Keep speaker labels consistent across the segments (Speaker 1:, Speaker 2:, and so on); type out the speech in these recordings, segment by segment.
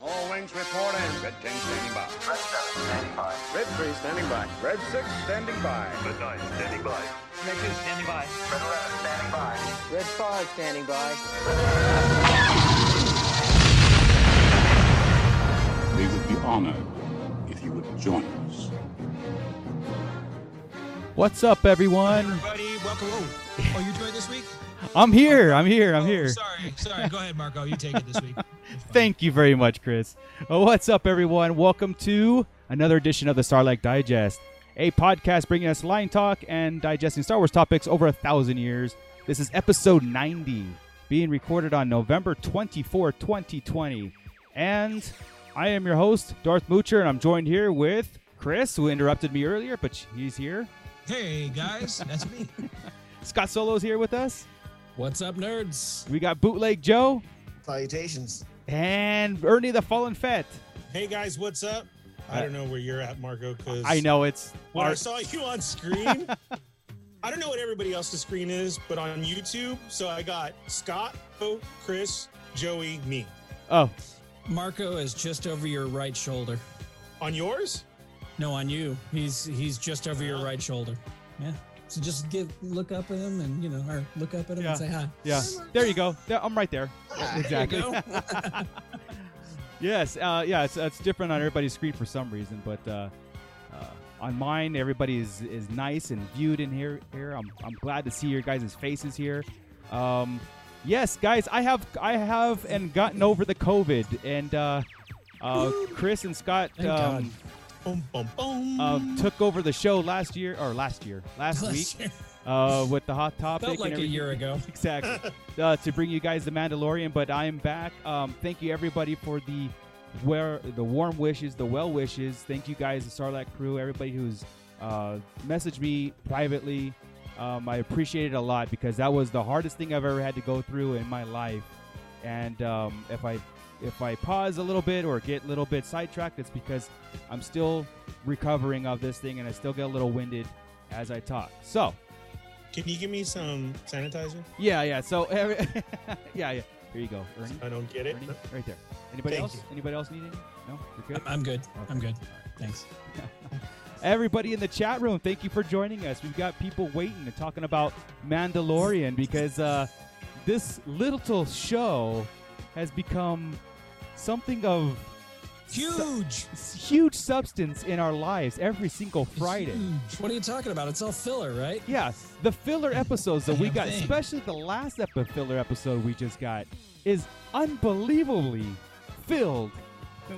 Speaker 1: Orange report in.
Speaker 2: Red 10 standing by.
Speaker 3: Red 7 standing by.
Speaker 1: Red 3 standing by. Red 6 standing by.
Speaker 4: Red 9 standing by.
Speaker 5: Red 2 standing by.
Speaker 3: Red 11 standing by.
Speaker 6: Red 5 standing by.
Speaker 7: We would be honored if you would join us.
Speaker 8: What's up, everyone?
Speaker 9: Everybody, welcome. Oh, oh you joined this week?
Speaker 8: I'm here. I'm here. I'm
Speaker 9: Oh,
Speaker 8: here.
Speaker 9: Sorry, sorry. Go ahead, Marco. You take it this week. It's fine.
Speaker 8: Thank you very much, Chris. Uh, What's up, everyone? Welcome to another edition of the Starlight Digest, a podcast bringing us line talk and digesting Star Wars topics over a thousand years. This is episode 90, being recorded on November 24, 2020. And I am your host, Darth Moocher, and I'm joined here with Chris, who interrupted me earlier, but he's here.
Speaker 9: Hey guys, that's me.
Speaker 8: Scott Solo's here with us.
Speaker 10: What's up, nerds?
Speaker 8: We got Bootleg Joe
Speaker 11: Salutations.
Speaker 8: and Ernie the Fallen Fett.
Speaker 12: Hey guys, what's up? I don't know where you're at, Marco, because
Speaker 8: Uh, I know it's
Speaker 12: when I saw you on screen. I don't know what everybody else's screen is, but on YouTube, so I got Scott, Bo, Chris, Joey, me.
Speaker 8: Oh,
Speaker 10: Marco is just over your right shoulder.
Speaker 12: On yours?
Speaker 10: No, on you. He's he's just over your right shoulder. Yeah. So just give look up at him and you know, or look up at him
Speaker 8: Yeah.
Speaker 10: and say hi.
Speaker 8: yeah. There you go. Yeah, I'm right there. Exactly.
Speaker 10: There you go.
Speaker 8: yes. Uh, yeah. It's, it's different on everybody's screen for some reason, but uh, uh, on mine, everybody is, is nice and viewed in here. Here, I'm, I'm glad to see your guys' faces here. Um, yes, guys, I have I have and gotten over the COVID, and uh, uh, Chris and Scott
Speaker 10: Thank
Speaker 8: um,
Speaker 12: Boom, boom, boom.
Speaker 8: uh, took over the show last year or last year last, week
Speaker 10: Last year.
Speaker 8: uh, with the hot topic.
Speaker 10: Felt
Speaker 8: and
Speaker 10: like a
Speaker 8: everything.
Speaker 10: year ago.
Speaker 8: exactly uh, to bring you guys the Mandalorian. But I am back. Um, thank you everybody for the where the warm wishes, the well wishes. Thank you guys, the Sarlacc crew, everybody who's uh, messaged me privately. Um, I appreciate it a lot because that was the hardest thing I've ever had to go through in my life. And um, if I if I pause a little bit or get a little bit sidetracked, it's because I'm still recovering of this thing and I still get a little winded as I talk. So.
Speaker 12: Can you give me some sanitizer?
Speaker 8: Yeah, yeah. So, every, yeah, yeah. Here you go, Ernie.
Speaker 12: I don't get it.
Speaker 8: Ernie, right there. Anybody
Speaker 12: Thank
Speaker 8: else?
Speaker 12: you.
Speaker 8: Anybody else need any? No, you're
Speaker 10: I'm,
Speaker 8: good.
Speaker 10: I'm good. I'm
Speaker 8: Okay.
Speaker 10: good. Thanks.
Speaker 8: Everybody in the chat room, thank you for joining us. We've got people waiting and talking about Mandalorian because uh, this little show has become something of su-
Speaker 9: Huge.
Speaker 8: huge substance in our lives every single Friday.
Speaker 10: Huge. What are you talking about? It's all filler, right?
Speaker 8: Yeah, the filler episodes that we
Speaker 10: Damn
Speaker 8: got,
Speaker 10: thing.
Speaker 8: especially the last epi- filler episode we just got, is unbelievably filled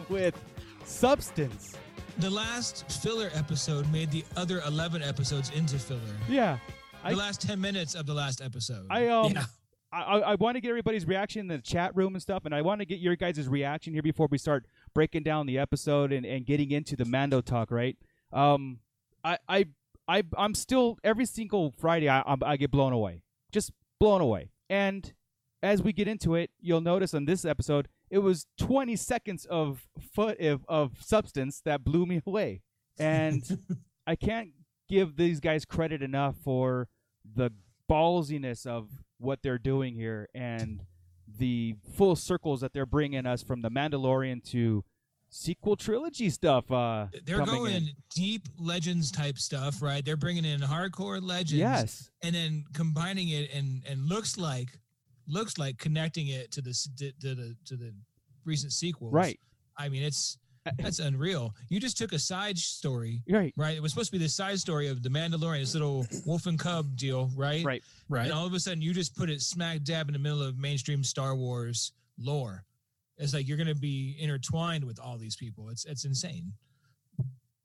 Speaker 8: with substance.
Speaker 9: The last filler episode made the other eleven episodes into filler.
Speaker 8: Yeah, I-
Speaker 9: the last ten minutes of the last episode.
Speaker 8: I um,
Speaker 10: Yeah.
Speaker 8: I, I, I want to get everybody's reaction in the chat room and stuff, and I want to get your guys' reaction here before we start breaking down the episode and, and getting into the Mando talk, right? Um, I, I, I, I'm still every single Friday I, I'm- I get blown away, just blown away. And as we get into it, you'll notice on this episode it was 20 seconds of foot of, of substance that blew me away, and I can't give these guys credit enough for the ballsiness of what they're doing here and the full circles that they're bringing us from the Mandalorian to sequel trilogy stuff. Uh,
Speaker 9: They're
Speaker 8: coming
Speaker 9: going
Speaker 8: in.
Speaker 9: deep legends type stuff, right? They're bringing in hardcore legends.
Speaker 8: Yes,
Speaker 9: and then combining it and and looks like looks like connecting it to the s- to, to the to the recent sequels.
Speaker 8: right,
Speaker 9: I mean, it's that's unreal. You just took a side story,
Speaker 8: right,
Speaker 9: right? It was supposed to be the side story of the Mandalorian, this little wolf and cub deal, right?
Speaker 8: Right.
Speaker 9: And
Speaker 10: Right.
Speaker 9: all of a sudden, you just put it smack dab in the middle of mainstream Star Wars lore. It's like you're going to be intertwined with all these people. It's it's insane.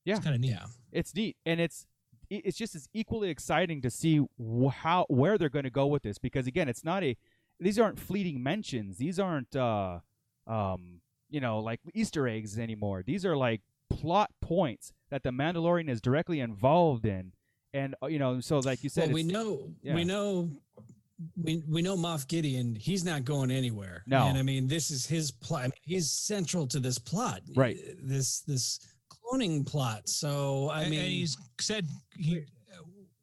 Speaker 8: Yeah.
Speaker 9: It's kind of neat.
Speaker 10: Yeah.
Speaker 8: it's neat and it's i- it's just as equally exciting to see wh- how where they're going to go with this because again it's not a these aren't fleeting mentions these aren't uh um you know like easter eggs anymore these are like plot points that the mandalorian is directly involved in and uh, you know so like you said
Speaker 10: Well, we
Speaker 8: it's-
Speaker 10: know
Speaker 8: yeah.
Speaker 10: we know we we know Moff Gideon. He's not going anywhere.
Speaker 8: No.
Speaker 10: and I mean this is his plot. I mean, he's central to this plot.
Speaker 8: Right.
Speaker 10: This this cloning plot. So I
Speaker 9: A-
Speaker 10: mean,
Speaker 9: and he's said he,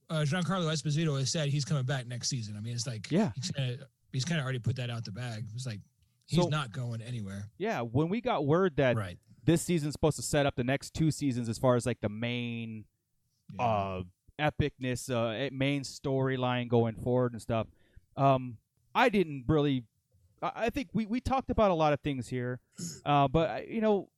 Speaker 9: uh, Giancarlo Esposito has said he's coming back next season. I mean, it's like
Speaker 8: Yeah.
Speaker 9: he's kind of he's kind of already put that out the bag. It's like He's
Speaker 8: So-
Speaker 9: not going anywhere.
Speaker 8: Yeah, when we got word that
Speaker 9: Right.
Speaker 8: this season's supposed to set up the next two seasons as far as like the main
Speaker 9: Yeah.
Speaker 8: uh epicness uh eh, main storyline going forward and stuff um i didn't really i, I think we, we talked about a lot of things here uh but I- you know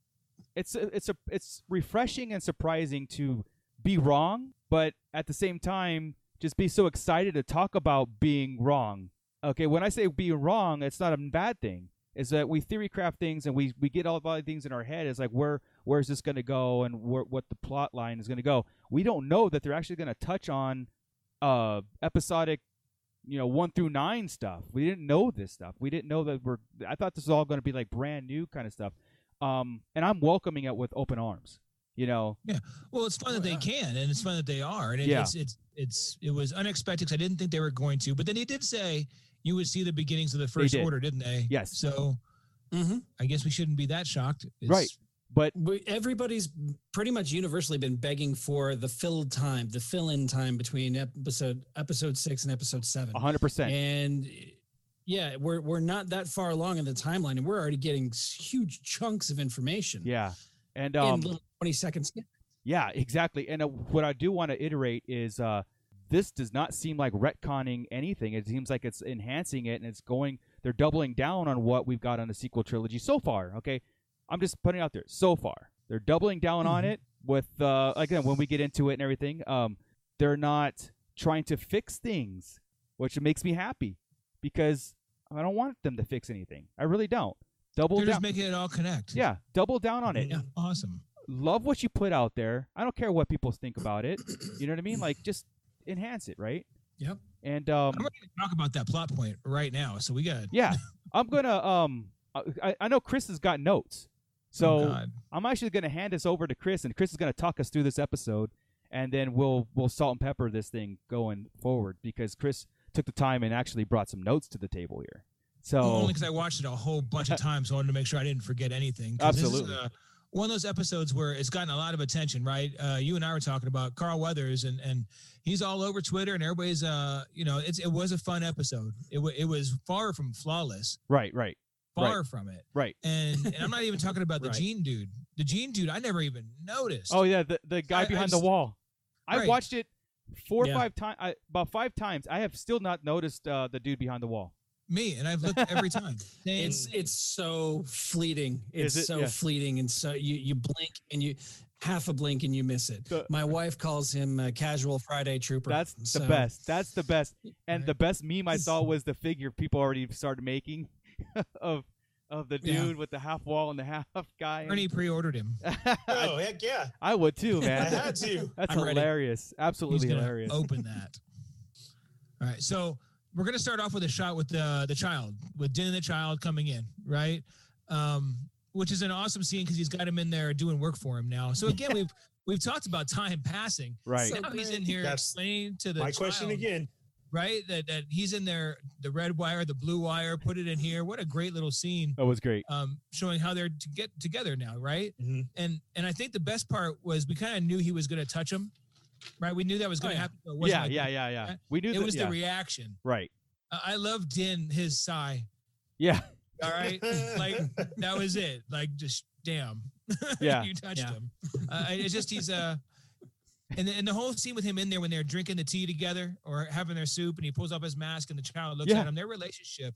Speaker 8: it's it's a it's refreshing and surprising to be wrong but at the same time just be so excited to talk about being wrong okay when i say being wrong it's not a bad thing is that we theory craft things and we we get all of all the things in our head it's like where where's this going to go and where, what the plot line is going to go we don't know that they're actually going to touch on uh episodic you know one through nine stuff we didn't know this stuff we didn't know that we're i thought this was all going to be like brand new kind of stuff um and i'm welcoming it with open arms you know
Speaker 9: Well, it's fun that they can, and it's fun that they are, and it,
Speaker 8: Oh, Yeah.
Speaker 9: it's it's it's it was unexpected. 'cause I didn't think they were going to, but then they did say you would see the beginnings of the first
Speaker 8: did.
Speaker 9: order, didn't they?
Speaker 8: Yes.
Speaker 9: So
Speaker 10: Mm-hmm.
Speaker 9: I guess we shouldn't be that shocked. It's-
Speaker 8: Right. but
Speaker 10: We, everybody's pretty much universally been begging for the fill time, the fill-in time between episode episode six and episode seven.
Speaker 8: 100%
Speaker 10: And yeah, we're we're not that far along in the timeline, and we're already getting s- huge chunks of information.
Speaker 8: yeah and
Speaker 10: in
Speaker 8: um
Speaker 10: little twenty seconds.
Speaker 8: Yeah, exactly. And uh, what I do want to iterate is uh, this does not seem like retconning anything. It seems like it's enhancing it and it's going, they're doubling down on what we've got on the sequel trilogy so far. Okay. I'm just putting it out there so far. They're doubling down on
Speaker 9: Mm-hmm.
Speaker 8: it with, uh, again, when we get into it and everything, um, they're not trying to fix things, which makes me happy because I don't want them to fix anything. I really don't. Double
Speaker 9: They're
Speaker 8: down.
Speaker 9: just making it all connect.
Speaker 8: yeah, double down on it
Speaker 9: Yeah. Awesome.
Speaker 8: love what you put out there. I don't care what people think about it. You know what I mean? Like just enhance it, right?
Speaker 10: Yep.
Speaker 8: And um,
Speaker 9: I'm ready to talk about that plot point right now. So we got.
Speaker 8: yeah, I'm gonna um, I, I know Chris has got notes, so
Speaker 9: oh God.
Speaker 8: I'm actually gonna hand this over to Chris, and Chris is gonna talk us through this episode, and then we'll we'll salt and pepper this thing going forward because Chris took the time and actually brought some notes to the table here. So
Speaker 9: Well, only because I watched it a whole bunch of times, so I wanted to make sure I didn't forget anything. 'cause this is,
Speaker 8: Absolutely.
Speaker 9: uh, one of those episodes where it's gotten a lot of attention, right? Uh, you and I were talking about Carl Weathers, and and he's all over Twitter, and everybody's, uh, you know, it's it was a fun episode. It wa it was far from flawless,
Speaker 8: right, right,
Speaker 9: far from it,
Speaker 8: right.
Speaker 9: and and I'm not even talking about the
Speaker 10: Right.
Speaker 9: Gene dude. The Gene dude, I never even noticed.
Speaker 8: Oh yeah, the the guy
Speaker 9: I- I
Speaker 8: behind
Speaker 9: just-
Speaker 8: the wall. I
Speaker 9: Right.
Speaker 8: watched it four or
Speaker 10: Yeah.
Speaker 8: five times, about five times. I have still not noticed uh, the dude behind the wall.
Speaker 9: me, and I've looked every time. Same-
Speaker 10: It's it's so fleeting.
Speaker 8: Is
Speaker 10: It's
Speaker 8: it?
Speaker 10: so
Speaker 8: Yeah.
Speaker 10: fleeting, and so you you blink and you half a blink and you miss it.
Speaker 8: The-
Speaker 10: My wife calls him uh, casual Friday trooper.
Speaker 8: That's the
Speaker 10: So-
Speaker 8: best. That's the best. And
Speaker 9: Right.
Speaker 8: the best meme I saw was the figure people already started making of of the dude
Speaker 9: Yeah.
Speaker 8: with the half wall and the half guy.
Speaker 9: Ernie pre-ordered him.
Speaker 12: Oh heck yeah,
Speaker 8: I would too,
Speaker 12: I
Speaker 8: man.
Speaker 12: had to.
Speaker 8: That's
Speaker 10: I'm ready.
Speaker 8: hilarious. Absolutely
Speaker 9: He's gonna
Speaker 8: hilarious.
Speaker 9: Open that. All right, so we're gonna start off with a shot with uh, the the child, with Din and the child coming in, right? Um, which is an awesome scene because he's got him in there doing work for him now. So again, we've we've talked about time passing.
Speaker 8: Right.
Speaker 9: now he's in here
Speaker 12: That's
Speaker 9: explaining to the
Speaker 12: My question
Speaker 9: child,
Speaker 12: again.
Speaker 9: right? That that he's in there, the red wire, the blue wire, put it in here. What a great little scene
Speaker 8: that was great.
Speaker 9: um, showing how they're to get together now, right?
Speaker 8: Mm-hmm.
Speaker 12: Mhm.
Speaker 9: And and I think the best part was we kind of knew he was going to touch him, right? We knew that was going to
Speaker 10: yeah.
Speaker 9: happen. so it wasn't
Speaker 8: Oh, Yeah,
Speaker 9: like-
Speaker 8: yeah, yeah, yeah.
Speaker 9: that.
Speaker 8: We knew
Speaker 9: It
Speaker 8: that-
Speaker 9: was
Speaker 8: yeah.
Speaker 9: the reaction.
Speaker 8: right.
Speaker 9: I I love Din his sigh.
Speaker 8: Yeah,
Speaker 9: All right, like that was it. Like just damn,
Speaker 8: yeah,
Speaker 9: you touched
Speaker 10: Yeah.
Speaker 9: him. Uh, I- it's just he's uh, and the, and the whole scene with him in there when they're drinking the tea together or having their soup, and he pulls up his mask and the child looks
Speaker 8: Yeah.
Speaker 9: at him. Their relationship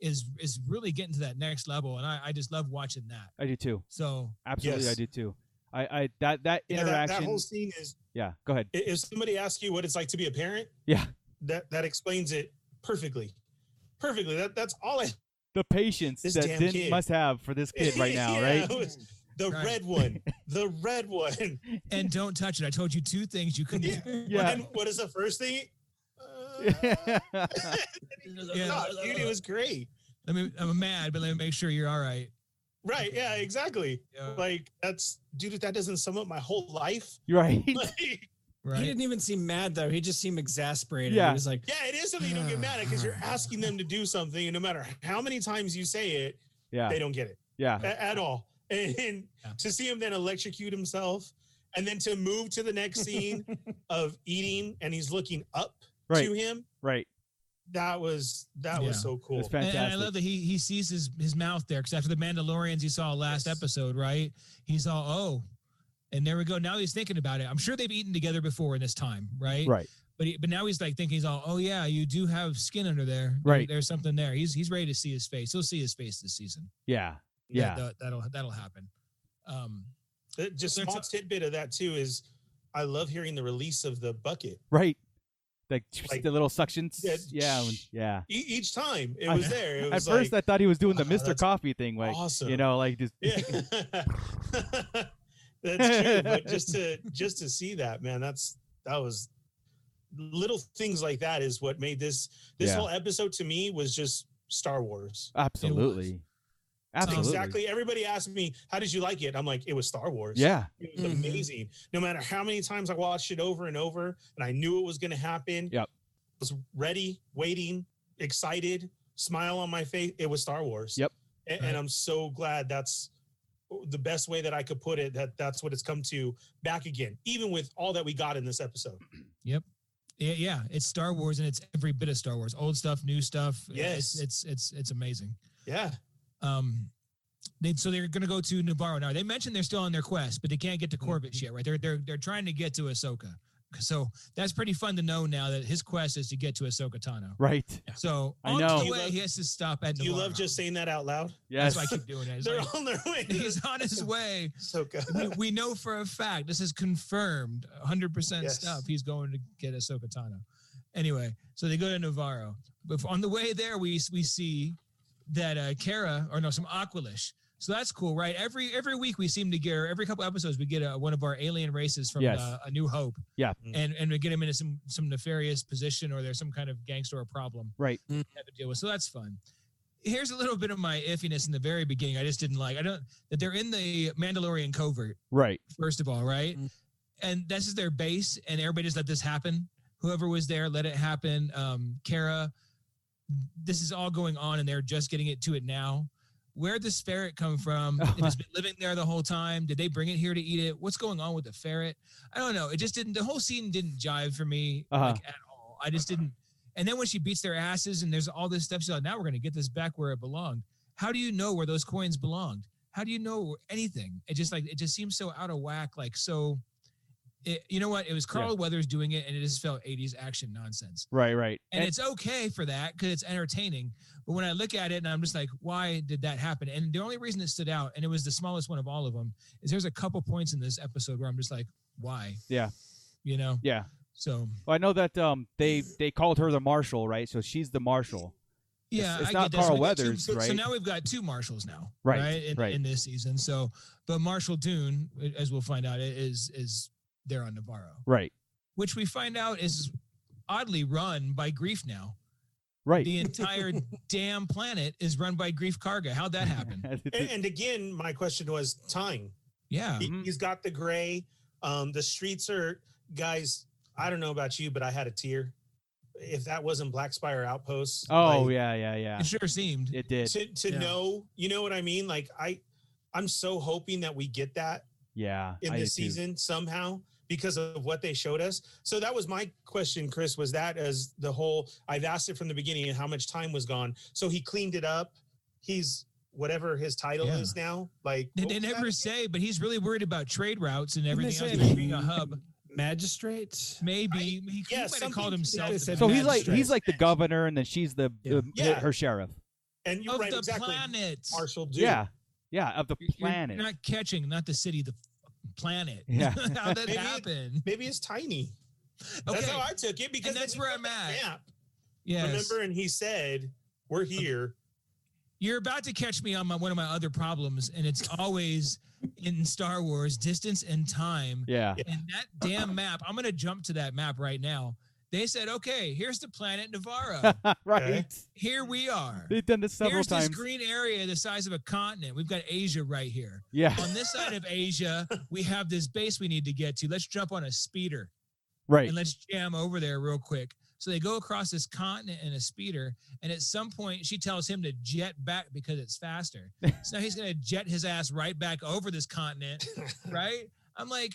Speaker 9: is is really getting to that next level, and I, I just love watching that.
Speaker 8: I do too.
Speaker 9: So
Speaker 8: Absolutely,
Speaker 12: Yes.
Speaker 8: I do too. I, I that that
Speaker 12: Yeah, that-
Speaker 8: interaction.
Speaker 12: that whole scene is
Speaker 8: yeah, go ahead.
Speaker 12: I- if somebody asks you what it's like to be a parent,
Speaker 8: Yeah.
Speaker 12: that that explains it perfectly. Perfectly. That that's all I
Speaker 8: the patience
Speaker 12: This
Speaker 8: that
Speaker 12: damn
Speaker 8: Din
Speaker 12: kid.
Speaker 8: must have for this kid right now,
Speaker 12: Yeah,
Speaker 8: right?
Speaker 12: it was The
Speaker 9: Right.
Speaker 12: red one. The red one.
Speaker 9: and don't touch it. I told you two things you couldn't.
Speaker 12: Yeah.
Speaker 9: do.
Speaker 8: Yeah.
Speaker 12: And what is the first thing? Uh,
Speaker 9: Yeah.
Speaker 12: oh, dude, it was great.
Speaker 9: Let me. I'm mad, but let me make sure you're all right.
Speaker 12: Right. Yeah, exactly.
Speaker 9: Yeah.
Speaker 12: Like that's dude, if that doesn't sum up my whole life.
Speaker 8: You're right.
Speaker 12: like,
Speaker 9: Right.
Speaker 10: He didn't even seem mad though. He just seemed exasperated.
Speaker 8: Yeah.
Speaker 10: He was like,
Speaker 12: yeah, it is something you don't get mad at because you're asking them to do something, and no matter how many times you say it,
Speaker 8: Yeah,
Speaker 12: they don't get it.
Speaker 8: yeah,
Speaker 12: a- at all. And
Speaker 9: Yeah.
Speaker 12: to see him then electrocute himself and then to move to the next scene of eating and he's looking up
Speaker 8: Right.
Speaker 12: to him
Speaker 8: right.
Speaker 12: that was that
Speaker 9: Yeah.
Speaker 12: was so cool.
Speaker 8: It's
Speaker 9: And,
Speaker 8: fantastic.
Speaker 9: and I love that he he sees his his mouth there because after the Mandalorians he saw last
Speaker 12: Yes.
Speaker 9: episode, right? He's all oh, and there we go. Now he's thinking about it. I'm sure they've eaten together before in this time, right?
Speaker 8: right.
Speaker 9: But he, but now he's like thinking he's all oh yeah, you do have skin under there. There-
Speaker 8: Right.
Speaker 9: There's something there. He's he's ready to see his face. He'll see his face this season.
Speaker 8: Yeah. Yeah.
Speaker 9: That- that, that'll that'll happen. Um,
Speaker 12: That- just
Speaker 9: There's
Speaker 12: small
Speaker 9: a-
Speaker 12: tidbit of that too is I love hearing the release of the bucket.
Speaker 8: Right. Like,
Speaker 12: Like-
Speaker 8: the little suctions.
Speaker 12: Yeah.
Speaker 8: Yeah. when- Yeah.
Speaker 12: E- each time it
Speaker 8: I-
Speaker 12: was there. It
Speaker 8: At
Speaker 12: was
Speaker 8: first,
Speaker 12: like,
Speaker 8: I thought he was doing the
Speaker 12: "Wow,
Speaker 8: Mr.
Speaker 12: that's
Speaker 8: Coffee thing, like you
Speaker 12: awesome."
Speaker 8: know, like just
Speaker 12: yeah. that's true. But just to just to see that, man, that's that was little things like that is what made this this
Speaker 8: Yeah.
Speaker 12: whole episode to me was just Star Wars.
Speaker 8: absolutely, absolutely,
Speaker 12: Exactly. Everybody asked me, "How did you like it?" I'm like, "It was Star Wars."
Speaker 8: Yeah,
Speaker 12: It was
Speaker 10: Mhm.
Speaker 9: Mm-hmm.
Speaker 12: amazing. No matter how many times I watched it over and over, and I knew it was going to happen.
Speaker 8: Yep.
Speaker 12: was ready, waiting, excited, smile on my face. It was Star Wars.
Speaker 8: Yep.
Speaker 12: A- And,
Speaker 9: Right.
Speaker 12: I'm so glad that's the best way that I could put it. That that's what it's come to back again, even with all that we got in this episode.
Speaker 9: yeah, yeah, it's Star Wars and it's every bit of Star Wars, old stuff, new stuff.
Speaker 12: Yes.
Speaker 9: it's it's it's, it's amazing.
Speaker 12: Yeah.
Speaker 9: Um, they so they're going to go to Navarro now. They mentioned they're still on their quest, but they can't get to
Speaker 12: Mm-hmm.
Speaker 9: Corvus yet, right? They're they're they're trying to get to Ahsoka, so that's pretty fun to know now that his quest is to get to Ahsoka Tano.
Speaker 8: right.
Speaker 9: So
Speaker 8: I
Speaker 9: on
Speaker 8: know.
Speaker 9: the
Speaker 12: You
Speaker 9: way,
Speaker 12: love-
Speaker 9: he has to stop at.
Speaker 12: Do you love
Speaker 9: Navarro.
Speaker 12: just saying that out loud?
Speaker 8: Yes,
Speaker 9: That's why I keep doing it. It's
Speaker 12: They're
Speaker 9: like,
Speaker 12: on their way.
Speaker 9: he's on his way.
Speaker 12: so good.
Speaker 9: We, we know for a fact this is confirmed, 100 percent
Speaker 12: Yes.
Speaker 9: stuff. He's going to get Ahsoka Tano. Anyway, so they go to Navarro, but on the way there, we we see that uh Kara or no, some Aquilish. So that's cool, right? Every every week we seem to get, or every couple episodes we get a, one of our alien races from
Speaker 8: Yes.
Speaker 9: uh, A New Hope.
Speaker 8: Yeah.
Speaker 9: and and we get them into some some nefarious position, or there's some kind of gangster or problem
Speaker 8: right.
Speaker 9: have to deal with. So that's fun. Here's a little bit of my iffiness in the very beginning. I just didn't like. I don't that they're in the Mandalorian covert
Speaker 8: Right.
Speaker 9: first of all, right?
Speaker 10: Mm.
Speaker 9: And this is their base, and everybody just let this happen. Whoever was there, let it happen. Um, Kara, this is all going on, and they're just getting it to it now. Where does ferret come from? it has been living there the whole time. Did they bring it here to eat it? What's going on with the ferret? I don't know. It just didn't. The whole scene didn't jive for me
Speaker 8: Uh-huh.
Speaker 9: like, at all. I just didn't. And then when she beats their asses, and there's all this stuff, she's like, "Now we're gonna get this back where it belonged." How do you know where those coins belonged? how do you know anything? It just like it just seems so out of whack. Like so, it, you know what? It was Carl Weathers doing it, and it just felt '80s action nonsense.
Speaker 8: Right. Right.
Speaker 9: And, it's okay for that because it's entertaining. But when I look at it, and I'm just like, why did that happen? And the only reason it stood out, and it was the smallest one of all of them, is there's a couple points in this episode where I'm just like, why?
Speaker 8: Yeah.
Speaker 9: You know.
Speaker 8: yeah.
Speaker 9: So
Speaker 8: Well, I know that um they they called her the marshal, right? So she's the marshal.
Speaker 9: yeah,
Speaker 8: it's
Speaker 9: I
Speaker 8: not
Speaker 9: get that. So
Speaker 8: Carl
Speaker 9: we got two-
Speaker 8: Weathers,
Speaker 9: so- So
Speaker 8: right?
Speaker 9: now we've got two marshals now,
Speaker 8: Right,
Speaker 9: in,
Speaker 8: right.
Speaker 9: in this season. So, but Marshal Dune, as we'll find out, is is there on Navarro.
Speaker 8: Right.
Speaker 9: which we find out is oddly run by grief now.
Speaker 8: Right.
Speaker 9: The entire damn planet is run by grief Karga. How'd that happen?
Speaker 12: And, and again, my question was time.
Speaker 9: Yeah.
Speaker 12: He,
Speaker 8: Mhm.
Speaker 12: he's got the gray. Um, the streets are, guys. I don't know about you, but I had a tear. If that wasn't Black Spire Outpost,
Speaker 8: oh
Speaker 12: like,
Speaker 8: yeah, yeah, yeah.
Speaker 9: It sure seemed.
Speaker 8: It did.
Speaker 12: to to
Speaker 9: yeah.
Speaker 12: know, you know what I mean? Like I, I'm so hoping that we get that
Speaker 8: Yeah.
Speaker 12: in
Speaker 8: I
Speaker 12: this
Speaker 8: did too.
Speaker 12: season somehow because of what they showed us. So that was my question, Chris. Was that as the whole? I've asked it from the beginning, and how much time was gone? So he cleaned it up. He's whatever his title
Speaker 9: Yeah.
Speaker 12: is now. Like
Speaker 9: They,
Speaker 12: what
Speaker 9: they
Speaker 12: was that
Speaker 9: never
Speaker 12: again?
Speaker 9: say, but he's really worried about trade routes and everything
Speaker 10: say
Speaker 9: else and being a hub.
Speaker 10: Magistrate.
Speaker 9: Maybe he, he
Speaker 12: yeah,
Speaker 9: might have
Speaker 12: something-
Speaker 9: called himself.
Speaker 10: yeah,
Speaker 9: the
Speaker 10: so
Speaker 8: So he's like
Speaker 9: magistrate
Speaker 8: he's like the governor, and then she's the
Speaker 10: Yeah.
Speaker 8: uh,
Speaker 12: Yeah.
Speaker 8: her sheriff.
Speaker 12: And you're
Speaker 9: of
Speaker 12: right,
Speaker 9: the
Speaker 12: exactly.
Speaker 9: planet.
Speaker 12: Marshall Duke.
Speaker 8: Yeah. Yeah. Of the
Speaker 9: You're- you're
Speaker 8: planet.
Speaker 9: not catching, not the city, the fucking planet.
Speaker 8: Yeah.
Speaker 9: How'd that
Speaker 12: Maybe-
Speaker 9: happen?
Speaker 12: Maybe it's tiny.
Speaker 9: Okay.
Speaker 12: That's how I took it because
Speaker 9: And that's
Speaker 12: they
Speaker 9: where
Speaker 12: put
Speaker 9: I'm
Speaker 12: the
Speaker 9: at.
Speaker 12: Map,
Speaker 9: yes.
Speaker 12: Remember, and he said,
Speaker 8: Oh,
Speaker 12: "We're here."
Speaker 9: You're about to catch me on my one of my other problems, and it's always in Star Wars distance and time.
Speaker 8: yeah.
Speaker 12: Yeah.
Speaker 9: And that damn map, I'm gonna jump to that map right now. They said, okay, here's the planet Navarro.
Speaker 8: right.
Speaker 12: Okay.
Speaker 9: Here we are.
Speaker 8: They've done this several
Speaker 9: Here's this
Speaker 8: times.
Speaker 9: green area the size of a continent. We've got Asia right here.
Speaker 8: yeah.
Speaker 9: On this side of Asia, we have this base we need to get to. Let's jump on a speeder
Speaker 8: Right.
Speaker 9: and let's jam over there real quick. So they go across this continent in a speeder, and at some point she tells him to jet back because it's faster. so now he's gonna jet his ass right back over this continent, right? I'm like,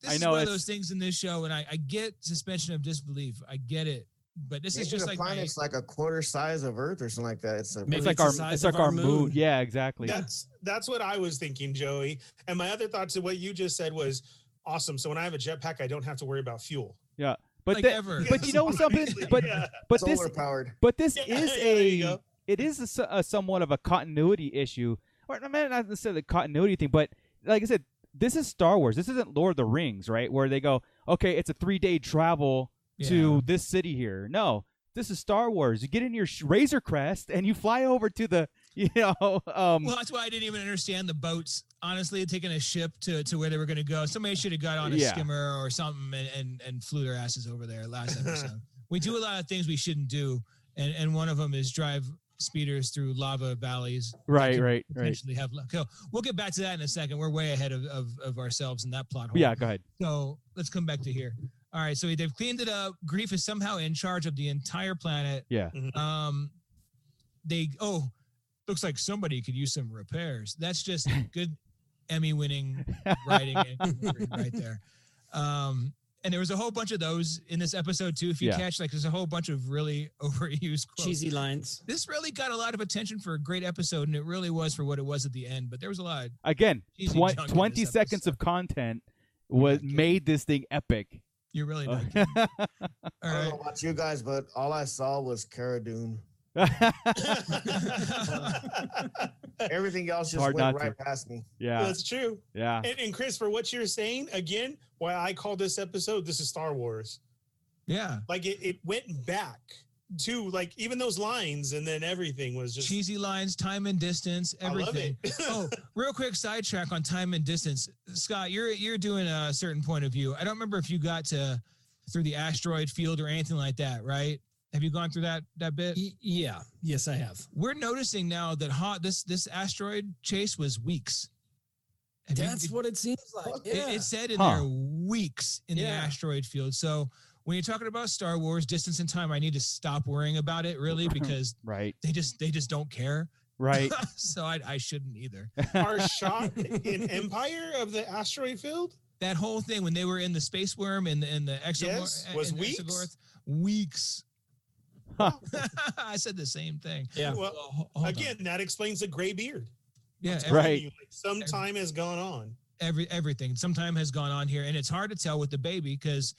Speaker 9: this
Speaker 8: I
Speaker 9: is
Speaker 8: know,
Speaker 9: one of
Speaker 8: it's-
Speaker 9: those things in this show, and I, I get suspension of disbelief. I get it. But this is
Speaker 2: It's
Speaker 9: just
Speaker 2: just a
Speaker 9: like my-
Speaker 2: planet's like a quarter size of Earth or something like that. It's a
Speaker 10: Maybe
Speaker 8: It's like
Speaker 10: it's the
Speaker 8: our
Speaker 10: size
Speaker 8: it's
Speaker 10: of
Speaker 8: like our
Speaker 10: our
Speaker 8: moon.
Speaker 10: moon.
Speaker 8: Yeah, exactly.
Speaker 12: That's that's what I was thinking, Joey. And my other thoughts to what you just said was awesome. So when I have a jetpack, I don't have to worry about fuel.
Speaker 8: but
Speaker 9: like
Speaker 8: the-
Speaker 9: ever.
Speaker 8: but you know something.
Speaker 12: Obviously,
Speaker 8: But
Speaker 12: yeah.
Speaker 8: but
Speaker 2: solar
Speaker 8: this
Speaker 2: powered.
Speaker 8: but this
Speaker 12: Yeah,
Speaker 8: is
Speaker 12: there you
Speaker 8: a
Speaker 12: go.
Speaker 8: it is a s- a, somewhat of a continuity issue, or I mean, not necessarily a continuity thing, but like I said, this is Star Wars. This isn't Lord of the Rings, right? Where they go, okay, it's a three day travel
Speaker 9: Yeah.
Speaker 8: to this city here. No, this is Star Wars. You get in your sh- Razor Crest and you fly over to the you know um
Speaker 9: Well, that's why I didn't even understand the boats. Honestly, taking a ship to, to where they were going to go. Somebody should have got on a
Speaker 8: Yeah.
Speaker 9: skimmer or something and, and, and flew their asses over there last episode. we do a lot of things we shouldn't do. And, and one of them is drive speeders through lava valleys. that
Speaker 8: right
Speaker 9: could
Speaker 8: right right.
Speaker 9: Potentially have luck. So we'll get back to that in a second. We're way ahead of, of, of ourselves in that plot hole.
Speaker 8: Yeah, go ahead.
Speaker 9: So let's come back to here. All right. So they've cleaned it up. Grief is somehow in charge of the entire planet.
Speaker 8: Yeah.
Speaker 12: Mhm.
Speaker 9: Um, they oh, looks like somebody could use some repairs. That's just good Emmy-winning writing and imagery right there. Um, and there was a whole bunch of those in this episode too. If you
Speaker 8: Yeah.
Speaker 9: catch, like, there's a whole bunch of really overused quotes.
Speaker 10: Cheesy lines.
Speaker 9: This really got a lot of attention for a great episode, and it really was for what it was at the end. But there was a lot.
Speaker 8: Again,
Speaker 9: Cheesy
Speaker 8: twen-
Speaker 9: junk in
Speaker 8: twenty
Speaker 9: this
Speaker 8: seconds of content was made this thing epic.
Speaker 9: You really not. All
Speaker 2: I
Speaker 9: right.
Speaker 2: don't know about you guys, but all I saw was Cara Dune. Everything else just
Speaker 8: hard
Speaker 2: went
Speaker 8: not to.
Speaker 2: right past me.
Speaker 8: yeah,
Speaker 12: That's true.
Speaker 8: yeah.
Speaker 12: And, and Chris, for what you're saying, again, why I call this episode this is Star Wars.
Speaker 9: Yeah.
Speaker 12: Like it, it went back to like even those lines and then everything was just
Speaker 9: cheesy lines, time and distance,
Speaker 12: I love
Speaker 9: everything.
Speaker 12: it.
Speaker 9: oh, real quick sidetrack on time and distance. Scott, you're you're doing a certain point of view. I don't remember if you got to through the asteroid field or anything like that, right? Have you gone through that that bit?
Speaker 10: Y- yeah. Yes, I have.
Speaker 9: We're noticing now that hot this this asteroid chase was weeks. Have you-
Speaker 10: That's what it seems like.
Speaker 9: it,
Speaker 10: Yeah.
Speaker 9: it said in
Speaker 8: Huh.
Speaker 9: there weeks in the
Speaker 10: Yeah.
Speaker 9: asteroid field. So when you're talking about Star Wars distance and time, I need to stop worrying about it really because
Speaker 8: Right,
Speaker 9: they just they just don't care.
Speaker 8: right.
Speaker 9: so I, I shouldn't either.
Speaker 12: Our shot in Empire of the asteroid field.
Speaker 9: that whole thing when they were in the space worm and the, and the exomorph
Speaker 12: Yes, was weeks?
Speaker 9: weeks.
Speaker 8: Huh.
Speaker 9: I said the same thing.
Speaker 10: yeah.
Speaker 12: Well,
Speaker 9: Well, ho- hold on.
Speaker 12: again, that explains the gray beard.
Speaker 9: yeah,
Speaker 12: I'm
Speaker 9: every,
Speaker 8: Right.
Speaker 12: telling you, like, some time has gone on.
Speaker 9: every everything. Some time has gone on here, and it's hard to tell with the baby because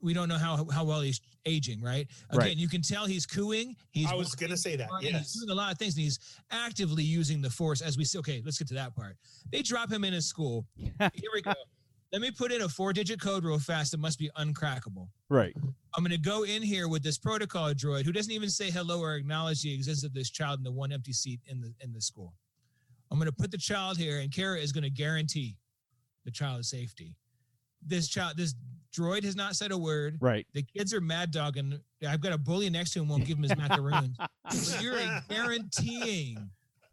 Speaker 9: we don't know how how well he's aging. Right? Again,
Speaker 8: Right.
Speaker 9: you can tell he's cooing. He's
Speaker 12: I was gonna say that.
Speaker 9: Right, and He's
Speaker 12: Yes.
Speaker 9: doing a lot of things and he's actively using the force as we see. Okay, let's get to that part. They drop him in his school. Here we go. Let me put in a four digit code real fast. It must be uncrackable.
Speaker 8: Right.
Speaker 9: I'm going to go in here with this protocol droid who doesn't even say hello or acknowledge the existence of this child in the one empty seat in the in the school. I'm going to put the child here, and Kara is going to guarantee the child's safety. This child, this droid has not said a word.
Speaker 8: Right.
Speaker 9: The kids are mad dogging. I've got a bully next to him. Won't give him his macaroons. But you're guaranteeing that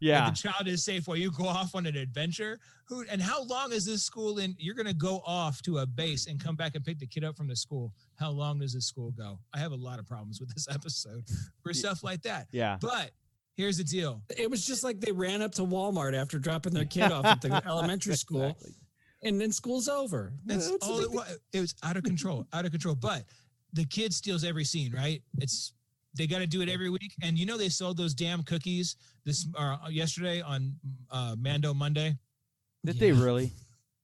Speaker 8: Yeah.
Speaker 9: the child is safe while you go off on an adventure. Who and how long is this school in? You're going to go off to a base and come back and pick the kid up from the school. How long does this school go? I have a lot of problems with this episode for stuff like that.
Speaker 8: Yeah.
Speaker 9: But here's the deal.
Speaker 10: It was just like they ran up to Walmart after dropping their kid off at the elementary school, and then school's over.
Speaker 9: That's
Speaker 10: What's the
Speaker 9: all
Speaker 10: big
Speaker 9: it was. It was out of control, out of control. But the kid steals every scene, right? It's they got to do it every week. And you know they sold those damn cookies this uh, yesterday on uh, Mando Monday.
Speaker 8: Did
Speaker 10: Yeah.
Speaker 8: they really?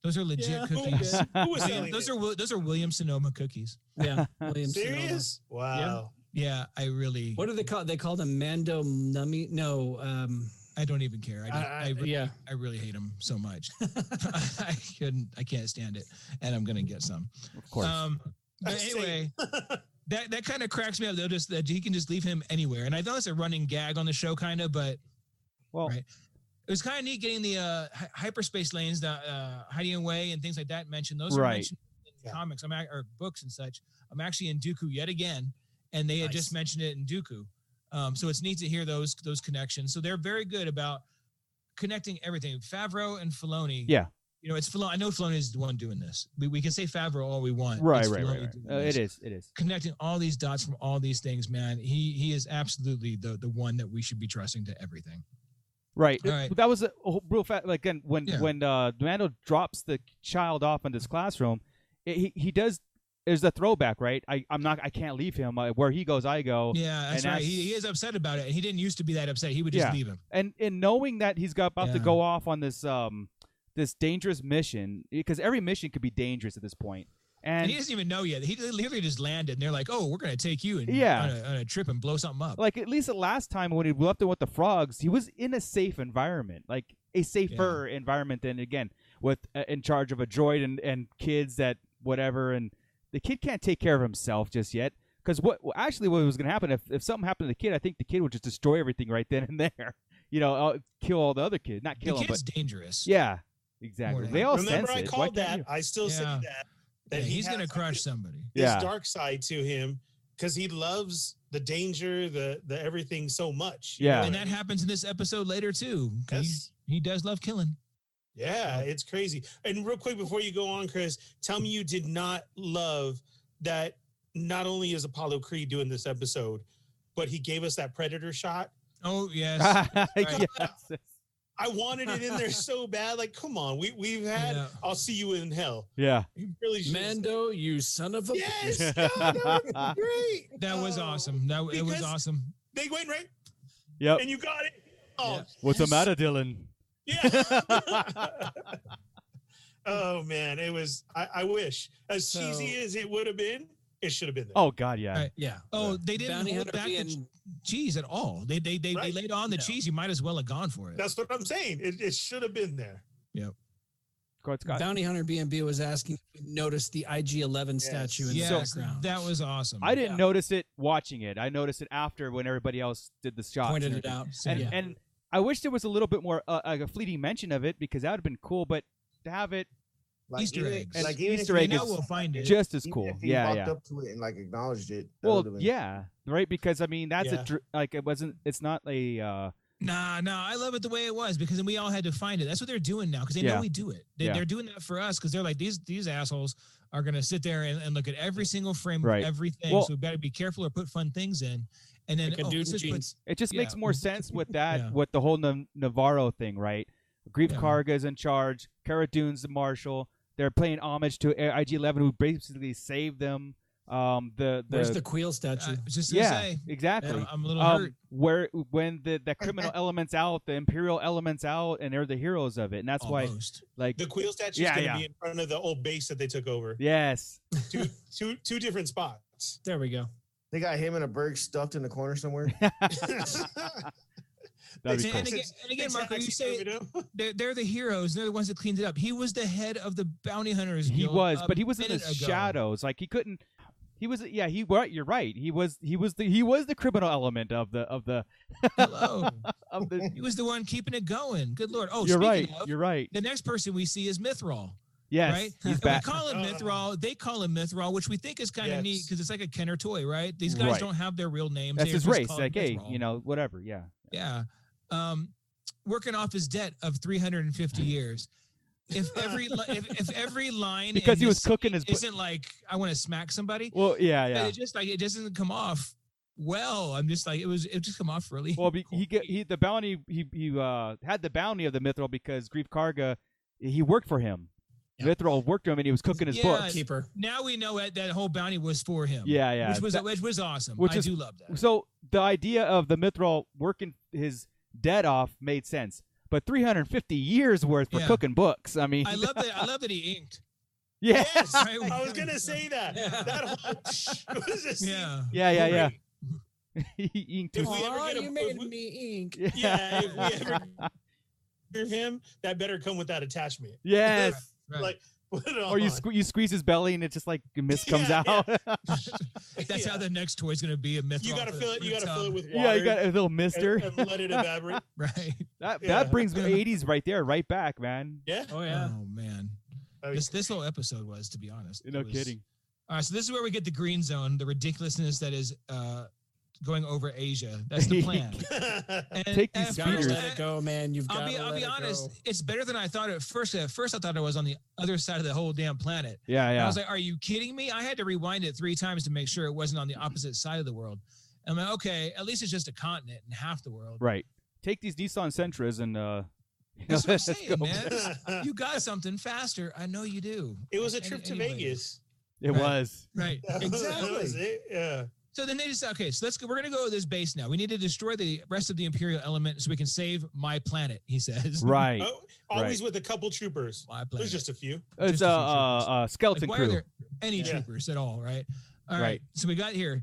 Speaker 9: Those are legit
Speaker 12: Yeah, who,
Speaker 9: cookies.
Speaker 12: who was
Speaker 9: William-
Speaker 12: selling
Speaker 9: those
Speaker 12: it?
Speaker 9: are Wil- those are Williams Sonoma cookies.
Speaker 10: Yeah. Williams Sonoma.
Speaker 12: serious. Wow.
Speaker 9: Yeah, I really,
Speaker 10: What do they call? They call them Mando Nummy. No. Um,
Speaker 9: I don't even care. I, don't-
Speaker 12: I-
Speaker 9: I,
Speaker 12: I-
Speaker 9: re-
Speaker 10: yeah.
Speaker 9: I really hate them so much. I couldn't, I can't stand it, and I'm gonna get some.
Speaker 8: Of course.
Speaker 9: Um, but
Speaker 12: Same.
Speaker 9: anyway, that that kind of cracks me up. They'll just that he can just leave him anywhere, and I know it's a running gag on the show, kind of, but
Speaker 8: well,
Speaker 9: right. it was kind of neat getting the uh, hy- hyperspace lanes, the uh, hiding away, and things like that mentioned. Those are
Speaker 8: Right.
Speaker 9: mentioned in
Speaker 12: Yeah.
Speaker 9: comics, I'm ac- or books and such. I'm actually in Dooku yet again, and they had just mentioned it in Dooku. Um, so it's neat to hear those those connections. So they're very good about connecting everything. Favreau and Filoni.
Speaker 8: Yeah.
Speaker 9: You know, it's Filoni. I know Filoni is the one doing this. We, we can say Favreau all we want.
Speaker 8: right,
Speaker 9: It's
Speaker 8: right,
Speaker 9: Filoni
Speaker 8: right, right.
Speaker 9: doing
Speaker 8: Uh,
Speaker 9: this
Speaker 8: it is. It is.
Speaker 9: connecting all these dots from all these things, man. He he is absolutely the the one that we should be trusting to everything.
Speaker 8: Right.
Speaker 9: All right.
Speaker 8: But That was a whole- real fast. Like again, when
Speaker 9: Yeah.
Speaker 8: when uh, Mando drops the child off in this classroom, it, eh, he he does is the throwback, right? I, I'm not, I can't leave him. Uh, where he goes, I go.
Speaker 9: Yeah, that's
Speaker 8: And
Speaker 9: right.
Speaker 8: that's-
Speaker 9: He, he is upset about it. and He didn't used to be that upset. He would just
Speaker 8: Yeah.
Speaker 9: leave him.
Speaker 8: and and knowing that he's got about to
Speaker 9: Yeah.
Speaker 8: go off on this um this dangerous mission because every mission could be dangerous at this point
Speaker 9: And,
Speaker 8: and,
Speaker 9: he doesn't even know yet. He literally just landed, and they're like, "Oh, we're gonna take you and
Speaker 8: Yeah.
Speaker 9: on, a, on a trip and blow something up."
Speaker 8: like at least the last time when he left him with the frogs he was in a safe environment like a safer environment than again with uh, in charge of a droid and and kids that whatever and the kid can't take care of himself just yet because what well, actually what was going to happen if, if something happened to the kid i think the kid would just destroy everything right then and there you know uh, kill all the other kids not
Speaker 9: the
Speaker 8: kill him but
Speaker 9: kid's dangerous.
Speaker 8: Yeah, exactly.
Speaker 9: than
Speaker 8: They
Speaker 9: that.
Speaker 8: all
Speaker 12: Remember,
Speaker 8: sense
Speaker 12: I
Speaker 8: it. Why
Speaker 12: called
Speaker 8: can't
Speaker 12: that.
Speaker 8: you?
Speaker 12: I still say
Speaker 9: Yeah.
Speaker 12: that.
Speaker 9: Yeah,
Speaker 12: that he
Speaker 9: he's
Speaker 12: has,
Speaker 9: gonna
Speaker 12: like,
Speaker 9: crush
Speaker 12: this-
Speaker 9: somebody.
Speaker 12: This
Speaker 8: Yeah.
Speaker 12: dark side to him because he loves the danger, the the everything so much. you
Speaker 8: Yeah.
Speaker 12: know what
Speaker 9: and
Speaker 12: I
Speaker 9: that
Speaker 12: mean?
Speaker 9: happens in this episode later too. 'cause
Speaker 12: Yes.
Speaker 9: He, he does love killing.
Speaker 12: Yeah, it's crazy. And real quick before you go on, Chris, tell me you did not love that not only is Apollo Creed doing this episode, but he gave us that predator shot.
Speaker 9: Oh yes.
Speaker 8: yes.
Speaker 12: I wanted it in there so bad. Like, come on, we we've had
Speaker 9: Yeah.
Speaker 12: I'll see you in hell.
Speaker 8: Yeah.
Speaker 12: He really should have
Speaker 10: Mando, you son of
Speaker 12: said-
Speaker 10: a.
Speaker 12: Yes, no, that was great.
Speaker 9: That was
Speaker 12: Oh,
Speaker 9: awesome. That it was
Speaker 12: because-
Speaker 9: awesome.
Speaker 12: They went right
Speaker 8: Yep.
Speaker 12: and you got it. Oh,
Speaker 8: What's the matter, Dylan?
Speaker 12: yeah. oh man, it was I, I wish. As
Speaker 10: So-
Speaker 12: cheesy as it would have been, it should have been there.
Speaker 8: Oh God, yeah.
Speaker 9: Right.
Speaker 10: Yeah.
Speaker 9: Oh, they didn't
Speaker 10: Bounty
Speaker 9: hold
Speaker 10: Hunter
Speaker 9: back the
Speaker 10: being
Speaker 9: ch- cheese at all. They they they,
Speaker 12: Right.
Speaker 9: they laid on the
Speaker 10: No.
Speaker 9: cheese. You might as well have gone for it.
Speaker 12: That's what I'm saying. It, it should have been there.
Speaker 8: Go ahead, Scott.
Speaker 10: Bounty Hunter BNB was asking if you noticed the IG-11
Speaker 12: Yes.
Speaker 10: statue in
Speaker 9: yes,
Speaker 10: the background.
Speaker 9: that was awesome.
Speaker 8: I didn't
Speaker 10: yeah.
Speaker 8: notice it watching it. I noticed it after when everybody else did the shot.
Speaker 10: pointed it out.
Speaker 8: And,
Speaker 10: yeah.
Speaker 8: and I wish there was a little bit more uh, like a fleeting mention of it because that would have been cool. But to have it
Speaker 2: Like,
Speaker 9: Easter
Speaker 2: even-
Speaker 9: eggs.
Speaker 2: Like even if
Speaker 8: Easter
Speaker 2: you
Speaker 8: egg
Speaker 9: now
Speaker 8: is-
Speaker 9: we'll find it.
Speaker 8: just as
Speaker 2: even
Speaker 8: cool.
Speaker 2: if you
Speaker 8: Yeah,
Speaker 2: walked
Speaker 8: yeah.
Speaker 2: up to it and like acknowledged it. that
Speaker 8: Well,
Speaker 2: would've been-
Speaker 8: yeah, right. Because I mean, that's
Speaker 12: Yeah.
Speaker 8: a dr- like it wasn't. It's not a. Uh,
Speaker 9: Nah, nah, I love it the way it was because then we all had to find it. That's what they're doing now because they
Speaker 8: Yeah.
Speaker 9: know we do it. They,
Speaker 8: Yeah.
Speaker 9: They're doing that for us because they're like these these assholes are gonna sit there and, and look at every single frame
Speaker 8: Right.
Speaker 9: of everything.
Speaker 8: Well-
Speaker 9: so we've got to be careful or put fun things in. And then
Speaker 10: Like a
Speaker 9: oh,
Speaker 10: dude
Speaker 9: this
Speaker 10: in
Speaker 9: is what's-
Speaker 10: jeans.
Speaker 8: It just makes
Speaker 9: Yeah.
Speaker 8: more sense with that,
Speaker 9: Yeah.
Speaker 8: with the whole Nav- Navarro thing, right? Grief
Speaker 9: Yeah.
Speaker 8: Karga's in charge. Cara Dune's the marshal. They're playing homage to IG Eleven, who basically saved them. Um, the the, Uh,
Speaker 10: Where's the Queel statue?
Speaker 9: I was just gonna
Speaker 8: yeah,
Speaker 9: say,
Speaker 8: exactly.
Speaker 9: I'm, I'm a little
Speaker 8: Um,
Speaker 9: hurt.
Speaker 8: where when the the criminal elements out, the imperial elements out, and they're the heroes of it, and that's why,
Speaker 9: almost.
Speaker 8: like,
Speaker 12: The Queel statue is
Speaker 8: Yeah,
Speaker 12: going to
Speaker 8: yeah.
Speaker 12: be in front of the old base that they took over.
Speaker 8: yes,
Speaker 12: Two, two, two different spots.
Speaker 10: There we go.
Speaker 2: They got him and a bird stuffed in the corner somewhere.
Speaker 8: that'd
Speaker 9: And
Speaker 8: be cool.
Speaker 9: again, and again,
Speaker 12: It's
Speaker 9: Marco, you
Speaker 12: actually
Speaker 9: say
Speaker 12: Scooby-Doo.
Speaker 9: they're, they're the heroes. They're the ones that cleaned it up. He was the head of the bounty hunters.
Speaker 8: He
Speaker 9: Guild
Speaker 8: was,
Speaker 9: a
Speaker 8: but he was in the
Speaker 9: minute ago.
Speaker 8: shadows. Like he couldn't. He was. Yeah, he. wa- You're right. He was. He was the. He was the criminal element of the of the
Speaker 9: Hello.
Speaker 8: of the
Speaker 9: he was the one keeping it going. Good lord. Oh,
Speaker 8: you're right.
Speaker 9: speaking Of,
Speaker 8: you're right.
Speaker 9: the next person we see is Mithral,
Speaker 8: Yes,
Speaker 9: right?
Speaker 8: he's
Speaker 9: and
Speaker 8: back.
Speaker 9: we call him
Speaker 12: Uh.
Speaker 9: Mithral. They call him Mithral, which we think is kind of
Speaker 12: Yes.
Speaker 9: neat because it's like a Kenner toy, right? These guys
Speaker 8: Right.
Speaker 9: don't have their real names.
Speaker 8: That's
Speaker 9: they
Speaker 8: his
Speaker 9: just
Speaker 8: race.
Speaker 9: call him
Speaker 8: Like, hey,
Speaker 9: Mithral.
Speaker 8: you know, whatever. Yeah.
Speaker 9: Yeah. Um, working off his debt of 350 years. If every li- if, if every line in
Speaker 8: Because he was
Speaker 9: this
Speaker 8: cooking his. bu-
Speaker 9: isn't like I want to smack somebody,
Speaker 8: well, yeah,
Speaker 9: but
Speaker 8: yeah.
Speaker 9: it just like it doesn't come off well. I'm just like it was. It just come off really.
Speaker 8: Well, be, he get he the bounty he he uh had the bounty of the Mithril because Grief Karga, he worked for him.
Speaker 10: Yeah.
Speaker 8: Mithril worked for him and he was cooking his
Speaker 9: Yeah,
Speaker 8: books.
Speaker 10: Keeper.
Speaker 9: now we know that that whole bounty was for him.
Speaker 8: Yeah, yeah.
Speaker 9: which was
Speaker 8: That-
Speaker 9: which was awesome.
Speaker 8: which
Speaker 9: I
Speaker 8: is-
Speaker 9: do love that.
Speaker 8: so the idea of the Mithril working his debt off made sense, but 350 years worth for
Speaker 9: Yeah.
Speaker 8: cooking books. I mean,
Speaker 9: I love that. I love that he inked.
Speaker 8: yeah,
Speaker 12: Yes,
Speaker 9: Right, we-
Speaker 12: I was going to say that.
Speaker 10: Yeah.
Speaker 12: That whole it was just,
Speaker 9: Yeah.
Speaker 8: yeah, yeah, yeah.
Speaker 12: Great.
Speaker 8: Eating
Speaker 12: If
Speaker 8: two-
Speaker 12: we ever
Speaker 10: Aw,
Speaker 12: get a-
Speaker 10: you
Speaker 12: if
Speaker 10: made
Speaker 12: we-
Speaker 10: me ink.
Speaker 12: Yeah, if we ever hear him, that better come with that attachment.
Speaker 8: yes.
Speaker 9: Right.
Speaker 12: Like, put it
Speaker 8: Or you
Speaker 12: on.
Speaker 8: sque- you squeeze his belly and it just like mist comes
Speaker 12: Yeah, yeah.
Speaker 8: out.
Speaker 9: That's how
Speaker 12: Yeah.
Speaker 9: the next toy is going to be a myth.
Speaker 12: You got to fill it. You got to fill it with water.
Speaker 8: um, yeah, you got a little
Speaker 12: and-
Speaker 8: mister.
Speaker 12: and let it evaporate.
Speaker 9: right.
Speaker 8: That
Speaker 12: Yeah.
Speaker 8: that brings me 80s right there, right back, man.
Speaker 12: Yeah.
Speaker 10: Oh yeah.
Speaker 9: Oh man,
Speaker 12: I mean,
Speaker 9: this this whole episode was, to be honest,
Speaker 8: No
Speaker 9: it was-
Speaker 8: kidding.
Speaker 9: All right, so this is where we get the green zone, the ridiculousness that is uh, going over Asia. That's the plan. And
Speaker 8: Take these
Speaker 9: at
Speaker 10: You gotta
Speaker 8: Peter.
Speaker 9: first,
Speaker 10: let it go, man. You've got
Speaker 9: I'll be,
Speaker 10: to
Speaker 9: I'll
Speaker 10: let
Speaker 9: be
Speaker 10: it
Speaker 9: honest.
Speaker 10: go.
Speaker 9: It's better than I thought at first. At first, I thought it was on the other side of the whole damn planet.
Speaker 8: Yeah,
Speaker 9: I
Speaker 8: yeah.
Speaker 9: was like, "Are you kidding me?" I had to rewind it three times to make sure it wasn't on the opposite side of the world. I'm like, "Okay, at least it's just a continent and half the world."
Speaker 8: Right. Take these Nissan Sentras and uh you
Speaker 9: That's
Speaker 8: know,
Speaker 9: what I'm
Speaker 8: let's
Speaker 9: saying,
Speaker 8: go.
Speaker 9: man. You got something faster. I know you do.
Speaker 12: it was a
Speaker 9: Any-
Speaker 12: trip to
Speaker 9: anyway.
Speaker 12: Vegas.
Speaker 8: It
Speaker 9: Right.
Speaker 8: was.
Speaker 9: Right.
Speaker 12: That was
Speaker 9: Exactly.
Speaker 12: it, Yeah.
Speaker 9: So then they just okay. So let's go. We're gonna go to this base now. We need to destroy the rest of the imperial element so we can save my planet. He says.
Speaker 8: Right.
Speaker 12: Oh, always with a couple troopers.
Speaker 9: My planet.
Speaker 12: There's just a few.
Speaker 8: it's
Speaker 9: just
Speaker 8: a,
Speaker 9: a
Speaker 8: uh uh skeleton
Speaker 9: Like, why are
Speaker 8: crew.
Speaker 9: there any
Speaker 12: Yeah.
Speaker 9: troopers at all, right? All right.
Speaker 8: Right.
Speaker 9: So we got here.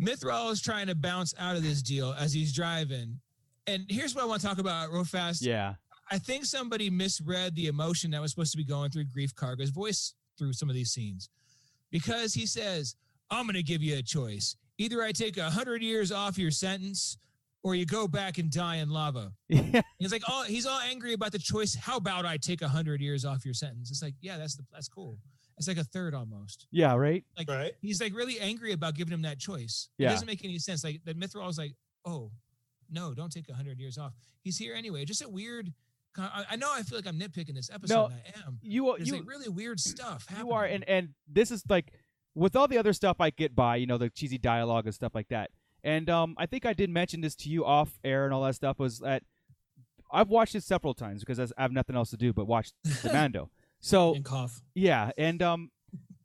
Speaker 9: Mithril is trying to bounce out of this deal as he's driving. And here's what I want to talk about real fast.
Speaker 8: Yeah.
Speaker 9: I think somebody misread the emotion that was supposed to be going through Grief Cargo's voice through some of these scenes. Because he says, I'm going to give you a choice. Either I take a 100 years off your sentence or you go back and die in lava.
Speaker 8: Yeah.
Speaker 9: He's like, oh, he's all angry about the choice. How about I take a 100 years off your sentence? It's like, yeah, that's the, that's cool. It's like a third almost.
Speaker 8: Yeah. Right.
Speaker 12: Right.
Speaker 9: He's like really angry about giving him that choice.
Speaker 8: Yeah.
Speaker 9: It doesn't make any sense. Like that Mithril is like, oh, no, don't take a hundred years off. He's here anyway. Just a weird. con- I I know. I feel like I'm nitpicking this episode.
Speaker 8: No,
Speaker 9: and I am.
Speaker 8: You
Speaker 9: There's
Speaker 8: you
Speaker 9: like really weird stuff happening.
Speaker 8: you are and and this is like with all the other stuff i get by you know the cheesy dialogue and stuff like that and um, i think i did mention this to you off air and all that stuff was that i've watched it several times because i have nothing else to do but watch the mando so
Speaker 10: and cough.
Speaker 8: yeah, and um,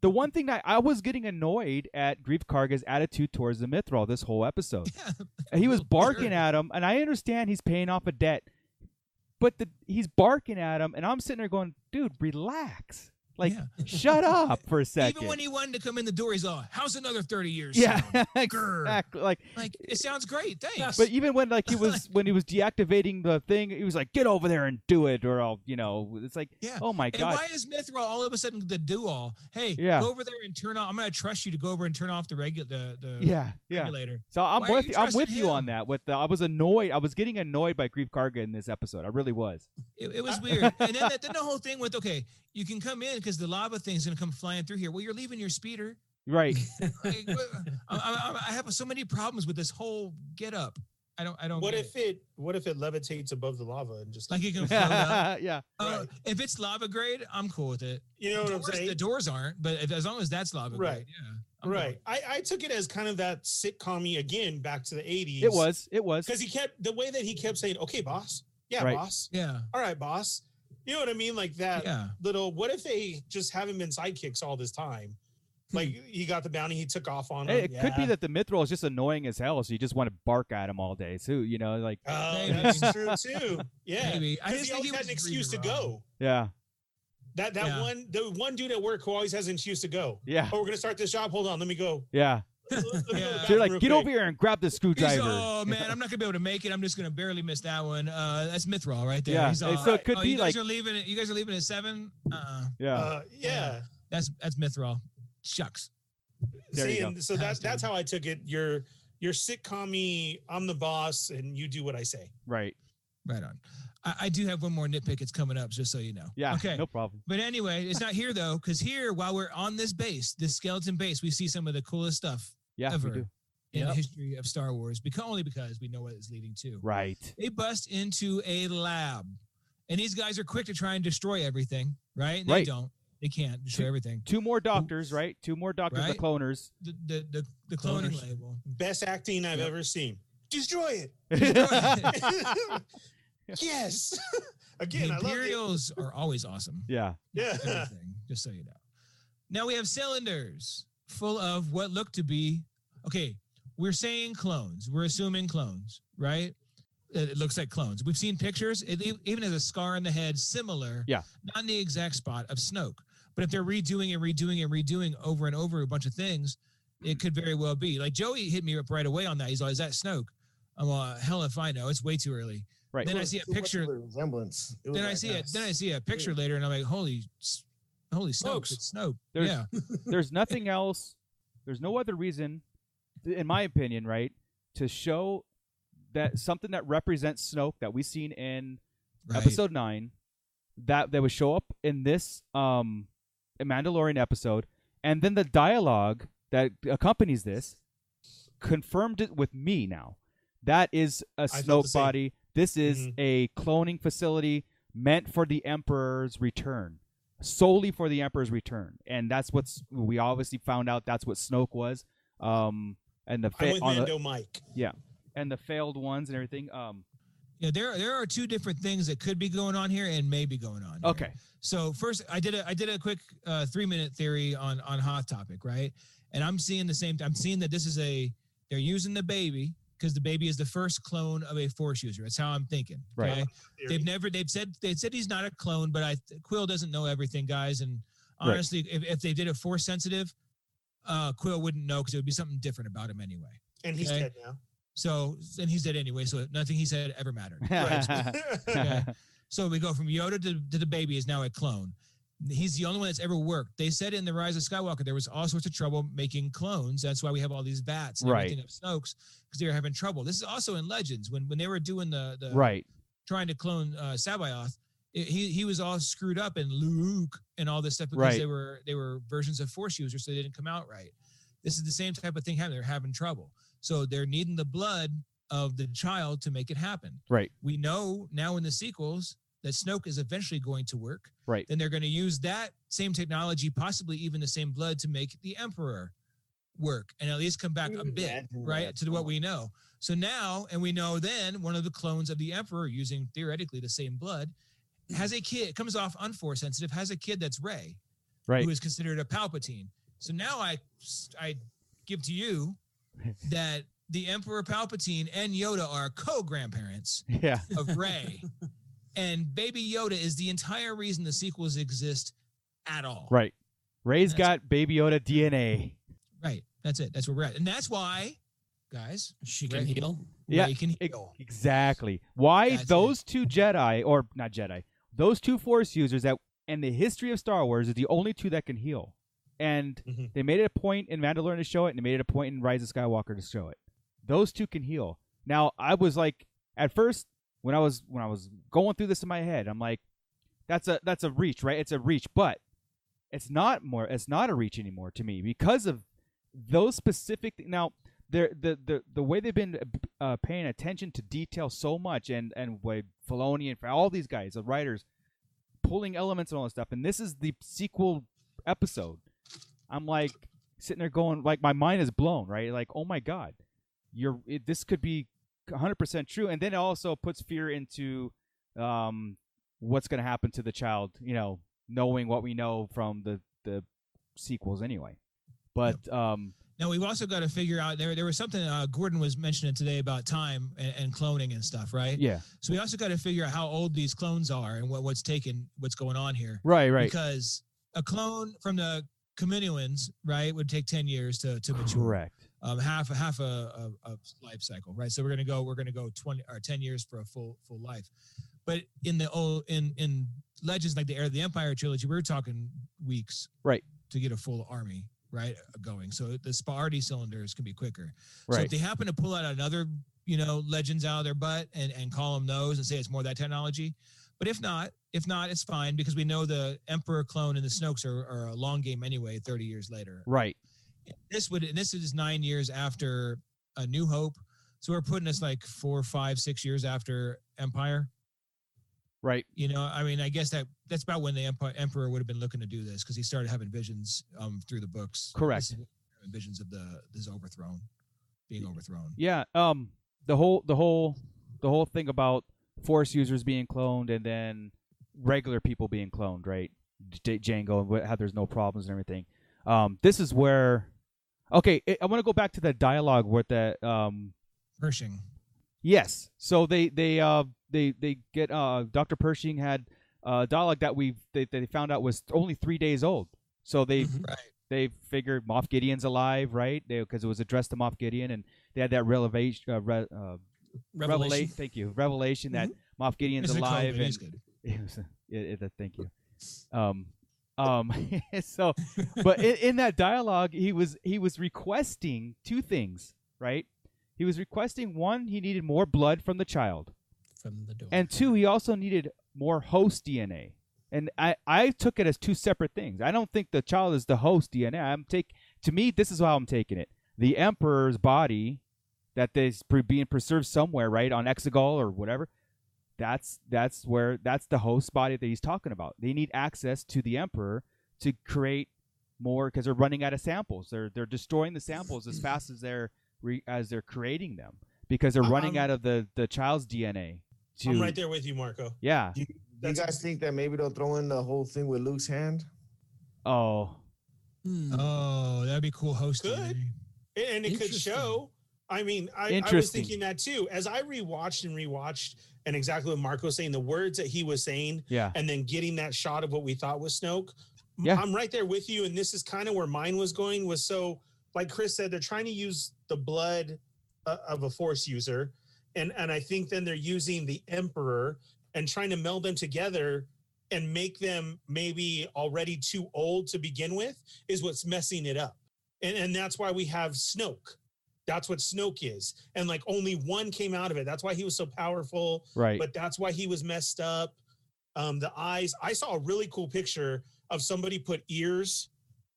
Speaker 8: the one thing that I was getting annoyed at Grief Karga's attitude towards the Mithril this whole episode.
Speaker 9: Yeah.
Speaker 8: And he was barking
Speaker 9: Sure.
Speaker 8: at him, and I understand he's paying off a debt, but the, he's barking at him, and I'm sitting there going, "Dude, relax, like
Speaker 9: Yeah.
Speaker 8: shut up for a second.
Speaker 9: Even when he wanted to come in the door, he's all, "How's another thirty years?"
Speaker 8: yeah,
Speaker 9: sound?" Grr.
Speaker 8: exactly. Like, eh,
Speaker 9: Like it sounds great. Thanks.
Speaker 8: but even when like he was when he was deactivating the thing, he was like, "Get over there and do it," or I'll, you know, it's like,
Speaker 9: Yeah.
Speaker 8: oh my
Speaker 9: and
Speaker 8: god,
Speaker 9: why is Mithril all of a sudden the do all? Hey,
Speaker 8: Yeah.
Speaker 9: go over there and turn off. I'm going to trust you to go over and turn off the regular the, the
Speaker 8: yeah, yeah.
Speaker 9: regulator.
Speaker 8: So I'm
Speaker 9: Why are
Speaker 8: with
Speaker 9: you
Speaker 8: you I'm with
Speaker 9: trusting
Speaker 8: you on
Speaker 9: him?
Speaker 8: that. With the, I was annoyed. I was getting annoyed by Grief Karga in this episode. I really was.
Speaker 9: It, it was weird. and then, that, then the whole thing with okay, you can come in because the lava thing's gonna come flying through here. Well, you're leaving your speeder.
Speaker 8: Right.
Speaker 9: Like, what- I, I- I- I have so many problems with this whole get up. I don't. I don't.
Speaker 12: What
Speaker 9: get
Speaker 12: if it what if it levitates above the lava and just
Speaker 9: Like it can float up.
Speaker 8: yeah.
Speaker 9: Uh, if it's lava grade, I'm cool with it.
Speaker 12: you know what I'm
Speaker 9: Doors-
Speaker 12: saying?
Speaker 9: The doors aren't, but if, as long as that's lava
Speaker 12: Right.
Speaker 9: grade, yeah. I'm cool
Speaker 12: right. I, I took it as kind of that sitcom again back to the 80s.
Speaker 8: It was. It was.
Speaker 12: because he kept the way that he kept saying, "Okay, boss. Yeah,
Speaker 8: Right.
Speaker 12: boss.
Speaker 9: with it. Yeah.
Speaker 12: All right, boss." You know what I mean? Like that
Speaker 9: Yeah.
Speaker 12: little. What if they just haven't been sidekicks all this time?
Speaker 9: Hmm.
Speaker 12: Like he got the bounty, he took off on him.
Speaker 8: Hey, it could be
Speaker 12: yeah.
Speaker 8: that the Mithril is just annoying as hell, so you just want to bark at him all day too. You know, like
Speaker 12: Oh,
Speaker 9: Maybe.
Speaker 12: that's true too. Yeah,
Speaker 9: Maybe. I
Speaker 12: because
Speaker 9: just
Speaker 12: he
Speaker 9: think
Speaker 12: always
Speaker 9: he
Speaker 12: had
Speaker 9: was
Speaker 12: an excuse to
Speaker 9: reading
Speaker 12: go.
Speaker 8: yeah,
Speaker 12: That that
Speaker 9: Yeah.
Speaker 12: one, the one dude at work who always has an excuse to go.
Speaker 8: yeah,
Speaker 12: Oh, we're gonna start this job. Hold on, let me go.
Speaker 8: yeah.
Speaker 12: Let me go to the
Speaker 9: Yeah.
Speaker 12: bathroom
Speaker 8: So you're
Speaker 12: real
Speaker 8: like, get
Speaker 12: quick."
Speaker 8: over here and grab the
Speaker 9: He's,
Speaker 8: screwdriver.
Speaker 9: oh man, I'm not gonna be able to make it. I'm just gonna barely miss that one. Uh, that's Mithril right there.
Speaker 8: Yeah,
Speaker 9: He's
Speaker 8: and
Speaker 9: all,
Speaker 8: so it could
Speaker 9: "Oh,
Speaker 8: be
Speaker 9: you guys
Speaker 8: like-
Speaker 9: are leaving. At, you guys are leaving at seven. Uh,
Speaker 8: yeah.
Speaker 12: Uh, yeah.
Speaker 9: that's that's Mithril. Shucks.
Speaker 8: There you
Speaker 12: See,
Speaker 8: go.
Speaker 12: and so that's that's how I took it. Your your sitcom I'm the boss, and you do what I say.
Speaker 8: right.
Speaker 9: Right on. I, I do have one more nitpick. It's coming up, just so you know.
Speaker 8: Yeah.
Speaker 9: Okay.
Speaker 8: No problem.
Speaker 9: But anyway, it's not here though, because here, while we're on this base, this skeleton base, we see some of the coolest stuff
Speaker 8: Yeah.
Speaker 9: ever
Speaker 8: We do.
Speaker 9: in the
Speaker 10: Yep.
Speaker 9: history of Star Wars, because only because we know what it's leading to.
Speaker 8: Right.
Speaker 9: They bust into a lab, and these guys are quick to try and destroy everything. Right? And They
Speaker 8: Right.
Speaker 9: don't. They can't destroy everything.
Speaker 8: Two more doctors. Right. Two more doctors. The
Speaker 9: Right.
Speaker 8: cloners.
Speaker 9: The the the, the cloning
Speaker 10: Cloners.
Speaker 9: label.
Speaker 12: Best acting I've
Speaker 9: Yep.
Speaker 12: ever seen. Destroy
Speaker 9: Destroy
Speaker 12: it. yes. Again,
Speaker 9: the
Speaker 12: I love it.
Speaker 9: Imperials are always awesome.
Speaker 8: yeah.
Speaker 12: Yeah.
Speaker 9: everything, just so you know. Now we have cylinders full of what look to be okay. We're saying clones. We're assuming clones, right? It it looks like clones. We've seen pictures. It e- even has a scar on the head, similar,
Speaker 8: Yeah.
Speaker 9: not in the exact spot of Snoke. But if they're redoing and redoing and redoing over and over a bunch of things, it could very well be. Like Joey hit me up right away on that. He's like, "Is that Snoke?" I'm like, "Hell if I know. It's way too early."
Speaker 8: Right.
Speaker 9: Then I
Speaker 2: was
Speaker 9: see a
Speaker 2: too much
Speaker 9: picture
Speaker 2: of a resemblance. It was
Speaker 9: then I
Speaker 2: like,
Speaker 9: see
Speaker 2: uh,
Speaker 9: it. Then I see a picture later, and I'm like, "Holy, s- holy smokes,
Speaker 10: Smokes.
Speaker 9: it's Snoke!"
Speaker 8: There's-
Speaker 9: yeah,
Speaker 8: there's nothing else there's no other reason th- in my opinion right to show that something that represents snoke that we've seen in
Speaker 9: right.
Speaker 8: episode 9 that that would show up in this um mandalorian episode and then the dialogue that accompanies this confirmed it with me now that is a
Speaker 12: felt the
Speaker 8: snoke
Speaker 12: same.
Speaker 8: body this is
Speaker 12: Mhm.
Speaker 8: a cloning facility meant for the emperor's return solely for the Emperor's return, and that's what's we obviously found out. That's what Snoke was, um, and the
Speaker 12: I'm
Speaker 8: fa-
Speaker 12: with
Speaker 8: on the,
Speaker 12: Mando Mike.
Speaker 8: and the failed ones and everything. Um,
Speaker 9: Yeah, there there are two different things that could be going on here and may be going on. here.
Speaker 8: Okay.
Speaker 9: So first, I did a I did a quick uh, three minute theory on on hot topic, right? And I'm seeing the same. I'm seeing that this is a they're using the baby because the baby is the first clone of a force user. That's how I'm thinking.
Speaker 8: Right.
Speaker 9: They've never they've said they said he's not a clone, but I Quill doesn't know everything, guys. And
Speaker 8: Right.
Speaker 9: honestly, if, if they did a force sensitive, uh, Quill wouldn't know because it would be something different about him anyway.
Speaker 12: and he's
Speaker 9: Okay.
Speaker 12: dead now.
Speaker 9: So and he's dead anyway, so nothing he said ever mattered. Okay. So we go from Yoda to, to the baby is now a clone. He's the only one that's ever worked. They said in the Rise of Skywalker there was all sorts of trouble making clones. That's why we have all these bats and
Speaker 8: Right.
Speaker 9: everything of Snoke's because they were having trouble. This is also in Legends when when they were doing the the
Speaker 8: right.
Speaker 9: trying to clone uh, Sabayoth. it- he he was all screwed up and Luke and all this stuff because
Speaker 8: Right.
Speaker 9: they were they were versions of Force users, so they didn't come out right. This is the same type of thing happening. They're having trouble, so they're needing the blood of the child to make it happen.
Speaker 8: Right.
Speaker 9: We know now in the sequels that Snoke is eventually going to work.
Speaker 8: Right.
Speaker 9: Then they're going to use that same technology, possibly even the same blood, to make the Emperor work and at least come back a bit
Speaker 2: Imagine
Speaker 9: right
Speaker 2: that.
Speaker 9: to what we know so now and we know then one of the clones of the emperor using theoretically the same blood has a kid comes off unforce sensitive has a kid that's ray
Speaker 8: Right.
Speaker 9: who is considered a palpatine so now i i give to you that the emperor palpatine and yoda are co-grandparents
Speaker 8: Yeah.
Speaker 9: of ray and baby yoda is the entire reason the sequels exist at all
Speaker 8: Right. Ray's
Speaker 9: That's-
Speaker 8: got Baby Yoda DNA.
Speaker 9: right that's it that's where we're at and that's why guys
Speaker 10: She can
Speaker 9: Right.
Speaker 10: heal.
Speaker 8: Yeah,
Speaker 9: ray can
Speaker 8: e-
Speaker 9: heal
Speaker 8: Exactly. Why
Speaker 9: That's it.
Speaker 8: those two Jedi or not Jedi, those two Force users that in the history of Star Wars is the only two that can heal, and
Speaker 9: Mm-hmm.
Speaker 12: Mhm.
Speaker 8: they made it a point in Mandalorian to show it, and they made it a point in Rise of Skywalker to show it. Those two can heal. Now I was like, at first when I was when I was going through this in my head, I'm like, that's a that's a reach, right? It's a reach, but it's not more. It's not a reach anymore to me because of those specific. Now they're, the the the way they've been uh, paying attention to detail so much, and and with Filoni and all these guys, the writers, pulling elements and all this stuff. And this is the sequel episode. I'm like sitting there going, like my mind is blown, right? Like, oh my god, you're it, this could be 100 percent true. And then it also puts fear into um, what's going to happen to the child. You know, knowing what we know from the the sequels anyway. But um,
Speaker 9: Now we've also got to figure out there. There was something uh, Gordon was mentioning today about time and, and cloning and stuff, right?
Speaker 8: yeah,
Speaker 9: So we also got to figure out how old these clones are and what, what's taken, what's going on here.
Speaker 8: right, right.
Speaker 9: Because a clone from the Kaminoans, right, would take ten years to to mature.
Speaker 8: Correct.
Speaker 9: Um, half a half a, a, a life cycle, right? So we're gonna go, we're gonna go twenty or ten years for a full full life. But in the old in in legends like the Heir of the Empire trilogy, we were talking weeks,
Speaker 8: Right.
Speaker 9: to get a full army right going. So the Sparty cylinders can be quicker. So if
Speaker 8: Right.
Speaker 9: they happen to pull out another, you know, legends out of their butt and and call them those and say it's more that technology, but if not, if not, it's fine because we know the Emperor clone and the Snokes are, are a long game anyway. Thirty years later,
Speaker 8: right.
Speaker 9: this would and this is nine years after a new hope so we're putting us like four five six years after empire
Speaker 8: Right.
Speaker 9: you know i mean i guess that that's about when the emperor, emperor would have been looking to do this because he started having visions um through the books
Speaker 8: Correct.
Speaker 9: This is- visions of the this overthrown being overthrown
Speaker 8: Yeah. Um. The whole the whole the whole thing about force users being cloned and then regular people being cloned, right? J- Django and what- how there's no problems and everything. Um. This is where. Okay, I- I want to go back to that dialogue with that um,
Speaker 9: pershing
Speaker 8: Yes. So they they uh they they get uh Dr. Pershing had uh dialogue that we they they found out was only three days old. So they
Speaker 10: Mhm.
Speaker 9: Right.
Speaker 8: they figured Moff Gideon's alive, right? Because it was addressed to Moff Gideon, and they had that revelation. Uh, re, uh,
Speaker 10: Revelation.
Speaker 8: revela- Thank you. Revelation that Moff Gideon's
Speaker 9: Mr.
Speaker 8: alive,
Speaker 9: Coleman,
Speaker 8: and
Speaker 9: he's good.
Speaker 8: it was it, it, thank you um um so but in, in that dialogue he was he was requesting two things right he was requesting one he needed more blood from the child
Speaker 10: from the door.
Speaker 8: and two he also needed more host dna and i i took it as two separate things i don't think the child is the host dna i'm take to me this is how i'm taking it the emperor's body that is pre- being preserved somewhere right on exegol or whatever that's that's where that's the host body that he's talking about. They need access to the emperor to create more because they're running out of samples. They're they're destroying the samples as fast as they're re, as they're creating them because they're running
Speaker 9: Um,
Speaker 8: out of the the child's DNA. to
Speaker 12: I'm right there with you, Marco.
Speaker 8: yeah.
Speaker 2: Do you
Speaker 12: That's-
Speaker 2: guys think that maybe they'll throw in the whole thing with Luke's hand?
Speaker 8: Oh,
Speaker 10: Hmm.
Speaker 9: Oh, that'd be cool hosting.
Speaker 12: Good. And- and it could
Speaker 10: Interesting.
Speaker 12: show. I mean, I, I was
Speaker 8: Interesting.
Speaker 12: thinking that too. As I rewatched and rewatched, and exactly what Marco was saying, the words that he was saying,
Speaker 8: yeah.
Speaker 12: and then getting that shot of what we thought was Snoke. m-
Speaker 8: Yeah.
Speaker 12: I'm right there with you. And this is kind of where mine was going was so, like Chris said, they're trying to use the blood uh, of a force user. And, and I think then they're using the emperor and trying to meld them together and make them maybe already too old to begin with is what's messing it up. And, and that's why we have Snoke. That's what Snoke is. And like only one came out of it. That's why he was so powerful
Speaker 8: Right.
Speaker 12: but that's why he was messed up. Um, the eyes. I saw a really cool picture of somebody put ears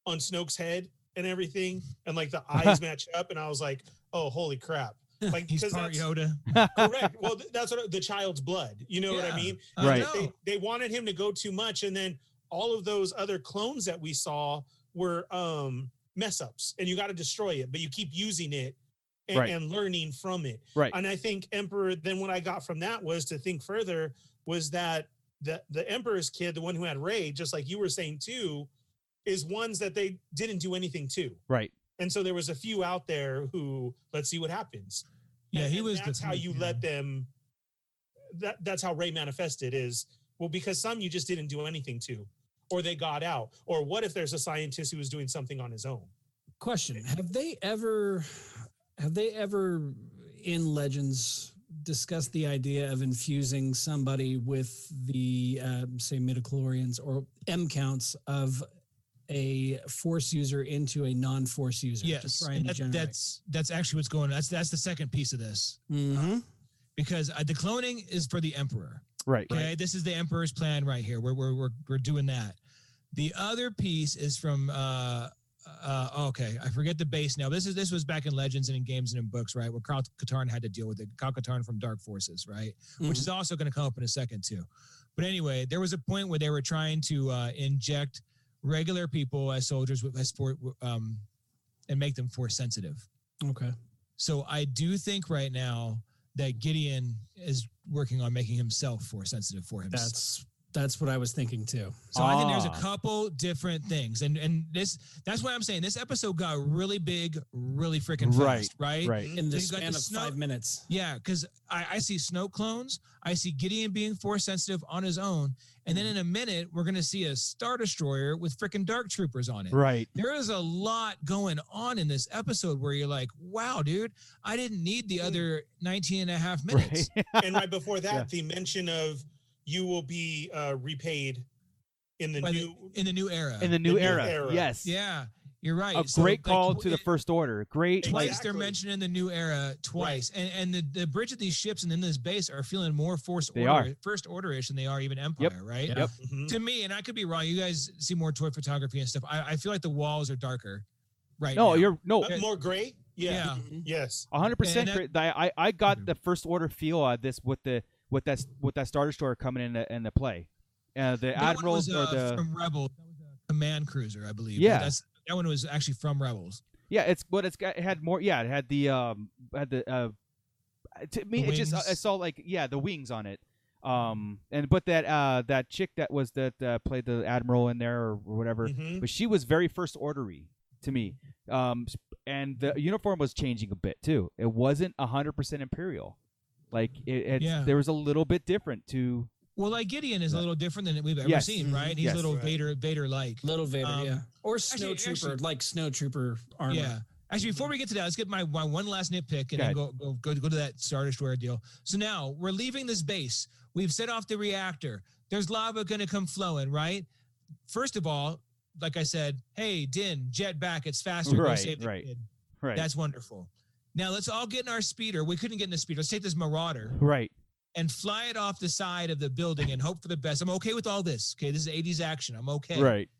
Speaker 12: on Snoke's head and everything, and like the eyes match up. And I was like, "Oh, holy crap!" Like
Speaker 9: He's
Speaker 12: because
Speaker 9: part
Speaker 12: that's
Speaker 9: Yoda.
Speaker 12: correct. Well, th- that's what the child's blood. You know what
Speaker 10: Yeah.
Speaker 12: I mean?
Speaker 9: I
Speaker 8: Right.
Speaker 9: know.
Speaker 12: They, they wanted him to go too much, and then all of those other clones that we saw were um, mess ups, and you got to destroy it, but you keep using it and,
Speaker 8: Right.
Speaker 12: and learning from it.
Speaker 8: Right.
Speaker 12: And I think Emperor. Then what I got from that was to think further was that the the Emperor's kid, the one who had Ray, just like you were saying too, is ones that they didn't do anything to.
Speaker 8: right.
Speaker 12: And so there was a few out there who let's see what happens.
Speaker 9: Yeah,
Speaker 12: And-
Speaker 9: he
Speaker 12: and
Speaker 9: was.
Speaker 12: That's how
Speaker 9: different,
Speaker 12: you
Speaker 9: yeah.
Speaker 12: let them. That that's how Ray manifested is well because some you just didn't do anything to, or they got out, or what if there's a scientist who was doing something on his own?
Speaker 10: Question: Have they ever, have they ever in Legends discussed the idea of infusing somebody with the uh, say midichlorians or M counts of a force user into a non-force user? to
Speaker 9: Yes,
Speaker 10: try
Speaker 9: and
Speaker 10: and
Speaker 9: that-
Speaker 10: generate?
Speaker 9: that's that's actually what's going on. That's that's the second piece of this
Speaker 10: Mhm.
Speaker 9: because uh, the cloning is for the emperor.
Speaker 8: Right.
Speaker 9: Okay, this is the emperor's plan right here. We're we're we're, we're doing that. The other piece is from uh, uh okay, I forget the base now. This is this was back in Legends and in games and in books, right? Where Kyle Katarn had to deal with it. Kyle Katarn from Dark Forces, right?
Speaker 10: Mhm.
Speaker 9: Which is also going to come up in a second too. But anyway, there was a point where they were trying to uh, inject regular people as soldiers with as for, um, and make them force sensitive.
Speaker 10: okay.
Speaker 9: So I do think right now that Gideon is working on making himself force sensitive for himself.
Speaker 10: That's that's what I was thinking too.
Speaker 9: So I think there's
Speaker 8: Ah.
Speaker 9: a couple different things, and and this that's why I'm saying this episode got really big, really freaking fast,
Speaker 8: Right,
Speaker 9: right?
Speaker 8: Right.
Speaker 10: In the
Speaker 9: Mm, So you got
Speaker 10: span
Speaker 9: the
Speaker 10: of
Speaker 9: snow-
Speaker 10: five minutes.
Speaker 9: Yeah, because I, I see snow clones, I see Gideon being force sensitive on his own, and
Speaker 8: Mm.
Speaker 9: then in a minute we're gonna see a star destroyer with freaking dark troopers on it.
Speaker 8: Right.
Speaker 9: There is a lot going on in this episode where you're like, wow, dude, I didn't need the other 19 and a half minutes.
Speaker 8: Mm. Right.
Speaker 12: and right before that,
Speaker 8: Yeah.
Speaker 12: the mention of you will be uh, repaid in the
Speaker 9: By the-
Speaker 12: new.
Speaker 9: in the new era.
Speaker 8: In the new,
Speaker 12: new
Speaker 8: era.
Speaker 12: era.
Speaker 8: Yes.
Speaker 9: yeah, you're right.
Speaker 8: A
Speaker 9: So,
Speaker 8: great
Speaker 9: like,
Speaker 8: call
Speaker 9: w-
Speaker 8: to the
Speaker 9: it-
Speaker 8: first order. Great.
Speaker 9: twice
Speaker 8: Like.
Speaker 12: Exactly.
Speaker 9: they're mentioned in the new era twice and and the, the bridge of these ships and in this base are feeling more force
Speaker 8: They
Speaker 9: order first order-ish than they are even empire right
Speaker 8: Yep.
Speaker 12: Mhm.
Speaker 9: to me and i could be wrong you guys see more toy photography and stuff i, I feel like the walls are darker right
Speaker 8: No,
Speaker 9: now.
Speaker 8: you're no.
Speaker 12: Uh, More gray. Yeah.
Speaker 9: yeah
Speaker 12: Yes.
Speaker 8: A hundred percent.
Speaker 9: And uh, that-
Speaker 8: Chris. I I I got
Speaker 9: Mhm.
Speaker 8: the first order feel of this with the with that with that starter store coming in the, in the play, uh, the
Speaker 9: That one
Speaker 8: admirals
Speaker 9: was,
Speaker 8: or
Speaker 9: uh,
Speaker 8: the
Speaker 9: from rebel that was a command cruiser i believe
Speaker 8: Yeah.
Speaker 9: that's that one was actually from rebels
Speaker 8: yeah. It's but it's got it had more. Yeah, it had the um had the uh to me
Speaker 9: The
Speaker 8: it just I- I
Speaker 9: wings.
Speaker 8: saw like yeah the wings on it. Um and but that uh that chick that was that uh, played the admiral in there or whatever,
Speaker 12: Mhm.
Speaker 8: but she was very first ordery to me. Um and the uniform was changing a bit too. It wasn't a hundred percent imperial. Like it, it's,
Speaker 9: Yeah.
Speaker 8: there was a little bit different to
Speaker 9: well like gideon is a little different than we've ever
Speaker 8: Yes.
Speaker 9: seen right he's
Speaker 8: Yes.
Speaker 9: a little
Speaker 12: Right.
Speaker 9: vader vader like
Speaker 10: Little Vader,
Speaker 9: Um,
Speaker 10: yeah, or
Speaker 9: actually-
Speaker 10: snowtrooper,
Speaker 9: actually-
Speaker 10: like snowtrooper armor.
Speaker 9: Yeah. Actually, before we get to that, let's get my, my one last nitpick
Speaker 8: Go
Speaker 9: and
Speaker 8: ahead.
Speaker 9: then go, go go go to that Star Destroyer deal. So now we're leaving this base. We've set off the reactor. There's lava going to come flowing, right? First of all, like I said, hey, Din, jet back. It's faster. Go
Speaker 8: Right,
Speaker 9: save the
Speaker 8: right.
Speaker 9: kid.
Speaker 8: right
Speaker 9: That's wonderful. Now let's all get in our speeder. We couldn't get in the speeder. Let's take this Marauder
Speaker 8: right.
Speaker 9: and fly it off the side of the building and hope for the best. I'm okay with all this. Okay, this is 80s action. I'm okay
Speaker 8: Right.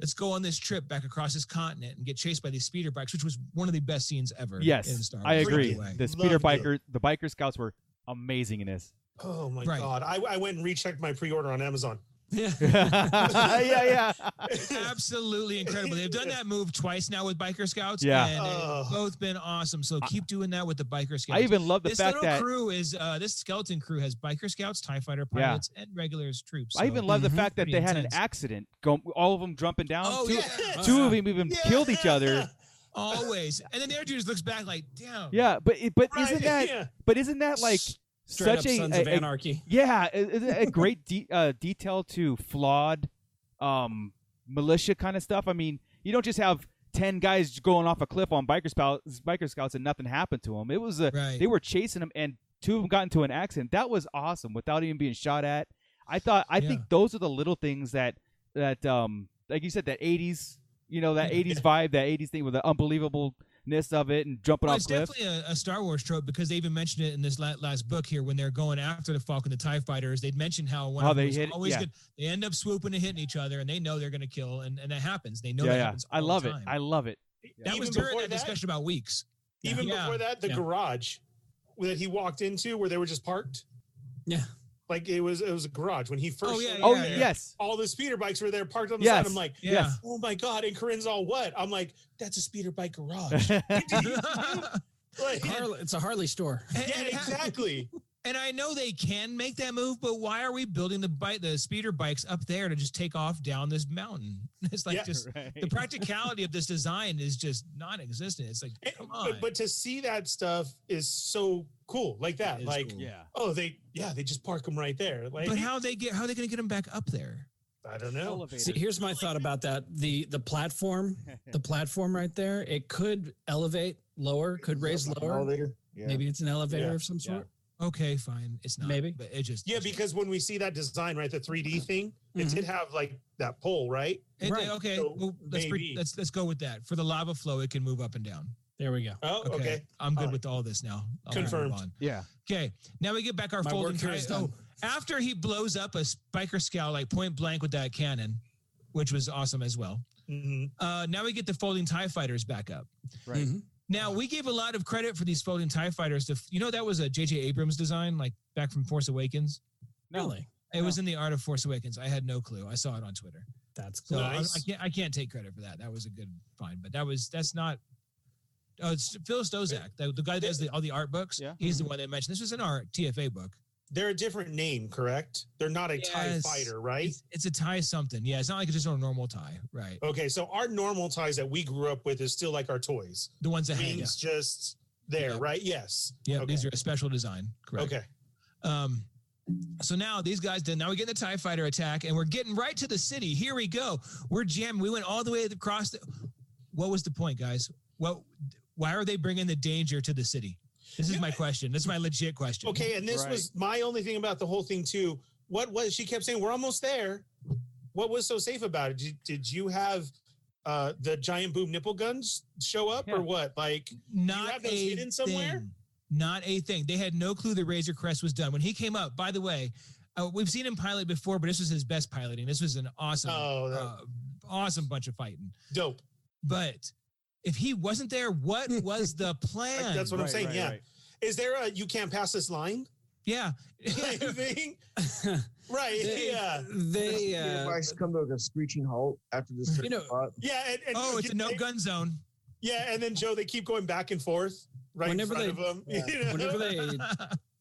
Speaker 9: let's go on this trip back across this continent and get chased by these speeder bikes, which was one of the best scenes ever. in
Speaker 8: Yes,
Speaker 9: Star
Speaker 8: I
Speaker 9: Wars, by
Speaker 8: agree.
Speaker 9: the way.
Speaker 8: The speeder
Speaker 12: Loved it.
Speaker 8: biker, the biker scouts were amazing in this.
Speaker 12: Oh my
Speaker 9: Right.
Speaker 12: god! I, I went and rechecked my pre-order on Amazon.
Speaker 10: Yeah.
Speaker 8: yeah, yeah.
Speaker 9: Absolutely incredible. They've done that move twice now with Biker Scouts.
Speaker 8: Yeah.
Speaker 9: And
Speaker 12: Oh.
Speaker 9: it's both been awesome. So keep doing that with the Biker
Speaker 8: I
Speaker 9: Scouts.
Speaker 8: even love the
Speaker 9: this
Speaker 8: fact
Speaker 9: little
Speaker 8: that
Speaker 9: crew is uh, this skeleton crew has biker scouts, TIE fighter
Speaker 8: Yeah.
Speaker 9: pilots, and regulars troops.
Speaker 8: I
Speaker 9: so-
Speaker 8: even love
Speaker 10: Mhm.
Speaker 8: the fact that
Speaker 9: Mm-hmm. Pretty
Speaker 8: they had an
Speaker 9: intense.
Speaker 8: accident. Go, all of them jumping down.
Speaker 9: Oh,
Speaker 8: Two-
Speaker 9: yeah.
Speaker 8: two
Speaker 10: yeah.
Speaker 8: of them even
Speaker 12: Yeah.
Speaker 8: killed each other.
Speaker 9: always. And then the other dude just looks back like, damn.
Speaker 8: Yeah, but it, but
Speaker 12: Right,
Speaker 8: isn't that
Speaker 12: yeah.
Speaker 8: but isn't that like
Speaker 10: Straight
Speaker 8: such
Speaker 10: up
Speaker 8: a,
Speaker 10: Sons
Speaker 8: a-
Speaker 10: of
Speaker 8: a-
Speaker 10: Anarchy.
Speaker 8: yeah, is is it a great de- uh, detail to flawed um, militia kind of stuff. I mean, you don't just have ten guys going off a cliff on biker scouts, biker scouts, and nothing happened to them. It was a
Speaker 9: Right.
Speaker 8: they were chasing them, and two of them got into an accident. That was awesome, without even being shot at. I thought I
Speaker 9: Yeah.
Speaker 8: think those are the little things that that um like you said that '80s you know that '80s vibe, that '80s thing with the unbelievableness of it and jumping
Speaker 9: Well,
Speaker 8: off
Speaker 9: it's
Speaker 8: cliff.
Speaker 9: definitely a, a Star Wars trope because they even mentioned it in this la- last book here when they're going after the Falcon, the Tie Fighters. They'd mentioned how one
Speaker 8: How
Speaker 9: of them
Speaker 8: they
Speaker 9: was
Speaker 8: hit-
Speaker 9: always
Speaker 8: yeah.
Speaker 9: good. They end up swooping and hitting each other, and they know they're going to kill, and, and that happens. They know
Speaker 8: yeah,
Speaker 9: that
Speaker 8: yeah.
Speaker 9: happens.
Speaker 8: I
Speaker 9: all the
Speaker 8: love it.
Speaker 9: time.
Speaker 8: I love it.
Speaker 9: that was
Speaker 12: Even
Speaker 9: during
Speaker 12: before
Speaker 9: that,
Speaker 12: that-
Speaker 9: discussion about weeks.
Speaker 12: Even
Speaker 9: Yeah.
Speaker 12: before that, the
Speaker 10: Yeah.
Speaker 12: garage that he walked into where they were just parked.
Speaker 10: Yeah.
Speaker 12: Like it was it was a garage when he first
Speaker 9: yeah,
Speaker 12: showed
Speaker 9: yeah,
Speaker 12: up
Speaker 8: Oh
Speaker 12: there,
Speaker 8: yes,
Speaker 12: All the speeder bikes were there parked on the
Speaker 8: Yes.
Speaker 12: side. I'm like,
Speaker 9: Yeah.
Speaker 8: Yes.
Speaker 12: oh my god, and Corinne's all what? I'm like, that's a speeder bike garage.
Speaker 8: yeah,
Speaker 12: like,
Speaker 10: Harley, it's a Harley store.
Speaker 12: yeah, exactly.
Speaker 9: And I know they can make that move, but why are we building the bike, the speeder bikes up there to just take off down this mountain? It's like
Speaker 12: Yeah.
Speaker 9: just the practicality of this design is just non-existent. It's like
Speaker 12: And-
Speaker 9: come on,
Speaker 12: but, but to see that stuff is so cool. Like that.
Speaker 9: It is
Speaker 12: Like,
Speaker 9: cool.
Speaker 12: oh, they yeah, they just park them right there. Like
Speaker 9: But how they get how they gonna get them back up there?
Speaker 12: I don't know.
Speaker 10: See, here's my thought about that. The the platform, the platform right there, it could elevate lower, could raise
Speaker 2: Like an
Speaker 10: lower.
Speaker 2: elevator? Yeah.
Speaker 10: Maybe it's an elevator
Speaker 12: Yeah.
Speaker 10: of some sort.
Speaker 9: Okay, fine, it's not
Speaker 10: Maybe.
Speaker 9: but it just
Speaker 12: Yeah, because when we see that design, right, the 3D thing, it
Speaker 9: Mm-hmm.
Speaker 10: Mhm.
Speaker 12: did have like that pole, right?
Speaker 9: it,
Speaker 10: Right.
Speaker 9: okay.
Speaker 12: So,
Speaker 9: well, let's pre-
Speaker 12: maybe.
Speaker 9: let's let's go with that for the lava flow. It can move up and down.
Speaker 10: There we go.
Speaker 12: Oh, okay.
Speaker 9: I'm good
Speaker 12: Alright.
Speaker 9: with all this now. I'll move
Speaker 12: Confirmed.
Speaker 9: on.
Speaker 8: yeah.
Speaker 9: Okay, now we get back our
Speaker 10: My
Speaker 9: folding.
Speaker 10: work here
Speaker 9: tie-
Speaker 10: is
Speaker 9: oh,
Speaker 10: done.
Speaker 9: after he blows up a biker scout like point blank with that cannon, which was awesome as well.
Speaker 12: Mhm.
Speaker 9: Uh, now we get the folding tie fighters back up.
Speaker 8: Right.
Speaker 12: Mm-hmm.
Speaker 10: Mhm.
Speaker 9: Now we gave a lot of credit for these folding tie fighters. To you know that was a J.J. Abrams design, like back from Force Awakens.
Speaker 10: Really?
Speaker 9: It was in the Art of Force Awakens. I had no clue. I saw it on Twitter,
Speaker 10: That's
Speaker 9: so
Speaker 10: cool.
Speaker 9: I- I,
Speaker 12: Nice.
Speaker 9: can't I can't take credit for that. That was a good find, but that was that's not. Oh, it's Phil Stozak, the, the guy that does the, all the art books.
Speaker 8: Yeah.
Speaker 9: he's the
Speaker 12: Mm-hmm.
Speaker 9: one that mentioned this was in our TFA book.
Speaker 12: They're a different name, correct? They're not a TIE
Speaker 9: Yes.
Speaker 12: fighter, right?
Speaker 9: It's, it's a tie something. Yeah, it's not like it's just a normal tie, right?
Speaker 12: Okay, so our normal ties that we grew up with is still like our toys.
Speaker 9: The ones that hang. Yeah,
Speaker 12: Wings just there,
Speaker 9: Yeah.
Speaker 12: right? Yes.
Speaker 9: yeah
Speaker 12: Okay.
Speaker 9: these are a special design. Correct.
Speaker 12: Okay.
Speaker 9: Um, so now these guys did. Now we get the Tie Fighter attack, and we're getting right to the city. Here we go. We're jamming. We went all the way across. The, what was the point, guys? What? Why are they bringing the danger to the city? This is my question. This is my legit question.
Speaker 12: Okay, and this
Speaker 8: Right.
Speaker 12: was my only thing about the whole thing too. What was she kept saying? We're almost there. What was so safe about it? Did, did you have uh the giant boom nipple guns show up
Speaker 8: Yeah.
Speaker 12: or what? Like
Speaker 9: not
Speaker 12: have those
Speaker 9: a
Speaker 12: hidden somewhere?
Speaker 9: thing. Not a thing. They had no clue the Razor Crest was done when he came up. By the way, uh, we've seen him pilot before, but this was his best piloting. This was an awesome,
Speaker 12: Oh, that-
Speaker 9: uh, awesome bunch of fighting.
Speaker 12: dope.
Speaker 9: But if he wasn't there, what was the plan?
Speaker 12: Like, that's what I'm saying. yeah. Is there a you can't pass this line
Speaker 9: Yeah.
Speaker 12: kind of thing? Right.
Speaker 10: They-
Speaker 12: yeah.
Speaker 10: They,
Speaker 2: Speeder
Speaker 10: uh,
Speaker 2: bikes come to like a screeching halt after this.
Speaker 10: You know-
Speaker 2: spot.
Speaker 12: Yeah. And, and
Speaker 9: oh, it's a no
Speaker 12: they-
Speaker 9: gun zone.
Speaker 12: Yeah, and then Joe, they keep going back and forth right
Speaker 10: Whenever
Speaker 12: in front
Speaker 10: they-
Speaker 12: of them.
Speaker 2: yeah,
Speaker 12: you know?
Speaker 10: whenever they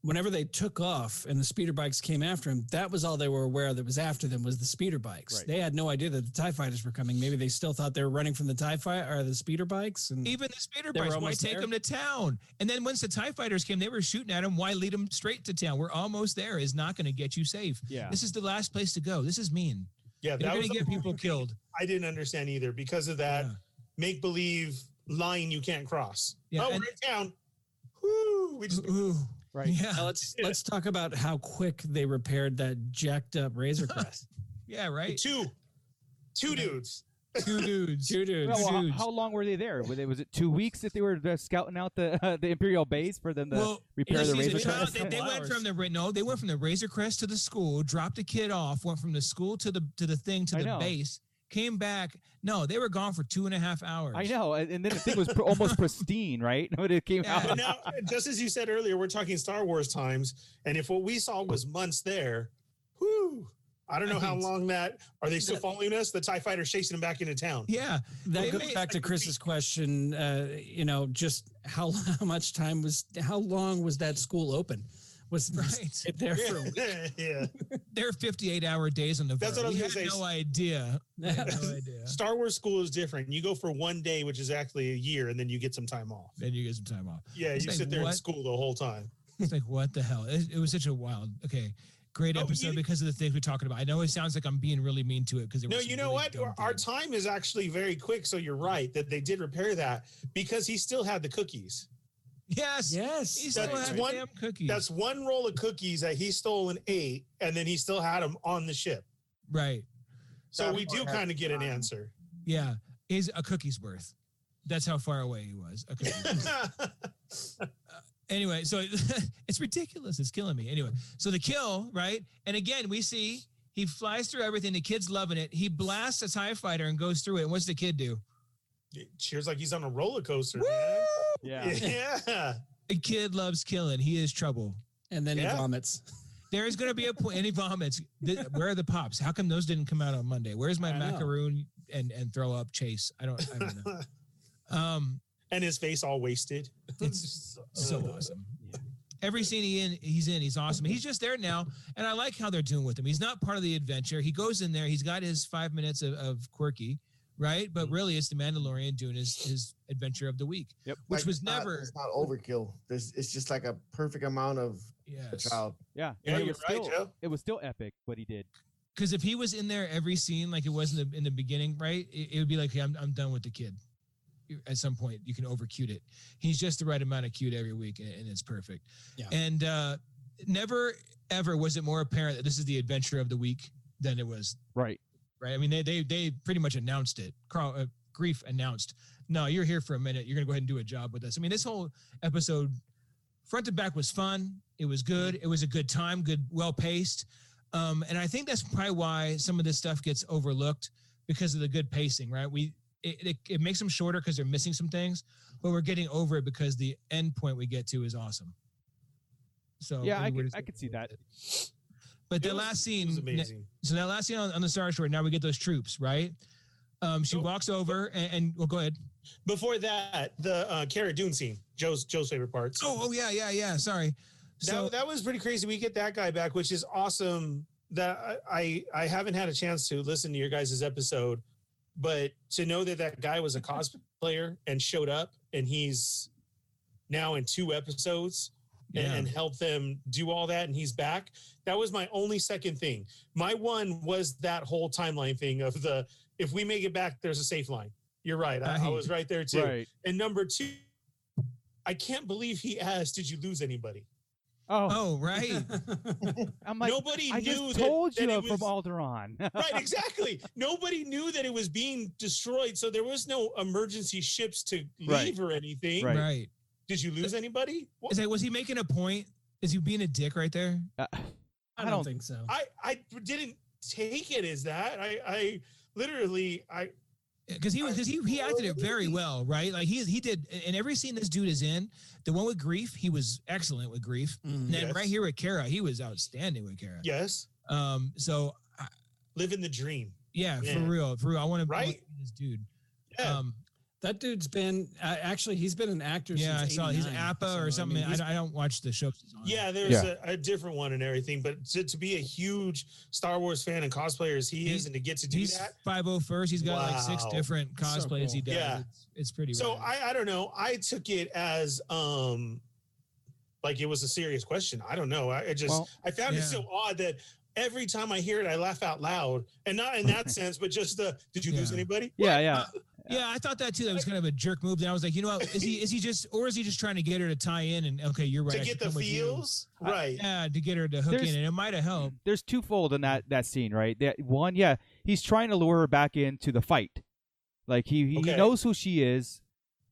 Speaker 10: whenever they took off and the speeder bikes came after them, that was all they were aware that was after them was the speeder bikes.
Speaker 8: Right.
Speaker 10: They had no idea that the Tie Fighters were coming. Maybe they still thought they were running from the Tie Fighter or the speeder bikes. And
Speaker 9: Even the speeder
Speaker 10: They were
Speaker 9: bikes, why
Speaker 10: almost
Speaker 9: take
Speaker 10: there.
Speaker 9: them to town? And then once the TIE fighters came, they were shooting at them. Why lead them straight to town? We're almost there. Is not going to get you safe.
Speaker 8: Yeah.
Speaker 9: This is the last place to go. This is mean.
Speaker 12: yeah,
Speaker 9: You're
Speaker 12: that
Speaker 9: going
Speaker 12: was
Speaker 9: to get people killed.
Speaker 12: I didn't understand either because of that
Speaker 9: Yeah.
Speaker 12: make believe line you can't cross.
Speaker 9: Yeah,
Speaker 12: oh,
Speaker 9: and-
Speaker 12: we're in town. Woo, we just
Speaker 9: Ooh.
Speaker 8: Right.
Speaker 10: Now
Speaker 9: Yeah.
Speaker 10: let's let's talk about how quick they repaired that jacked up Razor Crest.
Speaker 9: Yeah. Right.
Speaker 12: two, two dudes.
Speaker 9: Two dudes.
Speaker 10: Two dudes.
Speaker 8: Well, how,
Speaker 9: dudes.
Speaker 8: how long were they there? Was it, was it two weeks that they were uh, scouting out the uh, the imperial base for them to
Speaker 9: Well,
Speaker 8: repair the
Speaker 9: This is a
Speaker 8: razor
Speaker 9: child-
Speaker 8: crest?
Speaker 9: They, they went
Speaker 10: Flowers.
Speaker 9: from the ra- no, they went from the Razor Crest to the school, dropped a kid off, went from the school to the to the thing to
Speaker 8: I
Speaker 9: the
Speaker 8: know.
Speaker 9: base, came back. No, they were gone for two and a half hours.
Speaker 8: I know, and and then the thing was pr- almost pristine, right? When it came
Speaker 9: Yeah.
Speaker 12: But
Speaker 8: out,
Speaker 12: now, just as you said earlier, we're talking Star Wars times, and if what we saw was months there, whoo, I don't know how
Speaker 9: Right.
Speaker 12: long that. Are they still following us? The Tie Fighter's chasing them back into town.
Speaker 9: Yeah. They
Speaker 10: That
Speaker 9: may-
Speaker 10: goes back to Chris's question. Uh, you know, just how how much time was how long was that school open? Was
Speaker 9: Right.
Speaker 10: it there for? a week?
Speaker 12: yeah.
Speaker 9: They're 58 hour days on the
Speaker 12: That's what I was
Speaker 9: we
Speaker 12: gonna
Speaker 9: had
Speaker 12: say.
Speaker 9: No idea. We had no idea.
Speaker 12: Star Wars school is different. You go for one day, which is actually a year, and then you get some time off.
Speaker 9: Then you get some time off.
Speaker 12: Yeah, you
Speaker 9: It's like,
Speaker 12: sit there in
Speaker 9: what?
Speaker 12: school the whole time.
Speaker 9: It's like, what the hell? It, it was such a wild, okay, great
Speaker 12: Oh,
Speaker 9: episode
Speaker 12: you-
Speaker 9: because of the things we're talking about. I know it sounds like I'm being really mean to it because
Speaker 12: No, you know what? Our- Our time is actually very quick, so you're right that they did repair that because he still had the cookies.
Speaker 9: yes, he
Speaker 10: Yes.
Speaker 9: still
Speaker 12: That's
Speaker 9: had
Speaker 12: one-
Speaker 9: damn cookies.
Speaker 12: That's one roll of cookies that he stole and ate, and then he still had them on the ship.
Speaker 9: right.
Speaker 12: So
Speaker 3: That
Speaker 12: we do
Speaker 3: part
Speaker 12: kind of get an
Speaker 3: time.
Speaker 12: answer.
Speaker 9: Yeah, is a cookie's worth. That's how far away he was. A cookie's worth. anyway, so it's ridiculous. It's killing me. Anyway, so the kill, right? And again, we see he flies through everything. The kid's loving it. He blasts a TIE fighter and goes through it. And what's the kid do?
Speaker 12: Cheers like he's on a roller coaster,
Speaker 8: Yeah.
Speaker 12: man. Yeah.
Speaker 9: The kid loves killing. He is trouble.
Speaker 10: And then
Speaker 12: Yeah.
Speaker 10: he vomits.
Speaker 9: There's going to be a point, and he vomits. Th- Where are the pops? How come those didn't come out on Monday? Where's my
Speaker 10: I know.
Speaker 9: macaroon and, and throw up chase? I don't, I don't know. Um,
Speaker 12: and his face all wasted.
Speaker 9: It's so awesome. Every scene he in, he's in, he's awesome. He's just there now, and I like how they're doing with him. He's not part of the adventure. He goes in there. He's got his five minutes of, of quirky, right? But really, it's the Mandalorian doing his his adventure of the week,
Speaker 8: Yep.
Speaker 9: which
Speaker 2: Like, uh,
Speaker 9: was
Speaker 2: it's not-
Speaker 9: never.
Speaker 2: it's not overkill. There's it's just like a perfect amount of
Speaker 9: yes.
Speaker 2: child.
Speaker 8: Yeah.
Speaker 12: Yeah,
Speaker 8: And it
Speaker 12: you're
Speaker 8: was
Speaker 12: right,
Speaker 8: still-
Speaker 12: Joe.
Speaker 8: It was still epic, but he did.
Speaker 9: Because if he was in there every scene like it was in the in the beginning, right? It, it would be like "Yeah, I'm I'm done with the kid. You- At some point, you can over cute it. He's just the right amount of cute every week, and, and it's perfect.
Speaker 10: Yeah.
Speaker 9: And uh, never ever was it more apparent that this is the adventure of the week than it was.
Speaker 8: Right.
Speaker 9: Right? I mean, they they they pretty much announced it. Carl uh, Grief announced, "No, you're here for a minute. You're gonna go ahead and do a job with us." I mean, this whole episode, front to back, was fun. It was good. It was a good time. Good, well paced. Um, and I think that's probably why some of this stuff gets overlooked because of the good pacing, right? We it, it, it makes them shorter because they're missing some things, but we're getting over it because the end point we get to is awesome. So
Speaker 8: Yeah, I
Speaker 9: we were
Speaker 8: could,
Speaker 9: just-
Speaker 8: I could see that.
Speaker 9: But the
Speaker 12: It was-
Speaker 9: last
Speaker 12: It was
Speaker 9: scene,
Speaker 12: amazing.
Speaker 9: so that last scene on, on the Star Shore, now we get those troops, right? Um, she
Speaker 12: Nope.
Speaker 9: walks over and, and well, go ahead.
Speaker 12: Before that, the uh, Cara Dune scene, Joe's Joe's favorite part.
Speaker 9: Oh, oh yeah, yeah, yeah. Sorry. So
Speaker 12: that, that was pretty crazy. We get that guy back, which is awesome. That I I I haven't had a chance to listen to your guys' episode, but to know that that guy was a cosplayer and showed up, and he's now in two episodes and,
Speaker 9: Yeah.
Speaker 12: and helped them do all that, and he's back. That was my only second thing. My one was that whole timeline thing of the if we make it back, there's a safe line. You're right. I, I
Speaker 9: Right.
Speaker 12: was right there too.
Speaker 8: Right.
Speaker 12: And number two, I can't believe he asked, "Did you lose anybody?"
Speaker 8: Oh,
Speaker 9: oh right.
Speaker 8: I'm like,
Speaker 12: Uh, Nobody
Speaker 8: I
Speaker 12: knew
Speaker 8: just
Speaker 12: that-
Speaker 8: told
Speaker 12: that,
Speaker 8: you
Speaker 12: it
Speaker 8: I'm
Speaker 12: was,
Speaker 8: from Alderaan.
Speaker 12: right, exactly. Nobody knew that it was being destroyed, so there was no emergency ships to leave
Speaker 8: Right.
Speaker 12: or anything.
Speaker 8: Right.
Speaker 9: right.
Speaker 12: Did you lose anybody? What-
Speaker 9: Is that was he making a point? Is he being a dick right there?
Speaker 8: Uh,
Speaker 10: I
Speaker 8: I
Speaker 10: don't,
Speaker 8: don't-
Speaker 10: think so.
Speaker 12: I I didn't take it as that. I I literally I
Speaker 9: because he was because he, he acted it very well, right? Like he he did in every scene this dude is in. The one with grief, he was excellent with grief.
Speaker 10: Mm.
Speaker 9: And then
Speaker 12: Yes.
Speaker 9: right here with Kara, he was outstanding with Kara.
Speaker 12: yes,
Speaker 9: Um. So I-
Speaker 12: living the dream.
Speaker 9: yeah, for
Speaker 12: Yeah.
Speaker 9: real, for real, I want to
Speaker 12: Right?
Speaker 9: this dude.
Speaker 12: Yeah.
Speaker 9: Um.
Speaker 10: That dude's been uh, actually he's been an actor.
Speaker 9: Yeah, I
Speaker 10: since
Speaker 9: saw he's
Speaker 10: 89,
Speaker 9: Appa
Speaker 10: so, I
Speaker 9: or
Speaker 10: mean,
Speaker 9: something. I,
Speaker 10: he's-
Speaker 9: I don't watch the show.
Speaker 12: Yeah, there's A, a different one and everything, but to, to be a huge Star Wars fan and cosplayer as he
Speaker 9: He's-
Speaker 12: is, and to get to do
Speaker 9: He's
Speaker 12: that,
Speaker 9: five oh first. He's got like six
Speaker 12: Wow.
Speaker 9: different
Speaker 10: So
Speaker 9: cosplays he does.
Speaker 10: cool.
Speaker 12: Yeah.
Speaker 9: It's, it's pretty.
Speaker 12: So
Speaker 9: rad.
Speaker 12: I, I don't know. I took it as um like it was a serious question. I don't know. I, I just
Speaker 8: Well,
Speaker 12: I found it
Speaker 9: yeah.
Speaker 12: so odd that every time I hear it, I laugh out loud, and not in that sense, but just the did you lose
Speaker 9: Yeah.
Speaker 12: anybody?
Speaker 8: yeah, yeah.
Speaker 9: Yeah, I thought that too. That was kind of a jerk move. Then I was like, you know what? Is he is he just or is he just trying to get her to tie in and okay, you're right. I
Speaker 12: to
Speaker 9: should
Speaker 12: get the
Speaker 9: come with you.
Speaker 12: feels,
Speaker 8: I-
Speaker 12: right?
Speaker 9: Yeah, to get her to hook
Speaker 8: There's-
Speaker 9: in, and it might have helped.
Speaker 8: Um,
Speaker 12: Mm.
Speaker 8: There's twofold in that that scene, right? That one, yeah, he's trying to lure her back into the fight. Like he he
Speaker 12: Okay.
Speaker 8: knows who she is.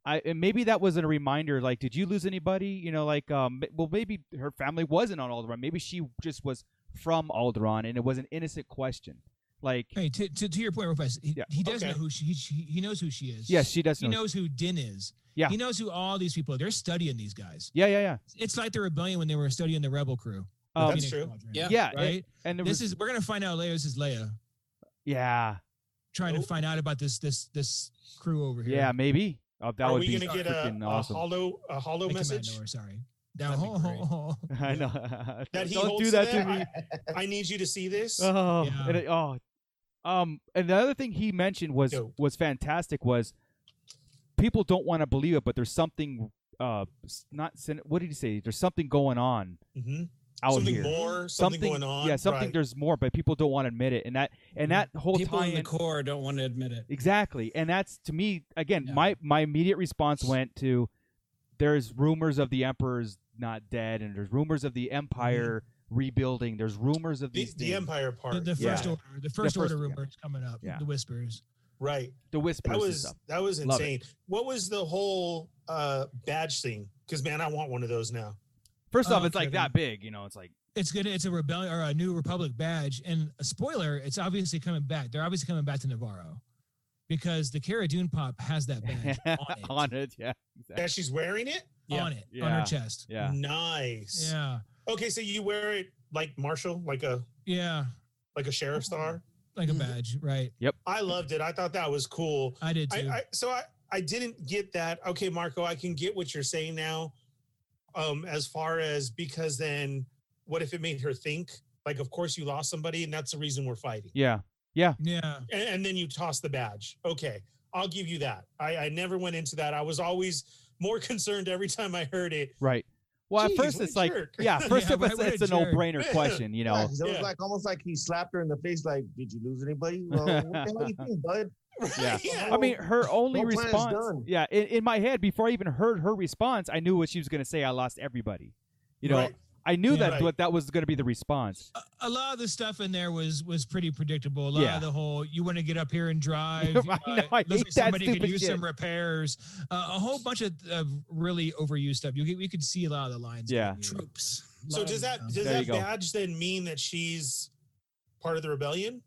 Speaker 8: I and maybe that was a reminder. Like, did you lose anybody? You know, like um, m- well, maybe her family wasn't on Alderaan. Maybe she just was from Alderaan, and it was an innocent question. Like,
Speaker 9: Hey, to, to, to your point, real fast, he,
Speaker 8: Yeah.
Speaker 9: he does
Speaker 12: Okay.
Speaker 9: know who she, he, she he knows who she is.
Speaker 8: yes, she does
Speaker 9: he
Speaker 8: know.
Speaker 9: knows who Din is.
Speaker 8: Yeah.
Speaker 9: he knows who all these people. are. They're studying these guys.
Speaker 8: Yeah, yeah, yeah.
Speaker 9: It's like the rebellion when they were studying the rebel crew.
Speaker 8: Um,
Speaker 12: That's true.
Speaker 10: Yeah.
Speaker 8: yeah, it-
Speaker 9: Right.
Speaker 8: and there
Speaker 9: This
Speaker 8: was,
Speaker 9: is we're gonna find out. Leia, this is Leia
Speaker 8: yeah,
Speaker 9: trying
Speaker 12: Oh.
Speaker 9: to find out about this this this crew over here.
Speaker 8: yeah, maybe. Oh, that
Speaker 12: Are
Speaker 8: would
Speaker 12: we
Speaker 8: be
Speaker 12: gonna get a,
Speaker 8: freaking
Speaker 12: a
Speaker 8: awesome.
Speaker 12: hollow a hollow
Speaker 9: Like
Speaker 12: message?
Speaker 9: Commandor, sorry.
Speaker 10: That'd be
Speaker 9: Now,
Speaker 8: I know.
Speaker 12: That he
Speaker 8: Don't
Speaker 12: holds
Speaker 8: do
Speaker 12: to
Speaker 8: that to
Speaker 12: that?
Speaker 8: me.
Speaker 12: I need you to see this.
Speaker 9: Uh,
Speaker 8: Oh,
Speaker 9: Yeah.
Speaker 8: and it- oh. Um, and the other thing he mentioned was
Speaker 12: Dope.
Speaker 8: was fantastic was people don't want to believe it, but there's something uh s- not sin- what did he say? There's something going on
Speaker 12: hmm
Speaker 8: out
Speaker 12: something
Speaker 8: here.
Speaker 12: more, something, going on.
Speaker 8: Yeah, something
Speaker 12: Right. Mm-hmm.
Speaker 8: there's more, but people don't want to admit it, and that and that whole
Speaker 10: People
Speaker 8: time
Speaker 10: in the core don't want to admit it.
Speaker 8: exactly, and that's to me again
Speaker 10: Yeah.
Speaker 8: my my immediate response went to there's rumors of the emperor's not dead, and there's rumors of the empire rebuilding. There's rumors of
Speaker 12: Mm-hmm. the,
Speaker 8: these
Speaker 12: the
Speaker 8: things.
Speaker 12: empire
Speaker 9: the,
Speaker 12: part.
Speaker 9: the
Speaker 8: Yeah.
Speaker 9: first order, the first,
Speaker 8: first-
Speaker 9: order
Speaker 8: yeah.
Speaker 9: rumor is coming up.
Speaker 8: Yeah.
Speaker 9: The whispers.
Speaker 12: right.
Speaker 8: the whispers.
Speaker 12: That
Speaker 8: and
Speaker 12: was
Speaker 8: stuff.
Speaker 12: that was
Speaker 8: Love it.
Speaker 12: insane. What was the whole uh badge thing? Because man, I want one of those now.
Speaker 8: First
Speaker 9: Oh,
Speaker 8: off, it's
Speaker 9: okay,
Speaker 8: like that big, you know. It's like
Speaker 9: It's gonna. It's a rebellion or a new republic badge. And a spoiler, it's obviously coming back. They're obviously coming back to Navarro, because the Cara Dune pop has that badge on it.
Speaker 8: on it, yeah,
Speaker 12: That she's wearing it.
Speaker 8: Yeah.
Speaker 9: on it, on
Speaker 8: Yeah.
Speaker 9: her chest.
Speaker 8: yeah.
Speaker 12: Nice.
Speaker 9: Yeah,
Speaker 12: Okay, so you wear it like Marshall, like a
Speaker 9: yeah,
Speaker 12: like a sheriff
Speaker 9: Oh.
Speaker 12: star.
Speaker 9: like a
Speaker 10: Mhm.
Speaker 9: badge, right?
Speaker 12: I loved it. I thought that was cool.
Speaker 9: I did
Speaker 12: I,
Speaker 9: too.
Speaker 12: I so I I didn't get that. Okay, Marco, I can get what you're saying now. Um, as far as because then what if it made her think like of course you lost somebody and that's the reason we're fighting.
Speaker 8: yeah.
Speaker 9: yeah,
Speaker 12: and, and then you toss the badge. Okay, I'll give you that. I, I never went into that. I was always more concerned every time I heard it.
Speaker 8: Right. Well,
Speaker 12: Jeez,
Speaker 8: at first
Speaker 12: what a
Speaker 8: it's like,
Speaker 12: jerk.
Speaker 8: yeah, first
Speaker 9: Yeah,
Speaker 8: of it's,
Speaker 9: right, what a
Speaker 8: it's a
Speaker 9: jerk.
Speaker 8: no-brainer question, you know.
Speaker 2: it was
Speaker 12: Yeah.
Speaker 2: like almost like he slapped her in the face, like, "Did you lose anybody? Well, what the hell you think, bud?"
Speaker 8: Yeah.
Speaker 12: yeah.
Speaker 8: I mean, her only
Speaker 2: No plan is
Speaker 8: response,
Speaker 2: done.
Speaker 8: yeah, in, in my head before I even heard her response, I knew what she was going to say. I lost everybody. You know,
Speaker 12: Right.
Speaker 8: I knew
Speaker 9: Yeah. Uh,
Speaker 8: that
Speaker 12: Right.
Speaker 8: what that was going to be the response.
Speaker 9: a, a lot of the stuff in there was was pretty predictable. A lot
Speaker 8: Yeah,
Speaker 9: of the whole you want to get up here and drive.
Speaker 8: I
Speaker 9: uh,
Speaker 8: know, I
Speaker 9: looks like
Speaker 8: hate that
Speaker 9: somebody could
Speaker 8: stupid
Speaker 9: use
Speaker 8: shit.
Speaker 9: some repairs. Uh, a whole bunch of of really overused stuff. You could- we could see a lot of the lines. being
Speaker 8: Yeah.
Speaker 9: used.
Speaker 10: Tropes.
Speaker 12: so does that
Speaker 9: Um,
Speaker 12: does
Speaker 8: There
Speaker 12: that
Speaker 8: you go.
Speaker 12: badge then mean that she's part of the rebellion?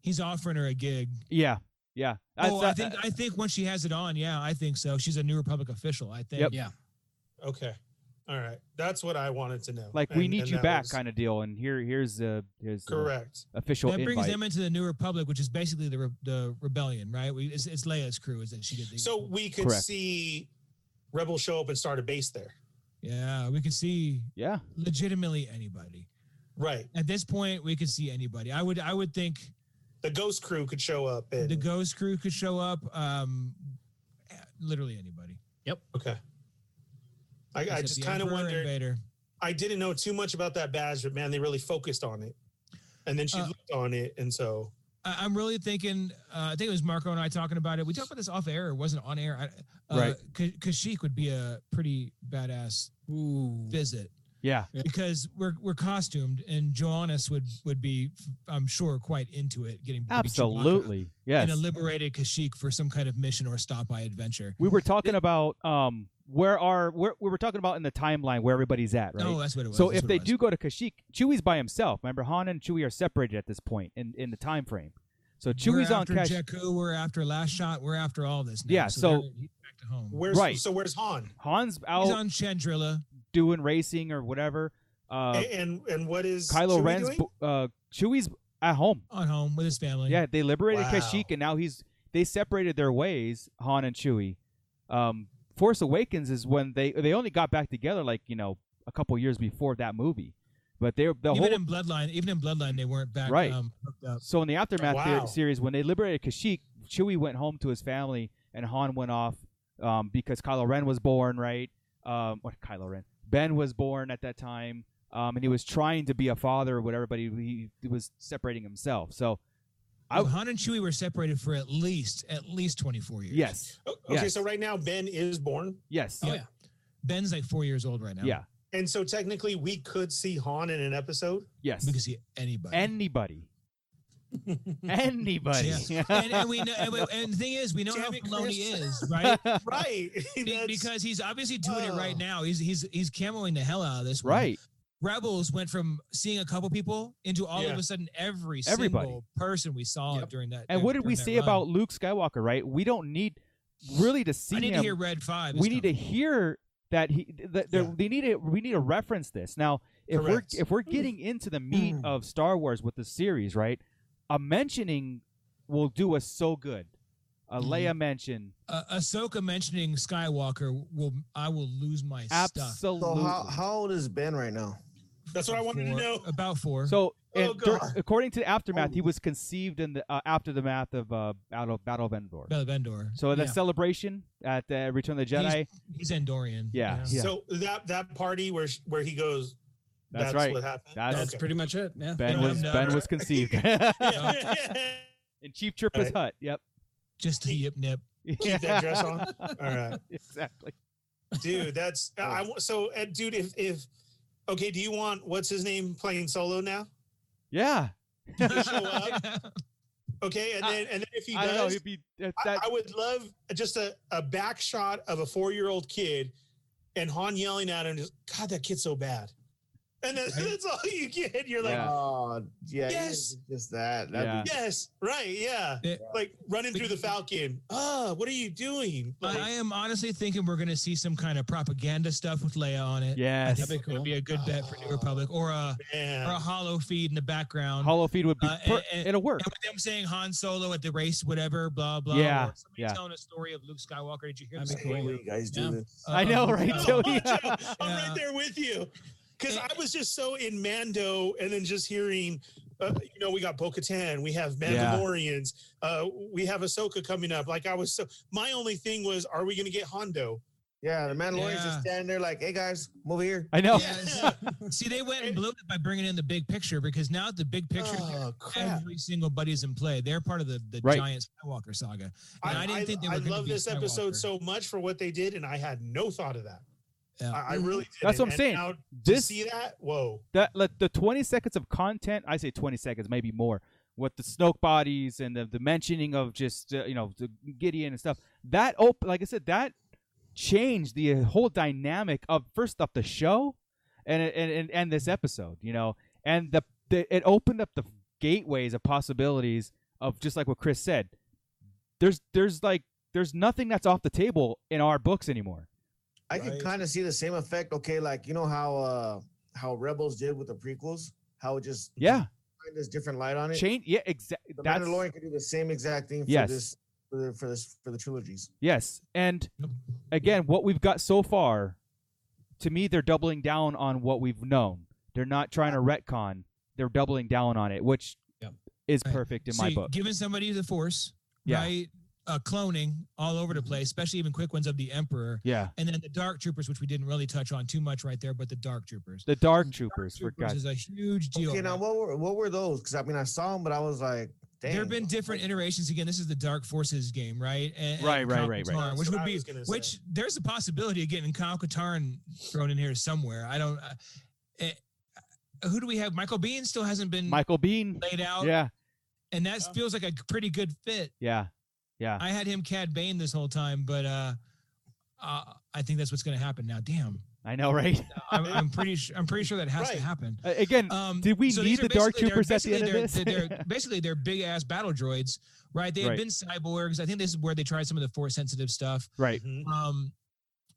Speaker 9: He's offering her a gig.
Speaker 8: Yeah, yeah. That's,
Speaker 9: oh, I
Speaker 8: uh,
Speaker 9: think I think once she has it on, yeah, I think so. She's a New Republic official. I think.
Speaker 8: Yep.
Speaker 10: Yeah.
Speaker 12: Okay, all right, that's what I wanted to know.
Speaker 8: like we
Speaker 12: And-
Speaker 8: need
Speaker 12: and
Speaker 8: you
Speaker 12: that
Speaker 8: back
Speaker 12: was
Speaker 8: kind of deal, and here here's uh here's the
Speaker 12: Correct.
Speaker 8: official
Speaker 9: That brings
Speaker 8: invite.
Speaker 9: them into the New Republic, which is basically the re- the rebellion, right? We, it's, it's Leia's crew, is that she did? The,
Speaker 12: So we could
Speaker 8: Correct.
Speaker 12: see rebel show up and start a base there.
Speaker 9: yeah, we can see
Speaker 8: yeah,
Speaker 9: legitimately anybody.
Speaker 12: Right.
Speaker 9: At this point, we could see anybody. I would I would think
Speaker 12: The ghost crew could show up and
Speaker 9: the ghost crew could show up. Um, literally anybody.
Speaker 12: okay. I, I
Speaker 9: Except
Speaker 12: just
Speaker 9: the
Speaker 12: kind of
Speaker 9: Emperor and
Speaker 12: wondered.
Speaker 9: Vader.
Speaker 12: I didn't know too much about that badge, but man, they really focused on it. And then she
Speaker 9: Uh,
Speaker 12: looked on it, and so
Speaker 9: I, I'm really thinking. Uh, I think it was Marco and I talking about it. We talked about this off air. It wasn't on air. I, uh,
Speaker 8: Right.
Speaker 9: Ka- Kashyyyk would be a pretty badass
Speaker 10: Ooh.
Speaker 9: visit
Speaker 8: yeah,
Speaker 9: because we're we're costumed, and Joannis would would be, I'm sure, quite into it. Getting to be Chewbacca
Speaker 8: absolutely, yes.
Speaker 9: In a liberated Kashyyyk for some kind of mission or stop by adventure.
Speaker 8: We were talking about um where are where we were talking about in the timeline where everybody's at, right?
Speaker 9: No, that's what Oh, it was.
Speaker 8: so
Speaker 9: that's
Speaker 8: if
Speaker 9: what
Speaker 8: they
Speaker 9: it was.
Speaker 8: do go to Kashyyyk, Chewie's by himself. Remember, Han and Chewie are separated at this point in in the time frame. So Chewie's
Speaker 9: we're
Speaker 8: on
Speaker 9: after
Speaker 8: Kashyyyk.
Speaker 9: Jakku. We're after Last Shot. We're after all this. Now.
Speaker 8: Yeah, so-
Speaker 9: they're- he's back to home.
Speaker 12: where's
Speaker 8: Right.
Speaker 12: so where's Han?
Speaker 8: Han's out
Speaker 9: He's on Chandrilla.
Speaker 8: doing racing or whatever. Uh,
Speaker 12: A- and and what is
Speaker 8: Kylo
Speaker 12: Chewie
Speaker 8: Ren's
Speaker 12: doing?
Speaker 8: bo- uh, Chewie's at home.
Speaker 9: on home with his family.
Speaker 8: Yeah, they liberated
Speaker 12: Wow.
Speaker 8: Kashyyyk, and now he's they separated their ways. Han and Chewie. Um, Force Awakens is when they they only got back together like you know a couple years before that movie, but they the
Speaker 9: even
Speaker 8: whole
Speaker 9: in Bloodline, even in Bloodline, they weren't back.
Speaker 8: Right.
Speaker 9: Um, hooked up.
Speaker 8: So in the aftermath the-
Speaker 12: Wow.
Speaker 8: series, when they liberated Kashyyyk, Chewie went home to his family, and Han went off um, because Kylo Ren was born, right? Um, what Kylo Ren? Ben was born at that time, um, and he was trying to be a father or whatever, but he, he was separating himself. So I-
Speaker 9: Well, Han and Chewie were separated for at least at least twenty four years.
Speaker 8: yes,
Speaker 12: O- Okay,
Speaker 8: Yes.
Speaker 12: so right now Ben is born,
Speaker 8: yes,
Speaker 10: Oh,
Speaker 8: yeah,
Speaker 10: yeah.
Speaker 9: Ben's like four years old right now.
Speaker 12: and so technically we could see Han in an episode.
Speaker 8: yes.
Speaker 9: we can see anybody.
Speaker 8: Anybody, anybody.
Speaker 9: and, and we know, and, we- and the thing is, we know
Speaker 12: Damn
Speaker 9: how
Speaker 12: it,
Speaker 9: Filoni
Speaker 12: Chris.
Speaker 9: is, right?
Speaker 12: Right.
Speaker 9: Be-
Speaker 12: That's-
Speaker 9: because he's obviously doing it right
Speaker 12: Oh.
Speaker 9: now. He's he's he's camoing the hell out of this. one.
Speaker 8: right.
Speaker 9: Rebels went from seeing a couple people into all
Speaker 12: Yeah.
Speaker 9: of a sudden every
Speaker 8: Everybody.
Speaker 9: single person we saw
Speaker 10: Yep.
Speaker 9: during that.
Speaker 8: And what did
Speaker 9: during
Speaker 8: we
Speaker 9: that
Speaker 8: say
Speaker 9: run.
Speaker 8: about Luke Skywalker? Right. We don't need really to see
Speaker 9: I need
Speaker 8: him.
Speaker 9: to hear Red Five.
Speaker 8: we need to hear that he that there, they need to we need to reference this now if
Speaker 12: Correct.
Speaker 8: we're if we're getting into the meat
Speaker 9: Hmm.
Speaker 8: of Star Wars with the series, right? A mentioning will do us so good. A
Speaker 9: Mhm.
Speaker 8: Leia mention,
Speaker 9: Uh, Ahsoka mentioning Skywalker will I will lose my stuff.
Speaker 2: So
Speaker 8: absolutely.
Speaker 2: how, how old is Ben right now?
Speaker 12: That's what I wanted to
Speaker 9: Four-
Speaker 12: know.
Speaker 9: About four.
Speaker 8: So,
Speaker 12: Oh,
Speaker 8: and dur-
Speaker 12: God.
Speaker 8: according to aftermath,
Speaker 2: Oh.
Speaker 8: he was conceived in the uh, aftermath of uh, Battle Battle of Endor.
Speaker 9: Bella Vendor.
Speaker 8: So in the
Speaker 9: Yeah.
Speaker 8: celebration at the Return of the
Speaker 9: He's-
Speaker 8: Jedi,
Speaker 9: he's Endorian.
Speaker 8: Yeah, yeah.
Speaker 12: So that that party where sh- where he goes,
Speaker 8: That's
Speaker 12: that's,
Speaker 8: right.
Speaker 12: what happened.
Speaker 8: That's-
Speaker 10: That's
Speaker 12: Okay.
Speaker 10: pretty much it. Yeah.
Speaker 8: Ben
Speaker 9: No,
Speaker 8: was
Speaker 9: I'm
Speaker 8: Ben
Speaker 9: not.
Speaker 8: was conceived in Chief Trippa's
Speaker 12: Right.
Speaker 8: hut. Yep.
Speaker 9: Just the yip nip.
Speaker 12: Keep that dress on. All right,
Speaker 8: exactly.
Speaker 12: dude. That's I. wa- So, uh, dude, if if okay, do you want what's his name playing solo now?
Speaker 8: Yeah.
Speaker 12: To show up, okay, and then and then if he
Speaker 8: I don't know.
Speaker 12: does,
Speaker 8: He'd be that.
Speaker 12: I,
Speaker 8: that
Speaker 12: I would love just a, a back shot of a four year old kid and Han yelling at him, just God, that kid's so bad. And that's,
Speaker 9: Right.
Speaker 12: that's all you get. You're like,
Speaker 8: Yeah.
Speaker 2: Oh, yeah.
Speaker 12: Yes.
Speaker 2: Just that.
Speaker 8: Yeah.
Speaker 2: That'd
Speaker 12: yes, right, yeah.
Speaker 9: Yeah.
Speaker 12: Like running through the Falcon. Ah, what are you doing?
Speaker 9: I,
Speaker 12: Like,
Speaker 9: I am honestly thinking we're going to see some kind of propaganda stuff with Leia on it. I
Speaker 8: yes.
Speaker 9: think it would be a good bet for New Republic or a or a
Speaker 12: man.
Speaker 9: hollow feed in the background.
Speaker 8: Hollow feed would be.
Speaker 9: Uh,
Speaker 8: per-
Speaker 9: and-
Speaker 8: it'll work.
Speaker 9: and with them saying Han Solo at the race, whatever, blah blah.
Speaker 8: Yeah,
Speaker 9: or somebody
Speaker 8: yeah.
Speaker 9: telling a story of Luke Skywalker. Did you hear Um, this?
Speaker 10: That'd be
Speaker 2: be-
Speaker 10: cool.
Speaker 2: Why do you guys do
Speaker 10: Yeah.
Speaker 2: this?
Speaker 8: I know, right,
Speaker 9: uh,
Speaker 12: Oh,
Speaker 8: Joey?
Speaker 12: Joe, I'm
Speaker 9: Yeah.
Speaker 12: right there with you. Because
Speaker 9: And-
Speaker 12: I was just so in Mando and then just hearing, uh, you know, we got Bo Katan, we have
Speaker 8: Yeah.
Speaker 12: Mandalorians, uh, we have Ahsoka coming up. Like, I was so, my only thing was, are we going to get Hondo?
Speaker 2: Yeah, the Mandalorian's
Speaker 9: Yeah.
Speaker 2: just standing there like, hey guys, I'm over here.
Speaker 8: I know.
Speaker 9: Yeah. See, they went and blew it by bringing in the big picture because now the big picture,
Speaker 12: Oh, crap.
Speaker 9: every single buddy's in play. They're part of the, the
Speaker 8: Right.
Speaker 9: giant Skywalker saga. And
Speaker 12: I,
Speaker 9: I didn't think they
Speaker 12: I
Speaker 9: were gonna
Speaker 12: love
Speaker 9: be
Speaker 12: this episode
Speaker 9: Skywalker.
Speaker 12: so much for what they did, and I had no thought of that.
Speaker 9: Yeah.
Speaker 12: I, I really did.
Speaker 8: That's what I'm saying.
Speaker 12: Now,
Speaker 8: This
Speaker 12: to see that? Whoa.
Speaker 8: that like, the 20 seconds of content. I say 20 seconds, maybe more. With the Snoke bodies and the, the mentioning of just uh, you know the Gideon and stuff. That op- like I said, that changed the uh, whole dynamic of first off the show, and and and, and this episode. You know, and the, the it opened up the gateways of possibilities of just like what Chris said. There's there's like there's nothing that's off the table in our books anymore.
Speaker 2: I could kind of see the same effect. Okay, like you know how uh how Rebels did with the prequels, how it just
Speaker 8: Yeah,
Speaker 2: find this different light on it.
Speaker 8: change. Yeah, exactly.
Speaker 2: the
Speaker 8: That's
Speaker 2: Mandalorian could do the same exact thing for
Speaker 8: Yes.
Speaker 2: this for the, for this for the trilogies.
Speaker 8: yes. And
Speaker 9: Yep.
Speaker 8: again, what we've got so far, to me, they're doubling down on what we've known. They're not trying to retcon. They're doubling down on it, which
Speaker 10: Yep.
Speaker 8: is
Speaker 9: Right.
Speaker 8: perfect in
Speaker 9: So
Speaker 8: my
Speaker 9: you-
Speaker 8: book.
Speaker 9: Giving somebody the force,
Speaker 8: Yeah.
Speaker 9: right? Uh, cloning all over the
Speaker 12: Mm-hmm.
Speaker 9: place, especially even quick ones of the Emperor.
Speaker 8: Yeah,
Speaker 9: And then the Dark Troopers, which we didn't really touch on too much right there, but the Dark Troopers.
Speaker 8: the Dark Troopers, for
Speaker 9: Troopers
Speaker 8: God's
Speaker 9: is a huge deal.
Speaker 2: Okay, now
Speaker 9: right?
Speaker 2: what were what were those? Because I mean, I saw them, but I was like, dang.
Speaker 9: there have been different iterations. Again, this is the Dark Forces game, right? And, and
Speaker 8: Right, right,
Speaker 9: Kyle
Speaker 8: right, right.
Speaker 9: Katarn, Which
Speaker 12: That's what
Speaker 9: would
Speaker 12: I
Speaker 9: be,
Speaker 12: was gonna say.
Speaker 9: which there's a possibility of getting Kyle Katarn thrown in here somewhere. I don't. Uh, eh, who do we have? Michael Bean still hasn't been
Speaker 8: Michael Bean.
Speaker 9: laid out,
Speaker 8: Yeah,
Speaker 9: and that
Speaker 12: Yeah.
Speaker 9: feels like a pretty good fit.
Speaker 8: yeah, yeah.
Speaker 9: I had him Cad Bane this whole time, but uh, uh I think that's what's going to happen now. Damn,
Speaker 8: I know, right?
Speaker 9: I'm, I'm pretty sure. I'm pretty sure that has
Speaker 12: Right.
Speaker 9: to happen.
Speaker 8: Uh, again,
Speaker 9: Um,
Speaker 8: Did we
Speaker 9: these
Speaker 8: need the
Speaker 9: are
Speaker 8: Dark
Speaker 9: basically- they're
Speaker 8: Troopers at the
Speaker 9: basically-
Speaker 8: end of
Speaker 9: they're-
Speaker 8: this?
Speaker 9: They're, they're- basically they're big ass battle droids, right? They had
Speaker 8: Right.
Speaker 9: been cyborgs. I think this is where they tried some of the force sensitive stuff.
Speaker 8: right?
Speaker 12: Mhm.
Speaker 9: Um,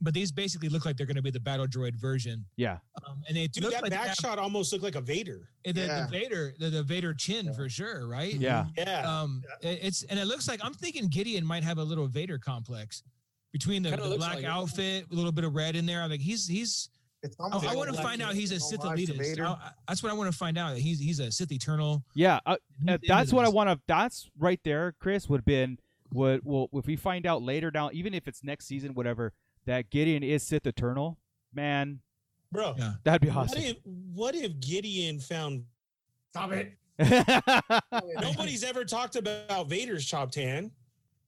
Speaker 9: but these basically look like they're going to be the battle droid version.
Speaker 8: Yeah,
Speaker 9: Um, and they do
Speaker 12: Dude,
Speaker 9: look
Speaker 12: that
Speaker 9: like they
Speaker 12: back
Speaker 9: have-
Speaker 12: shot almost looked like a Vader.
Speaker 9: the, the
Speaker 2: Yeah.
Speaker 9: Vader, the, the Vader chin for sure, right?
Speaker 8: yeah.
Speaker 12: Yeah.
Speaker 9: Um, it- it's and it looks like I'm thinking Gideon might have a little Vader complex between the,
Speaker 10: Kinda
Speaker 9: the
Speaker 10: looks
Speaker 9: black
Speaker 10: like it.
Speaker 9: outfit, a little bit of red in there. I'm like, he's he's.
Speaker 2: It's
Speaker 9: I,
Speaker 2: almost
Speaker 9: I
Speaker 2: like
Speaker 9: want to
Speaker 2: Black
Speaker 9: find out
Speaker 2: Vader
Speaker 9: he's a Sith
Speaker 2: homage to
Speaker 9: elitist.
Speaker 2: Vader.
Speaker 9: I- I- that's what I want to find out. He's he's a Sith Eternal.
Speaker 8: Yeah, uh,
Speaker 9: He's
Speaker 8: uh,
Speaker 9: into
Speaker 8: that's what I
Speaker 9: this.
Speaker 8: want to. That's right there, Chris. Would have been what? Well, if we find out later down, even if it's next season, whatever, that Gideon is Sith Eternal, man,
Speaker 12: Bro,
Speaker 9: Yeah.
Speaker 8: that'd be
Speaker 12: what,
Speaker 8: awesome.
Speaker 12: if, what if Gideon found. Stop it. Nobody's ever talked about Vader's chopped hand.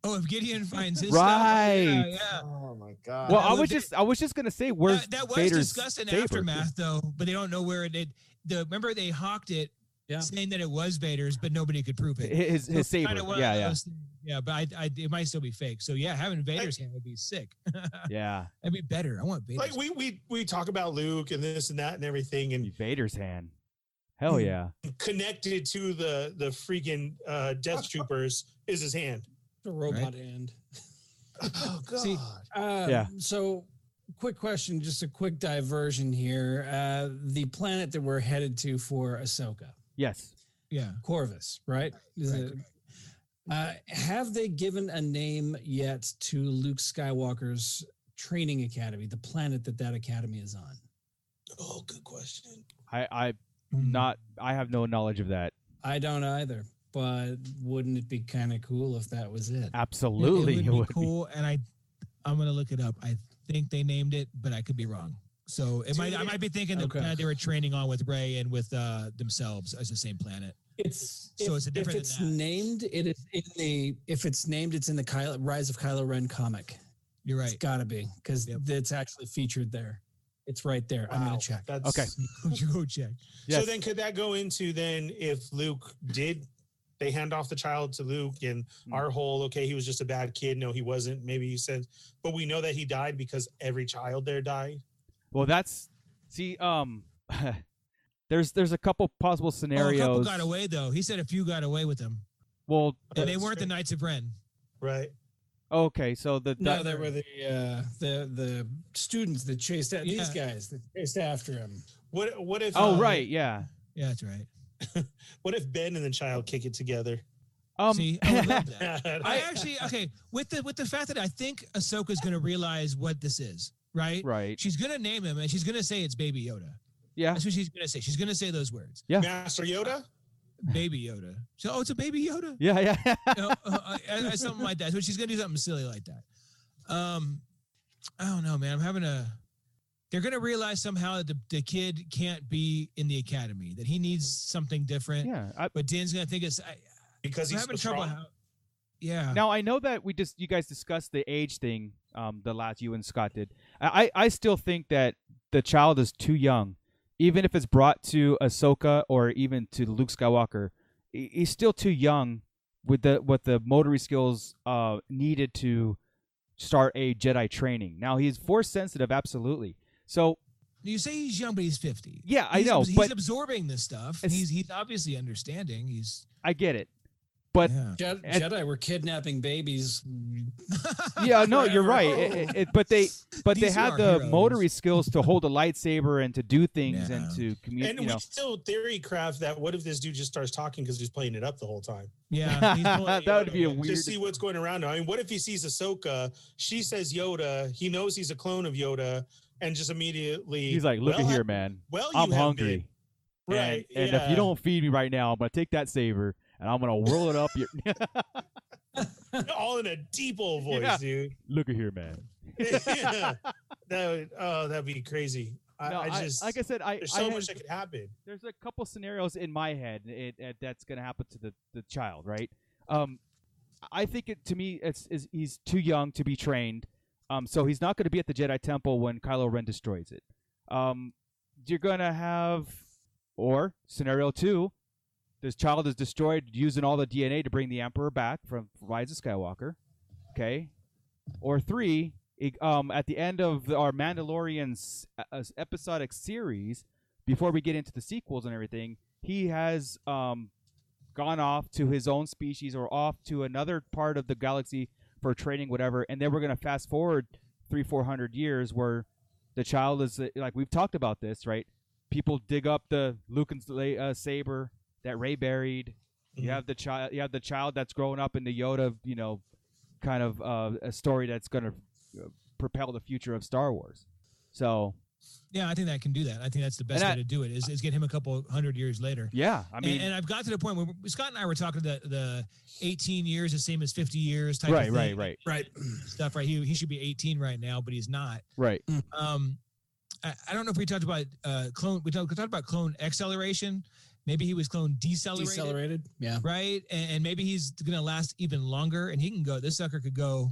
Speaker 9: Oh, if Gideon finds his
Speaker 8: Right.
Speaker 9: stuff, yeah, yeah.
Speaker 2: Oh my god.
Speaker 8: well,
Speaker 9: that
Speaker 8: I was
Speaker 9: would be-
Speaker 8: just, I was just gonna say, where's
Speaker 9: That, that was
Speaker 8: Vader's
Speaker 9: discussed in
Speaker 8: saber?
Speaker 9: aftermath though, but they don't know where it. it the remember they hawked it,
Speaker 10: Yeah.
Speaker 9: saying that it was Vader's, but nobody could prove it.
Speaker 8: His his
Speaker 9: So it's
Speaker 8: saber,
Speaker 9: kinda one of
Speaker 8: yeah, yeah,
Speaker 9: those things- yeah. But I, I, it might still be fake. So yeah, having Vader's hand would be sick. That'd
Speaker 8: yeah.
Speaker 9: be better. I want Vader's.
Speaker 12: Like, we, we, we talk about Luke and this and that and everything. And
Speaker 8: Vader's hand,
Speaker 9: Hmm.
Speaker 8: hell yeah,
Speaker 12: connected to the the freaking uh, Death Troopers is his hand.
Speaker 10: The robot and
Speaker 12: Oh
Speaker 10: See, Uh,
Speaker 8: Yeah.
Speaker 10: So quick question, just a quick diversion here. Uh, the planet that we're headed to for Ahsoka,
Speaker 8: Yes.
Speaker 9: Yeah.
Speaker 10: Corvus, right? Is
Speaker 9: Right,
Speaker 10: it- uh, have they given a name yet to Luke Skywalker's training academy, the planet that that academy is on?
Speaker 12: Oh, good question.
Speaker 8: I I
Speaker 9: Hmm.
Speaker 8: not I have no knowledge of that.
Speaker 10: I don't either, but wouldn't it be kind of cool if that was it?
Speaker 8: Absolutely,
Speaker 9: It would, be cool. And I, I'm gonna look it up. I think they named it, but I could be wrong. So it might, I might be thinking the
Speaker 10: Okay.
Speaker 9: planet they were training on with Ray and with uh, themselves as the same planet.
Speaker 10: It's
Speaker 9: So it's a different
Speaker 10: If
Speaker 9: than
Speaker 10: it's
Speaker 9: that.
Speaker 10: named, it is in the. If it's named, it's in the Kylo, Rise of Kylo Ren comic.
Speaker 9: You're
Speaker 10: It's
Speaker 9: right.
Speaker 10: got to be because
Speaker 9: Yep.
Speaker 10: it's actually featured there. It's right there. I'm
Speaker 12: Wow,
Speaker 10: gonna check.
Speaker 12: That's
Speaker 8: Okay.
Speaker 9: Go check. Oh,
Speaker 8: Yes.
Speaker 12: So then, could that go into then if Luke did they hand off the child to Luke and
Speaker 8: Hmm.
Speaker 12: our whole okay, he was just a bad kid. No, he wasn't. Maybe he said, but we know that he died because every child there died.
Speaker 8: Well, that's see. Um, there's there's a couple possible
Speaker 9: Oh, a
Speaker 8: scenarios.
Speaker 9: couple got away though. He said a few got away with him,
Speaker 8: Well,
Speaker 9: and
Speaker 12: That's
Speaker 9: they weren't the
Speaker 12: true.
Speaker 9: Knights of Ren.
Speaker 12: Right.
Speaker 8: okay. So the
Speaker 10: No,
Speaker 8: the-
Speaker 10: there were the uh, the the students that chased at these
Speaker 9: Yeah.
Speaker 10: guys that chased after him.
Speaker 12: What what if
Speaker 8: oh
Speaker 9: um,
Speaker 12: uh,
Speaker 8: right, yeah.
Speaker 9: Yeah, that's right.
Speaker 12: what if Ben and the child kick it together?
Speaker 8: Um,
Speaker 9: See, I would love that. I
Speaker 12: I,
Speaker 9: actually okay with the with the fact that I think Ahsoka's gonna realize what this is, right?
Speaker 8: right.
Speaker 9: She's gonna name him and she's gonna say it's Baby Yoda.
Speaker 8: Yeah.
Speaker 9: That's what she's gonna say. She's gonna say those words,
Speaker 12: Master Yoda?
Speaker 9: Baby Yoda. So oh, it's a Baby Yoda.
Speaker 8: Yeah, yeah.
Speaker 9: You know, uh, uh, uh, something like that. So she's gonna do something silly like that. Um, I don't know, man. I'm having a. They're gonna realize somehow that the, the kid can't be in the academy. That he needs something different.
Speaker 8: yeah. I,
Speaker 9: But Dan's gonna think it's. I,
Speaker 12: Because
Speaker 9: I'm
Speaker 12: he's so
Speaker 9: having trouble.
Speaker 12: strong.
Speaker 9: How, yeah.
Speaker 8: now I know that we just you guys discussed the age thing. Um, the last you and Scott did. I I I still think that the child is too young, even if it's brought to Ahsoka or even to Luke Skywalker. he- He's still too young with the with the motory skills uh needed to start a Jedi training. Now he's force sensitive, absolutely. So
Speaker 9: You say he's young, but he's 50.
Speaker 8: yeah, I
Speaker 9: He's
Speaker 8: know,
Speaker 9: abs- He's
Speaker 8: but
Speaker 9: absorbing this stuff.
Speaker 8: It's-
Speaker 9: He's he's obviously understanding. He's.
Speaker 8: I get it. But
Speaker 9: yeah.
Speaker 10: Jedi,
Speaker 8: At-
Speaker 10: Jedi were kidnapping babies.
Speaker 8: yeah, no, you're right. It- it- it- but they but they
Speaker 9: These are
Speaker 8: had the
Speaker 9: heroes.
Speaker 8: motory skills to hold a lightsaber and to do things and
Speaker 9: Yeah.
Speaker 8: to
Speaker 12: And
Speaker 8: communicate.
Speaker 12: we
Speaker 8: You know,
Speaker 12: still theory craft that what if this dude just starts talking because he's playing it up the whole time?
Speaker 9: Yeah. he's
Speaker 8: that
Speaker 9: going-
Speaker 8: would be a
Speaker 12: To
Speaker 8: weird.
Speaker 12: see what's going around. I mean, what if he sees Ahsoka? She says Yoda. He knows he's a clone of Yoda, and just immediately
Speaker 8: He's like, look
Speaker 12: well,
Speaker 8: at here,
Speaker 12: I-
Speaker 8: man.
Speaker 12: Well, you
Speaker 8: I'm
Speaker 12: have
Speaker 8: hungry,
Speaker 12: been."
Speaker 8: and-
Speaker 12: right?
Speaker 8: and, if
Speaker 12: yeah.
Speaker 8: you don't feed me right now, I'm gonna take that saber and I'm gonna whirl it up your.
Speaker 12: all in a deep old voice,
Speaker 8: Yeah.
Speaker 12: dude.
Speaker 8: look at here, man.
Speaker 12: yeah. That would, oh, that'd be crazy. I,
Speaker 8: No,
Speaker 12: I
Speaker 8: I-
Speaker 12: just
Speaker 8: like I said, I
Speaker 12: there's
Speaker 8: I
Speaker 12: so
Speaker 8: had-
Speaker 12: much that could happen.
Speaker 8: there's a couple scenarios in my head it, it, that's going to happen to the, the child, right? Um, I think it to me it's is he's too young to be trained, um, so he's not going to be at the Jedi Temple when Kylo Ren destroys it. Um, you're going to have, or scenario two, this child is destroyed using all the DNA to bring the Emperor back from Rise of Skywalker, okay? Or three, it- um, at the end of our Mandalorian's uh, uh, episodic series, before we get into the sequels and everything, he has um, gone off to his own species or off to another part of the galaxy for training, whatever. And then we're gonna fast forward three, four hundred years where the child is uh, like we've talked about this, right? People dig up the Lucan's uh, saber that Ray buried. You
Speaker 9: Mm-hmm.
Speaker 12: Mhm.
Speaker 8: have the child. You have the child that's growing up in the Yoda, you know, kind of uh, a story that's gonna uh, propel the future of Star Wars. So
Speaker 9: yeah, I think that can do that. I think that's the best
Speaker 8: And I-
Speaker 9: way to do it is, is get him a couple hundred years later.
Speaker 8: yeah, I
Speaker 9: I
Speaker 8: mean,
Speaker 9: mean, and, I've got to the point where Scott and I were talking the the 18 years, the same as 50 years type
Speaker 8: right,
Speaker 9: of
Speaker 8: right,
Speaker 9: thing,
Speaker 8: right,
Speaker 10: Right.
Speaker 9: stuff. Right, he he should be 18 right now, but he's not.
Speaker 8: right.
Speaker 9: Um, I, I don't know if we talked about uh clone. We talked, we talked about clone acceleration. Maybe he was clone decelerated,
Speaker 10: Decelerated. Yeah.
Speaker 9: right? And, and maybe he's gonna last even longer, and he can go. This sucker could go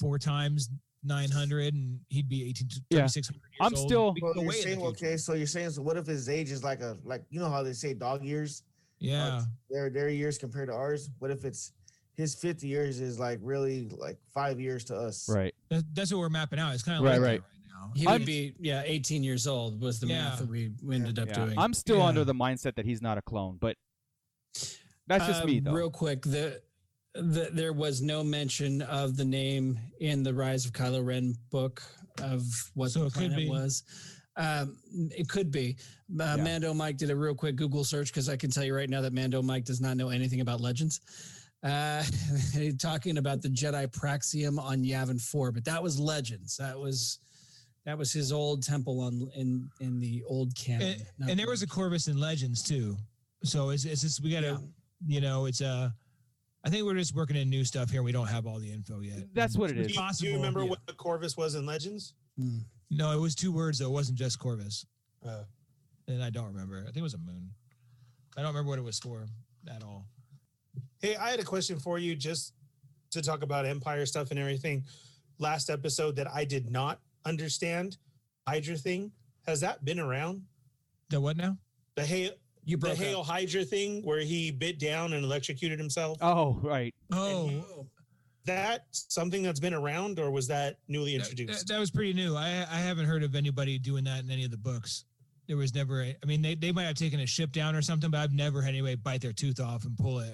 Speaker 9: four times 900, and he'd be 18 to
Speaker 8: Yeah.
Speaker 9: 3600 years
Speaker 8: I'm
Speaker 9: old.
Speaker 8: still-
Speaker 9: We could
Speaker 2: Well,
Speaker 9: go
Speaker 2: you're
Speaker 9: way in the
Speaker 2: saying,
Speaker 9: future.
Speaker 2: okay, so you're saying, so what if his age is like a like you know how they say dog years,
Speaker 9: Yeah.
Speaker 2: their their years compared to ours. What if it's his 50 years is like really like five years to us?
Speaker 8: Right.
Speaker 9: That, that's what we're mapping out. It's kind of
Speaker 8: Right,
Speaker 9: like that
Speaker 8: right.
Speaker 9: right now.
Speaker 10: He would
Speaker 8: I'm-
Speaker 10: be yeah, 18 years old was the
Speaker 9: Yeah.
Speaker 10: math that we ended up
Speaker 8: Yeah.
Speaker 10: doing.
Speaker 8: I'm still
Speaker 9: Yeah.
Speaker 8: under the mindset that he's not a clone, but that's just me
Speaker 10: Um,
Speaker 8: though.
Speaker 10: Real quick, the that there was no mention of the name in the Rise of Kylo Ren book of what
Speaker 9: So
Speaker 10: the
Speaker 9: it could
Speaker 10: planet
Speaker 9: be.
Speaker 10: was. Um, it could be. Uh,
Speaker 4: Yeah.
Speaker 10: Mando Mike did a real quick Google search because I can tell you right now that Mando Mike does not know anything about legends. Uh, talking about the Jedi Praxium on Yavin Four, but that was legends. That was that was his old temple on in in the old canon.
Speaker 9: And,
Speaker 10: not
Speaker 9: and there was a
Speaker 10: legends.
Speaker 9: Corvus in Legends too. So it's it's just we gotta
Speaker 10: Yeah.
Speaker 9: you know it's uh I think we're just working in new stuff here. We don't have all the info yet.
Speaker 8: That's what it
Speaker 12: Do
Speaker 8: is.
Speaker 12: you, do
Speaker 9: Possible,
Speaker 12: you remember
Speaker 9: yeah.
Speaker 12: what the Corvus was in Legends?
Speaker 10: Mm.
Speaker 9: No, it was two words though. It wasn't just Corvus.
Speaker 12: Uh,
Speaker 9: And I don't remember. I think it was a moon. I don't remember what it was for at all.
Speaker 12: Hey, I had a question for you just to talk about Empire stuff and everything. Last episode that I did not understand, Hydra thing. Has that been around?
Speaker 9: The what now?
Speaker 12: The hail,
Speaker 10: You
Speaker 12: the
Speaker 10: broke
Speaker 12: hail
Speaker 10: up.
Speaker 12: Hydra thing, where he bit down and electrocuted himself.
Speaker 8: Oh, right.
Speaker 9: Oh,
Speaker 12: that something that's been around, or was that newly
Speaker 9: that- That,
Speaker 12: introduced?
Speaker 9: that was pretty new. I I haven't heard of anybody doing that in any of the books. There was never. A, I mean, they, they might have taken a ship down or something, but I've never had anybody bite their tooth off and pull it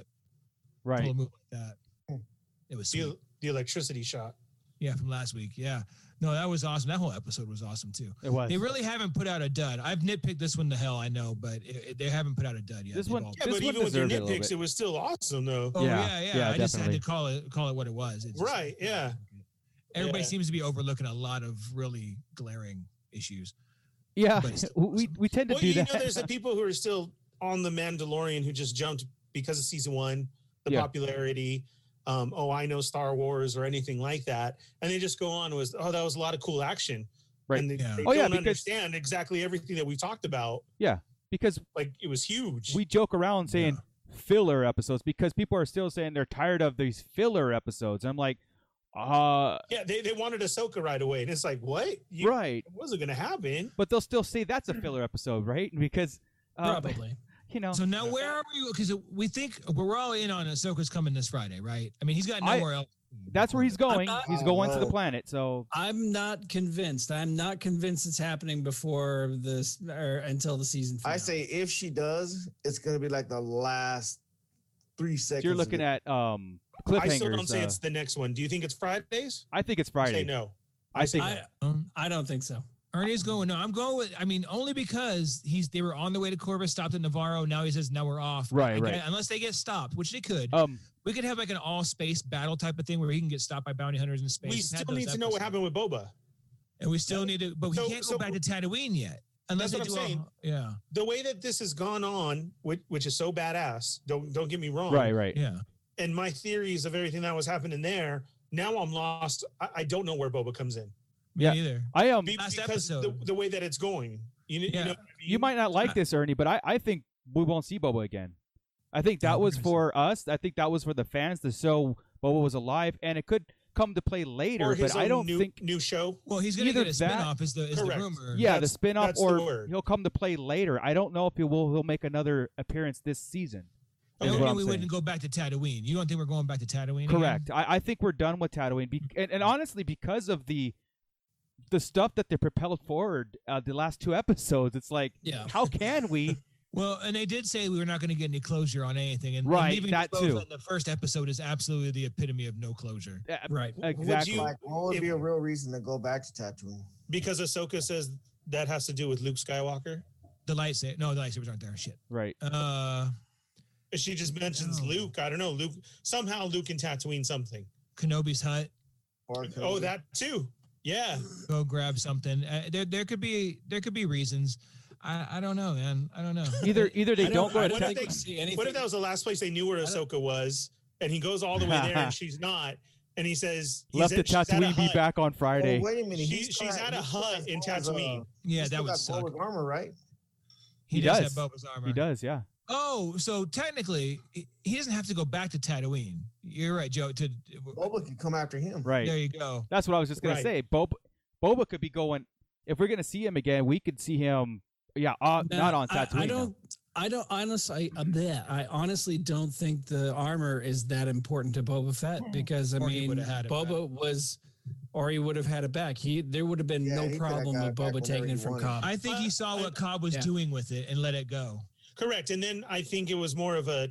Speaker 9: pull a
Speaker 8: Right.
Speaker 9: move like that.
Speaker 12: Hmm.
Speaker 9: It was sweet.
Speaker 12: The, the electricity shot.
Speaker 9: yeah from last week. Yeah, no, that was awesome. That whole episode was awesome too.
Speaker 8: It was.
Speaker 9: They really haven't put out a dud. I've nitpicked this one to hell, I know, but it, it- they haven't put out a dud yet.
Speaker 8: This
Speaker 9: They've
Speaker 8: one-
Speaker 9: all-
Speaker 12: Yeah,
Speaker 8: This
Speaker 12: but even with your
Speaker 8: deserved it a little
Speaker 12: nitpicks,
Speaker 8: bit.
Speaker 12: it was still awesome, though.
Speaker 9: Oh
Speaker 8: Yeah,
Speaker 9: yeah, yeah.
Speaker 8: yeah,
Speaker 9: I just had to
Speaker 8: definitely.
Speaker 9: call it call it what it was. It's just-
Speaker 12: Right, yeah.
Speaker 9: Everybody
Speaker 12: Yeah.
Speaker 9: seems to be overlooking a lot of really glaring issues.
Speaker 8: yeah.
Speaker 9: but it's-
Speaker 8: We, we tend to
Speaker 12: Well,
Speaker 8: do
Speaker 12: you
Speaker 8: that.
Speaker 12: know, there's the people who are still on the Mandalorian who just jumped because of season one, the
Speaker 8: Yeah.
Speaker 12: popularity. Um, oh, I know Star Wars or anything like that, and they just go on with, oh, that was a lot of cool action,
Speaker 8: Right.
Speaker 12: And they,
Speaker 9: Yeah.
Speaker 12: they
Speaker 8: Oh,
Speaker 12: don't
Speaker 8: yeah, because-
Speaker 12: understand exactly everything that we talked about.
Speaker 8: because
Speaker 12: Like it was huge.
Speaker 8: we joke around saying filler episodes because people are still saying they're tired of these filler episodes. I'm like, uh,
Speaker 12: yeah, they, they wanted Ahsoka right away, and it's like, what? You,
Speaker 8: right.
Speaker 12: It wasn't going to happen.
Speaker 8: But they'll still say that's a filler episode, right? Because, uh,
Speaker 10: Probably.
Speaker 8: you know,
Speaker 9: So now where are we? Because we think we're all in on Ahsoka's coming this Friday, right? I mean, he's got
Speaker 8: I-
Speaker 9: nowhere else.
Speaker 8: that's where he's going.
Speaker 10: not-
Speaker 8: he's going
Speaker 12: Oh.
Speaker 8: to the
Speaker 2: Whoa.
Speaker 8: planet. So
Speaker 10: I'm not convinced. I'm not convinced it's happening before this or until the season.
Speaker 2: I
Speaker 10: Finale.
Speaker 2: say if she does, it's gonna be like the last three seconds.
Speaker 8: you're
Speaker 2: of
Speaker 8: looking
Speaker 2: it.
Speaker 8: at um,
Speaker 12: I still
Speaker 8: cliffhangers.
Speaker 12: don't say
Speaker 8: uh,
Speaker 12: it's the next one. Do you think it's Fridays?
Speaker 8: I think it's
Speaker 12: Say
Speaker 8: Friday.
Speaker 12: no.
Speaker 8: I think
Speaker 10: I,
Speaker 9: Um,
Speaker 10: I don't think so.
Speaker 9: Ernie's going. No, I'm going with. I mean, only because he's they were on the way to Corvus, stopped at Navarro. Now he says, now we're off.
Speaker 8: Right,
Speaker 9: I
Speaker 8: right.
Speaker 9: get- unless they get stopped, which they could.
Speaker 8: um,
Speaker 9: we could have like an all space battle type of thing where he can get stopped by bounty hunters in space.
Speaker 12: We
Speaker 9: We've had
Speaker 12: still
Speaker 9: those
Speaker 12: need to know what
Speaker 9: episodes.
Speaker 12: happened with Boba.
Speaker 9: and we still need to. But we
Speaker 12: So-
Speaker 9: can't go
Speaker 12: so-
Speaker 9: back to Tatooine yet, unless
Speaker 12: That's
Speaker 9: they
Speaker 12: what
Speaker 9: do.
Speaker 12: I'm
Speaker 9: all- yeah,
Speaker 12: The way that this has gone on, which, which is so badass. Don't don't get me wrong.
Speaker 8: right, right.
Speaker 9: yeah.
Speaker 12: And my theories of everything that was happening there. Now I'm lost. I, I don't know where Boba comes in
Speaker 9: Me
Speaker 8: Yeah.
Speaker 9: either.
Speaker 8: I um,
Speaker 12: Be-
Speaker 9: Last
Speaker 12: because the,
Speaker 9: episode.
Speaker 12: the way that it's going. You, kn- you
Speaker 9: Yeah.
Speaker 12: know, what I
Speaker 8: you might not like this, Ernie, but I, I think we won't see Boba again. I think
Speaker 9: Yeah,
Speaker 8: that
Speaker 9: we're
Speaker 8: was
Speaker 9: gonna
Speaker 8: for us. I think that was for the fans to show Boba was alive, and it could come to play later.
Speaker 12: or his
Speaker 8: but I
Speaker 12: own
Speaker 8: don't
Speaker 12: new
Speaker 8: think,
Speaker 12: new show.
Speaker 9: Well, he's gonna
Speaker 8: Either
Speaker 9: get a
Speaker 8: that-
Speaker 9: spinoff. Is the is
Speaker 12: Correct.
Speaker 9: the rumor?
Speaker 8: yeah, the
Speaker 12: That's-
Speaker 8: spin-off
Speaker 12: that's the
Speaker 8: or
Speaker 12: word.
Speaker 8: he'll come to play later. I don't know if he will. He'll make another appearance this season.
Speaker 9: I
Speaker 8: is
Speaker 9: don't
Speaker 8: what
Speaker 9: think
Speaker 8: I'm
Speaker 9: we
Speaker 8: saying.
Speaker 9: wouldn't go back to Tatooine. You don't think we're going back to Tatooine? again?
Speaker 8: Correct. I, I think we're done with Tatooine, be- and, and honestly, because of the the stuff that they propelled forward uh, the last two episodes, it's like,
Speaker 10: Yeah.
Speaker 8: how can we?
Speaker 9: Well, and they did say we were not going to get any closure on anything, and and
Speaker 8: Right,
Speaker 9: leaving
Speaker 8: that
Speaker 9: closure
Speaker 8: too.
Speaker 9: on the first episode is absolutely the epitome of no closure.
Speaker 8: uh,
Speaker 10: Right.
Speaker 12: Would
Speaker 8: exactly.
Speaker 12: you,
Speaker 2: Like, what would
Speaker 12: It-
Speaker 2: be a real reason to go back to Tatooine?
Speaker 12: because Ahsoka says that has to do with Luke Skywalker.
Speaker 9: The lightsaber, no, the lightsabers aren't there. Shit.
Speaker 8: Right.
Speaker 9: Uh,
Speaker 12: She just mentions
Speaker 9: No.
Speaker 12: Luke. I don't know Luke. Somehow Luke and Tatooine something.
Speaker 9: Kenobi's hut.
Speaker 2: Or
Speaker 12: Oh,
Speaker 2: could-
Speaker 12: that too. Yeah.
Speaker 9: Go grab something. Uh, there, there could be, there could be reasons. I, I don't know, man. I don't know.
Speaker 8: Either either they
Speaker 12: I
Speaker 8: don't,
Speaker 12: don't- I
Speaker 8: go
Speaker 12: don't
Speaker 8: to
Speaker 12: think-
Speaker 8: Tatooine.
Speaker 10: I see anything.
Speaker 12: What if that was the last place they knew where Ahsoka was, and he goes all the way there and she's not, and he says he's
Speaker 8: Left the
Speaker 12: at- she's at a
Speaker 8: Tatooine be
Speaker 12: hut.
Speaker 8: back on
Speaker 2: Oh,
Speaker 8: Friday.
Speaker 2: wait a minute.
Speaker 12: She-
Speaker 2: he's still
Speaker 12: she's at a
Speaker 2: he's still
Speaker 12: hut
Speaker 2: got
Speaker 12: in
Speaker 2: Boba's, uh,
Speaker 12: Tatooine.
Speaker 9: yeah,
Speaker 2: he's
Speaker 9: that
Speaker 2: still
Speaker 9: would
Speaker 2: got
Speaker 9: suck.
Speaker 2: Boba's armor, right?
Speaker 9: He,
Speaker 8: He
Speaker 9: does,
Speaker 8: does.
Speaker 9: have Boba's armor.
Speaker 8: He does, yeah.
Speaker 9: Oh, so technically, he he doesn't have to go back to Tatooine. You're right, Joe. To
Speaker 2: Boba could come after him.
Speaker 8: Right.
Speaker 9: there, you go.
Speaker 8: That's what I was just gonna
Speaker 12: Right.
Speaker 8: say. Boba, Boba could be going. If we're gonna see him again, we could see him. Yeah, uh,
Speaker 10: No,
Speaker 8: not on
Speaker 10: I-
Speaker 8: Tatooine. no.
Speaker 10: I don't. I don't honestly. I, uh, bleh. I honestly don't think the armor is that important to Boba Fett because I
Speaker 9: Or he
Speaker 10: mean,
Speaker 9: would've had it
Speaker 10: Boba was, or he would have had it back. He there would have been
Speaker 2: Yeah, he
Speaker 10: no
Speaker 2: coulda got
Speaker 10: problem
Speaker 2: it
Speaker 10: with
Speaker 2: back
Speaker 10: Boba taking
Speaker 2: whenever
Speaker 10: it
Speaker 2: he
Speaker 10: from
Speaker 2: wanted.
Speaker 10: Cobb.
Speaker 9: I think he
Speaker 12: Uh,
Speaker 9: saw
Speaker 12: I-
Speaker 9: what Cobb was
Speaker 10: yeah.
Speaker 9: doing with it and let it go.
Speaker 12: Correct. And then I think it was more of a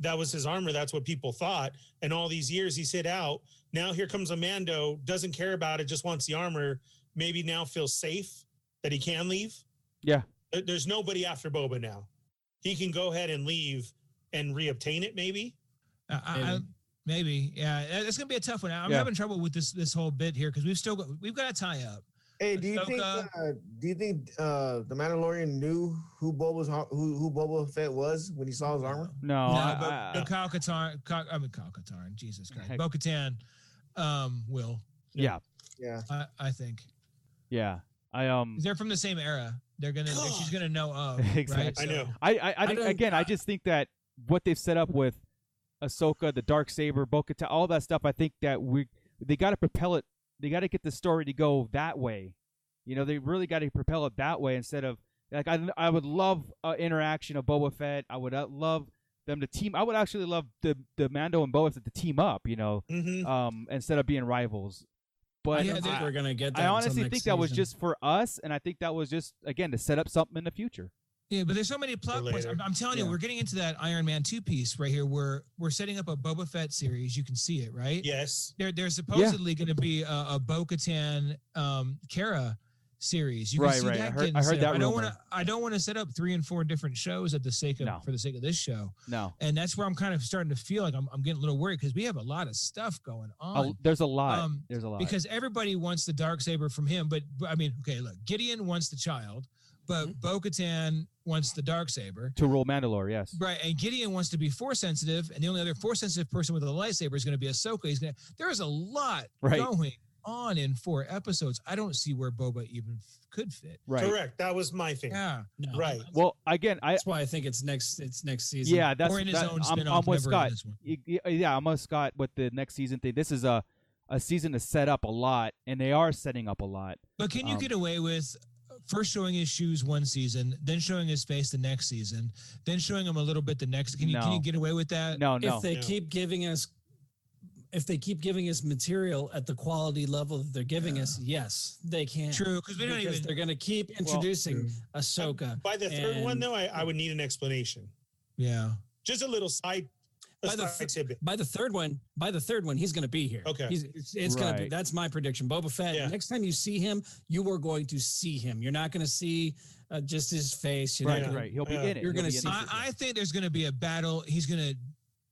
Speaker 12: that was his armor. That's what people thought. And all these years he sit out. Now here comes a Mando, doesn't care about it, just wants the armor. Maybe now feels safe that he can leave.
Speaker 8: Yeah.
Speaker 12: There- There's nobody after Boba now. He can go ahead and leave and reobtain it, maybe.
Speaker 9: I, I, I- maybe. Yeah, that- that's gonna be a tough one. I'm
Speaker 8: Yeah.
Speaker 9: having trouble with this this whole bit here because we've still got, we've got a tie up.
Speaker 2: Hey, do you think uh,
Speaker 9: Ahsoka.
Speaker 2: do you think uh, the Mandalorian knew who Boba's who who Boba Fett was when he saw his armor?
Speaker 8: No,
Speaker 9: no,
Speaker 8: I-
Speaker 9: but
Speaker 8: Oh, I-
Speaker 9: no, Kyle Katarn. Kyle, I mean Kyle Katarn. Jesus Christ,
Speaker 8: Heck.
Speaker 9: Bo Katan. Um, will
Speaker 8: yeah,
Speaker 2: Yeah.
Speaker 9: I, I think
Speaker 8: yeah. I um,
Speaker 9: they're from the same era. They're gonna. that She's gonna know of. Right?
Speaker 8: Exactly.
Speaker 12: I know.
Speaker 8: I, I, I, think-
Speaker 10: don't-
Speaker 8: again, I just think that what they've set up with Ahsoka, the dark saber, Bo-Katan, all that stuff. I think that we they got to propel it. They got to get the story to go that way. You know, they really got to propel it that way instead of like I, I would love uh, interaction of Boba Fett. I would uh, love them to team. I would actually love the the Mando and Boba Fett to team up. You know,
Speaker 10: Mm.
Speaker 12: Mm-hmm.
Speaker 8: um, instead of being rivals. But
Speaker 10: I don't
Speaker 9: they-
Speaker 10: think we're gonna get. That
Speaker 8: I
Speaker 10: until
Speaker 8: honestly
Speaker 10: next
Speaker 8: think that was
Speaker 10: season.
Speaker 8: just for us, and I think that was just again to set up something in the future.
Speaker 9: Yeah, but there's so many plot points. I'm,
Speaker 12: later.
Speaker 9: I'm telling you,
Speaker 8: Yeah.
Speaker 9: we're getting into that Iron Man two piece right here. We're we're setting up a Boba Fett series. You can see it, right?
Speaker 12: Yes.
Speaker 9: There, there's supposedly going to be a, a Bo Katan um, Kara series. You can
Speaker 8: Right,
Speaker 9: see
Speaker 8: right.
Speaker 9: That
Speaker 8: I heard-
Speaker 9: getting
Speaker 8: I heard
Speaker 9: set up.
Speaker 8: that
Speaker 9: I don't
Speaker 8: rumor.
Speaker 9: want to. I don't want to set up three and four different shows at the sake of
Speaker 8: No.
Speaker 9: for the sake of this show.
Speaker 8: No,
Speaker 9: And that's where I'm kind of starting to feel like I'm, I'm getting a little worried because we have a lot of stuff going on.
Speaker 8: A- there's a lot.
Speaker 9: Um,
Speaker 8: there's a lot.
Speaker 9: because everybody wants the dark saber from him. But, but, I mean, okay, look, Gideon wants the child, but
Speaker 8: Mm-hmm.
Speaker 9: Bo Katan wants the dark saber,
Speaker 8: to rule Mandalore, yes.
Speaker 9: right? And Gideon wants to be force sensitive, and the only other force sensitive person with a lightsaber is going to be Ahsoka. He's going to. There is a lot
Speaker 8: Right.
Speaker 9: going on in four episodes. I don't see where Boba even f- could fit.
Speaker 8: Right.
Speaker 12: Correct. That was my thing.
Speaker 9: Yeah,
Speaker 10: No.
Speaker 12: Right.
Speaker 8: Well, again, I
Speaker 10: That's why I think it's next. It's next season.
Speaker 8: yeah, that's
Speaker 9: or in his
Speaker 8: that-
Speaker 9: own
Speaker 8: I'm,
Speaker 9: spin
Speaker 8: I'm
Speaker 9: off.
Speaker 8: with Scott.
Speaker 9: This one.
Speaker 8: Y- y- Yeah, I'm with Scott with the next season thing. This is a a season to set up a lot, and they are setting up a lot.
Speaker 9: But can you
Speaker 8: Um,
Speaker 9: get away with first showing his shoes one season, then showing his face the next season, then showing him a little bit the next? Can you can
Speaker 8: No.
Speaker 9: you get away with that?
Speaker 8: No,
Speaker 10: If
Speaker 8: no,
Speaker 10: they
Speaker 12: No.
Speaker 10: keep giving us, if they keep giving us material at the quality level that they're giving us, yes, they can.
Speaker 9: True, because we don't
Speaker 10: because
Speaker 9: even.
Speaker 10: they're going to keep introducing Ahsoka.
Speaker 12: By the third one,
Speaker 10: And-
Speaker 12: though, I, I would need an explanation.
Speaker 9: Yeah.
Speaker 12: Just a little side, a
Speaker 10: By the
Speaker 12: side tidbit.
Speaker 10: By the third one, by the third one, he's going to be here.
Speaker 12: Okay.
Speaker 10: he's, it's, it's going to be.
Speaker 8: Right.
Speaker 10: That's my prediction. Boba Fett.
Speaker 12: Yeah.
Speaker 10: Next time you see him, you are going to see him. You're not going to see uh, just his face. You're not
Speaker 8: right,
Speaker 10: gonna-
Speaker 8: right. He'll be
Speaker 12: Yeah.
Speaker 8: in it.
Speaker 10: You're
Speaker 8: He'll
Speaker 10: gonna
Speaker 8: be in
Speaker 10: see-
Speaker 8: it.
Speaker 9: I, I think there's going to be a battle. He's going to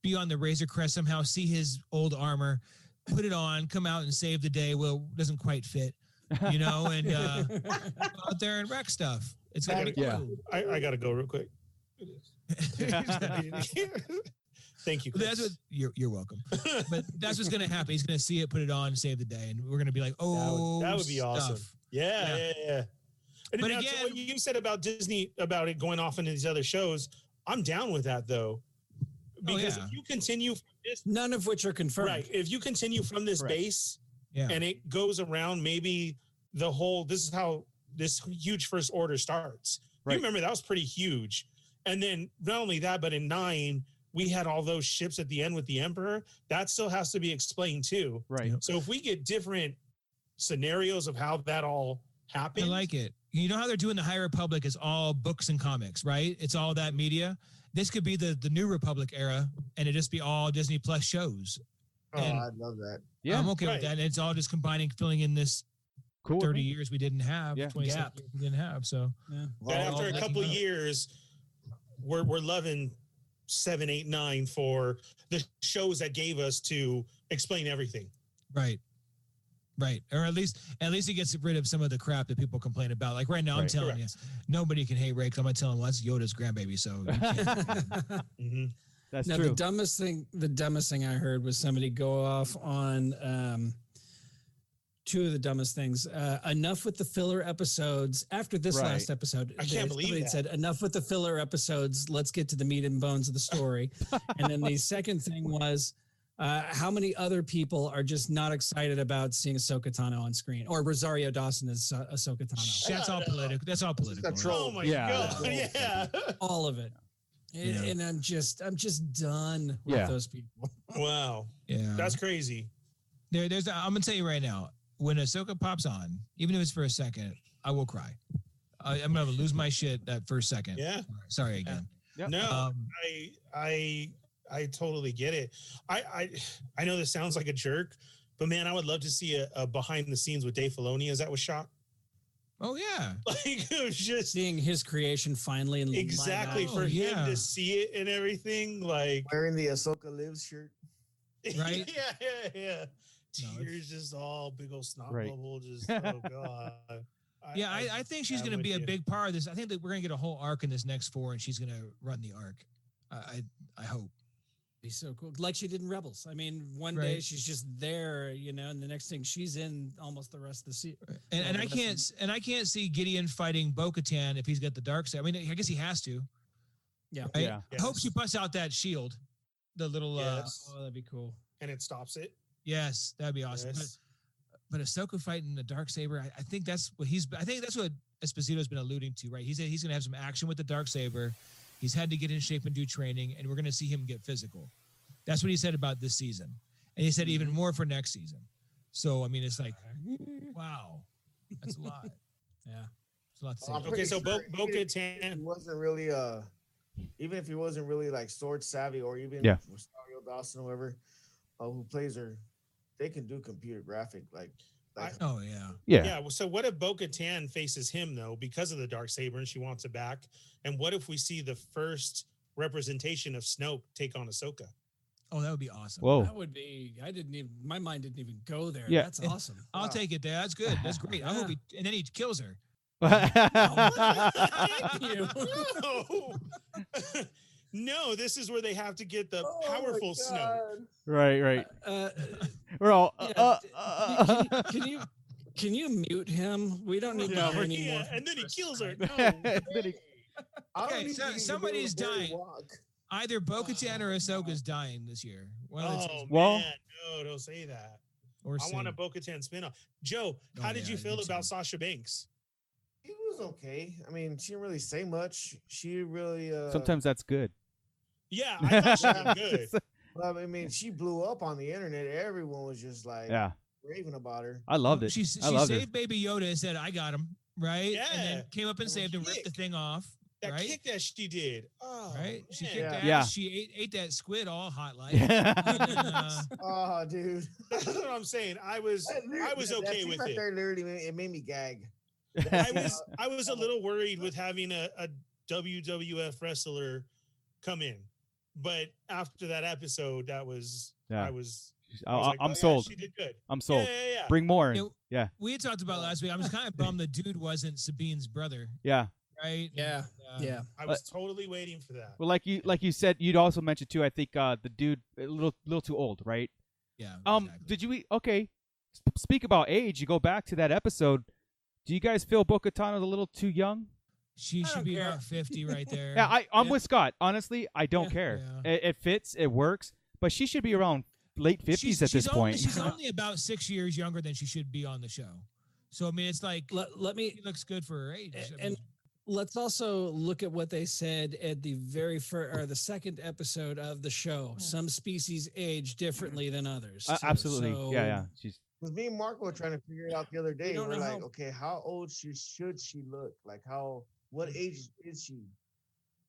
Speaker 9: be on the Razor Crest somehow, see his old armor, put it on, come out and save the day. Well, doesn't quite fit, you know, and uh, go out there and wreck stuff. It's going to be
Speaker 8: Yeah.
Speaker 9: cool.
Speaker 12: I, I got to go real quick. Thank you.
Speaker 9: But That's what
Speaker 12: Chris.
Speaker 9: you're, you're welcome. But that's what's going to happen. He's going to see it, put it on, save the day, and we're going to be like, oh,
Speaker 12: that would be awesome.
Speaker 9: stuff." Oh,
Speaker 12: Yeah,
Speaker 9: Yeah.
Speaker 12: yeah, yeah. And
Speaker 9: But
Speaker 12: now, to what
Speaker 9: again-
Speaker 12: you said about Disney about it going off into these other shows, I'm down with that though, because
Speaker 9: Oh, yeah.
Speaker 12: if you continue from this,
Speaker 10: None of which are confirmed.
Speaker 12: right, if you continue from this
Speaker 8: Correct.
Speaker 12: base
Speaker 9: Yeah.
Speaker 12: and it goes around maybe the whole. This is how this huge first order starts.
Speaker 8: Right.
Speaker 12: You remember that was pretty huge, and then not only that, but in nine we had all those ships at the end with the Emperor. That still has to be explained too.
Speaker 8: right.
Speaker 12: So if we get different scenarios of how that all
Speaker 9: I
Speaker 12: happened,
Speaker 9: like it. You know how they're doing the High Republic is all books and comics, right? It's all that media. This could be the the New Republic era, and it just be all Disney Plus shows.
Speaker 2: Oh,
Speaker 9: And-
Speaker 2: I love that.
Speaker 8: Yeah.
Speaker 9: I'm okay
Speaker 12: Right.
Speaker 9: with that. And it's all just combining, filling in this
Speaker 8: Cool.
Speaker 9: 30 years we didn't have,
Speaker 8: Yeah.
Speaker 9: 20
Speaker 10: Gap.
Speaker 9: years we didn't have. So
Speaker 12: that
Speaker 9: all
Speaker 12: after a
Speaker 9: that
Speaker 12: couple
Speaker 9: together.
Speaker 12: years, we're we're loving seven, eight, nine for the shows that gave us to explain everything.
Speaker 9: right, right, or at least at least it gets rid of some of the crap that people complain about. Like right now, I'm
Speaker 8: Right.
Speaker 9: telling
Speaker 12: Correct.
Speaker 9: you, nobody can hate Ray. 'cause I'm gonna tell him well, that's Yoda's grandbaby. So
Speaker 12: hmm
Speaker 9: Mm-hmm.
Speaker 8: That's
Speaker 10: now
Speaker 8: true.
Speaker 10: the dumbest thing the dumbest thing I heard was somebody go off on um two of the dumbest things. Uh enough with the filler episodes after this
Speaker 8: Right.
Speaker 10: last episode.
Speaker 12: I can't
Speaker 10: they-
Speaker 12: believe
Speaker 10: somebody
Speaker 12: that.
Speaker 10: said enough with the filler episodes, let's get to the meat and bones of the story. and then the second thing was uh, how many other people are just not excited about seeing Ahsoka Tano on screen or Rosario Dawson as uh, Ahsoka Tano?
Speaker 9: that's all
Speaker 12: Shut up.
Speaker 9: political. That's all
Speaker 2: This is a
Speaker 9: political. right?
Speaker 2: troll.
Speaker 12: Oh my
Speaker 8: Yeah.
Speaker 12: god! Yeah.
Speaker 10: All of it. And,
Speaker 9: Yeah.
Speaker 10: and I'm just I'm just done with
Speaker 8: Yeah.
Speaker 10: those people.
Speaker 12: wow,
Speaker 9: Yeah,
Speaker 12: that's crazy.
Speaker 9: There, there's. I'm gonna tell you right now. When Ahsoka pops on, even if it's for a second, I will cry. I, I'm gonna lose my shit that first second.
Speaker 12: Yeah.
Speaker 9: Uh-huh. Um, Sorry again.
Speaker 8: Yep.
Speaker 12: No,
Speaker 9: Um,
Speaker 12: I I I totally get it. I I I know this sounds like a jerk, but man, I would love to see a, a behind the scenes with Dave Filoni. Is that was shot?
Speaker 9: Oh yeah.
Speaker 12: Like it was just
Speaker 10: Seeing his creation finally in live
Speaker 12: exactly
Speaker 10: action.
Speaker 9: Oh,
Speaker 12: for
Speaker 9: yeah.
Speaker 12: him to see it and everything. Like
Speaker 2: Wearing the Ahsoka Lives shirt.
Speaker 9: Right?
Speaker 12: yeah, yeah, yeah.
Speaker 9: No, it's-
Speaker 12: Tears just all big old snot
Speaker 8: Right.
Speaker 12: bubble. Just oh god.
Speaker 9: Yeah, I, I think she's
Speaker 12: I'm
Speaker 9: going to
Speaker 12: with
Speaker 9: be a
Speaker 12: you.
Speaker 9: big part of this. I think that we're going to get a whole arc in this next four, and she's going to run the arc. I, I, I hope.
Speaker 10: be so cool. Like she did in Rebels. I mean, one day
Speaker 9: Right.
Speaker 10: she's just there, you know, and the next thing she's in almost the rest of the season.
Speaker 9: And, and
Speaker 10: Yeah,
Speaker 9: I
Speaker 10: that's-
Speaker 9: can't s- and I can't see Gideon fighting Bo-Katan if he's got the dark side. I mean, I guess he has to.
Speaker 10: Yeah.
Speaker 9: Right?
Speaker 8: Yeah.
Speaker 9: I hope she puts out that shield, the little.
Speaker 12: Yes.
Speaker 9: Uh, oh, that'd be cool.
Speaker 12: and it stops it.
Speaker 9: Yes, that'd be awesome.
Speaker 12: Yes.
Speaker 9: But, but Ahsoka fighting the dark saber, I, I think that's what he's. I think that's what Esposito's been alluding to, right? He said he's going to have some action with the dark saber. He's had to get in shape and do training, and we're going to see him get physical. That's what he said about this season, and he said even more for next season. So I mean, it's like, wow, that's a lot.
Speaker 10: Yeah.
Speaker 9: It's a lot to say.
Speaker 2: I'm
Speaker 12: Okay,
Speaker 2: pretty
Speaker 12: so Bo
Speaker 2: sure he
Speaker 12: Bo
Speaker 2: didn't- He
Speaker 12: Katan.
Speaker 2: wasn't really uh even if he wasn't really like sword savvy or even
Speaker 8: Yeah.
Speaker 2: Rosario Dawson, whoever uh, who plays her, they can do computer graphic like like
Speaker 9: oh yeah,
Speaker 8: Yeah.
Speaker 12: Yeah. well, so what if Bo Katan faces him though because of the dark saber and she wants it back? And what if we see the first representation of Snoke take on Ahsoka?
Speaker 9: oh that would be awesome.
Speaker 10: That
Speaker 8: Whoa.
Speaker 10: would be, I didn't even, my mind didn't even go there.
Speaker 8: Yeah.
Speaker 10: That's awesome.
Speaker 9: I'll
Speaker 2: Wow.
Speaker 9: take it. There, that's good. That's great. I hope he and then he kills her.
Speaker 10: you.
Speaker 12: no. no, this is where they have to get the powerful Snoke.
Speaker 8: right. Right.
Speaker 10: Uh,
Speaker 8: We're all.
Speaker 10: yeah,
Speaker 8: uh,
Speaker 10: d-
Speaker 8: uh, uh,
Speaker 10: d- can, you, can you can you mute him? We don't need to
Speaker 12: Yeah,
Speaker 10: hear anymore.
Speaker 12: and then he kills her.
Speaker 8: uh.
Speaker 12: No.
Speaker 8: Then he-
Speaker 2: I don't
Speaker 9: Okay,
Speaker 2: even
Speaker 9: so-
Speaker 2: think he can
Speaker 9: somebody's
Speaker 2: do a very
Speaker 9: dying.
Speaker 2: walk.
Speaker 9: Either Bo-Katan or Ahsoka's dying this year. One of the two.
Speaker 12: Oh
Speaker 8: Well-
Speaker 12: man, no, don't say that.
Speaker 9: Or
Speaker 12: I want a
Speaker 9: Singh.
Speaker 12: Bo Katan spinoff. Joe,
Speaker 9: Oh,
Speaker 12: how did
Speaker 9: yeah,
Speaker 12: you
Speaker 9: I
Speaker 12: feel
Speaker 9: did
Speaker 12: about
Speaker 9: too.
Speaker 12: Sasha Banks?
Speaker 2: She was okay. I mean, she didn't really say much. She really uh
Speaker 8: Sometimes that's good.
Speaker 12: Yeah, I thought she was good.
Speaker 2: well, I mean she blew up on the internet. Everyone was just like
Speaker 8: yeah.
Speaker 2: raving about her.
Speaker 8: I loved it.
Speaker 9: She,
Speaker 8: I
Speaker 9: she
Speaker 8: loved
Speaker 9: saved
Speaker 8: it.
Speaker 9: Baby Yoda and said, "I got him." Right? And
Speaker 12: Yeah.
Speaker 9: then came up
Speaker 10: Oh,
Speaker 9: and
Speaker 12: That
Speaker 9: saved him, ripped the
Speaker 12: kick.
Speaker 9: thing off.
Speaker 12: That
Speaker 9: right?
Speaker 12: kick that she did. Oh,
Speaker 9: right? She
Speaker 12: man.
Speaker 9: kicked ass.
Speaker 8: Yeah.
Speaker 9: She ate, ate that squid all hot like. and then,
Speaker 8: Yeah.
Speaker 9: uh,
Speaker 2: Oh dude.
Speaker 12: That's what I'm saying. I was
Speaker 2: That lit-
Speaker 12: I was
Speaker 2: that- that
Speaker 12: okay
Speaker 2: scene
Speaker 12: with
Speaker 2: right
Speaker 12: it.
Speaker 2: There literally made, it made me gag.
Speaker 12: I was I was a little worried with having a, a WWF wrestler come in, but after that episode, that was
Speaker 8: Yeah.
Speaker 12: I was, I was
Speaker 8: I,
Speaker 12: like, "Oh,
Speaker 8: I'm
Speaker 12: yeah,
Speaker 8: sold.
Speaker 12: she did good.
Speaker 8: I'm sold.
Speaker 12: Yeah, yeah, yeah.
Speaker 8: Bring more. In.
Speaker 9: you
Speaker 8: Yeah.
Speaker 9: we had talked about last week. I was kind of bummed the dude wasn't Sabine's brother,
Speaker 8: Yeah.
Speaker 9: right?
Speaker 10: Yeah.
Speaker 9: And, uh,
Speaker 10: Yeah.
Speaker 12: I was totally waiting for that.
Speaker 8: Well, like you like you said, you'd also mentioned too. I think uh, the dude a little little too old, right?
Speaker 9: Yeah.
Speaker 8: Um,
Speaker 9: exactly.
Speaker 8: did you eat? Okay, S- speak about age. You go back to that episode. Do you guys feel Bo Katan is a little too young?
Speaker 9: she
Speaker 10: don't
Speaker 9: should be
Speaker 10: care.
Speaker 9: about fifty right there.
Speaker 8: Yeah, I, I'm
Speaker 10: Yeah.
Speaker 8: with Scott. Honestly, I don't
Speaker 10: Yeah.
Speaker 8: care.
Speaker 9: Yeah.
Speaker 8: It, it fits. It works. But she should be around late fifties
Speaker 9: She's-
Speaker 8: at
Speaker 9: she's
Speaker 8: this
Speaker 9: only,
Speaker 8: point.
Speaker 9: She's only about six years younger than she should be on the show. So I mean, it's like
Speaker 10: Let, let me
Speaker 9: she looks good for her age.
Speaker 10: A-
Speaker 9: I mean,
Speaker 10: and let's also look at what they said at the very first or the second episode of the show. Some species age differently than others.
Speaker 8: Uh,
Speaker 10: too,
Speaker 8: absolutely.
Speaker 10: so
Speaker 8: yeah, yeah. She's
Speaker 2: Because me and Marco were trying to figure it out the other day. We
Speaker 10: don't
Speaker 2: are
Speaker 10: know
Speaker 2: like,
Speaker 10: how-
Speaker 2: okay, how old she should she look? Like how
Speaker 10: Mm.
Speaker 2: what age is she?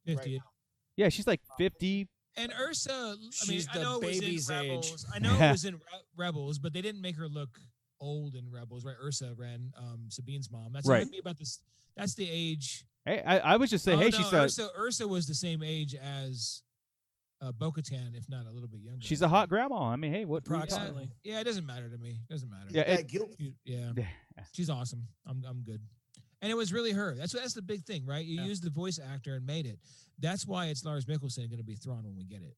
Speaker 9: 50.
Speaker 8: yeah. She's like fifty.
Speaker 9: And Ursa, I mean,
Speaker 10: She's
Speaker 9: I
Speaker 10: the
Speaker 9: know it was
Speaker 10: baby's
Speaker 9: in
Speaker 10: age.
Speaker 9: Rebels. I know it was in Re- Rebels, but they didn't make her look old in Rebels, right? Ursa ran um, Sabine's mom. That's
Speaker 8: Right.
Speaker 9: right. About this, that's the age.
Speaker 8: Hey, I, I was just saying.
Speaker 9: oh,
Speaker 8: hey,
Speaker 9: no,
Speaker 8: she's a
Speaker 9: Ursa. Ursa was the same age as uh, Bo-Katan, if not a little bit younger.
Speaker 8: she's
Speaker 9: I
Speaker 8: a hot
Speaker 9: think.
Speaker 8: grandma. I mean, hey, what? what are you talking-
Speaker 10: Approximately.
Speaker 9: Yeah, yeah, it doesn't matter to me. It doesn't matter.
Speaker 8: Yeah,
Speaker 2: That
Speaker 8: it-
Speaker 2: guilt
Speaker 9: She- yeah.
Speaker 8: Yeah.
Speaker 9: She's awesome. I'm I'm good. And it was really her. That's that's the big thing, right? You
Speaker 10: Yeah.
Speaker 9: used the voice actor and made it. That's why it's Lars Mickelson going to be Thrawn when we get it.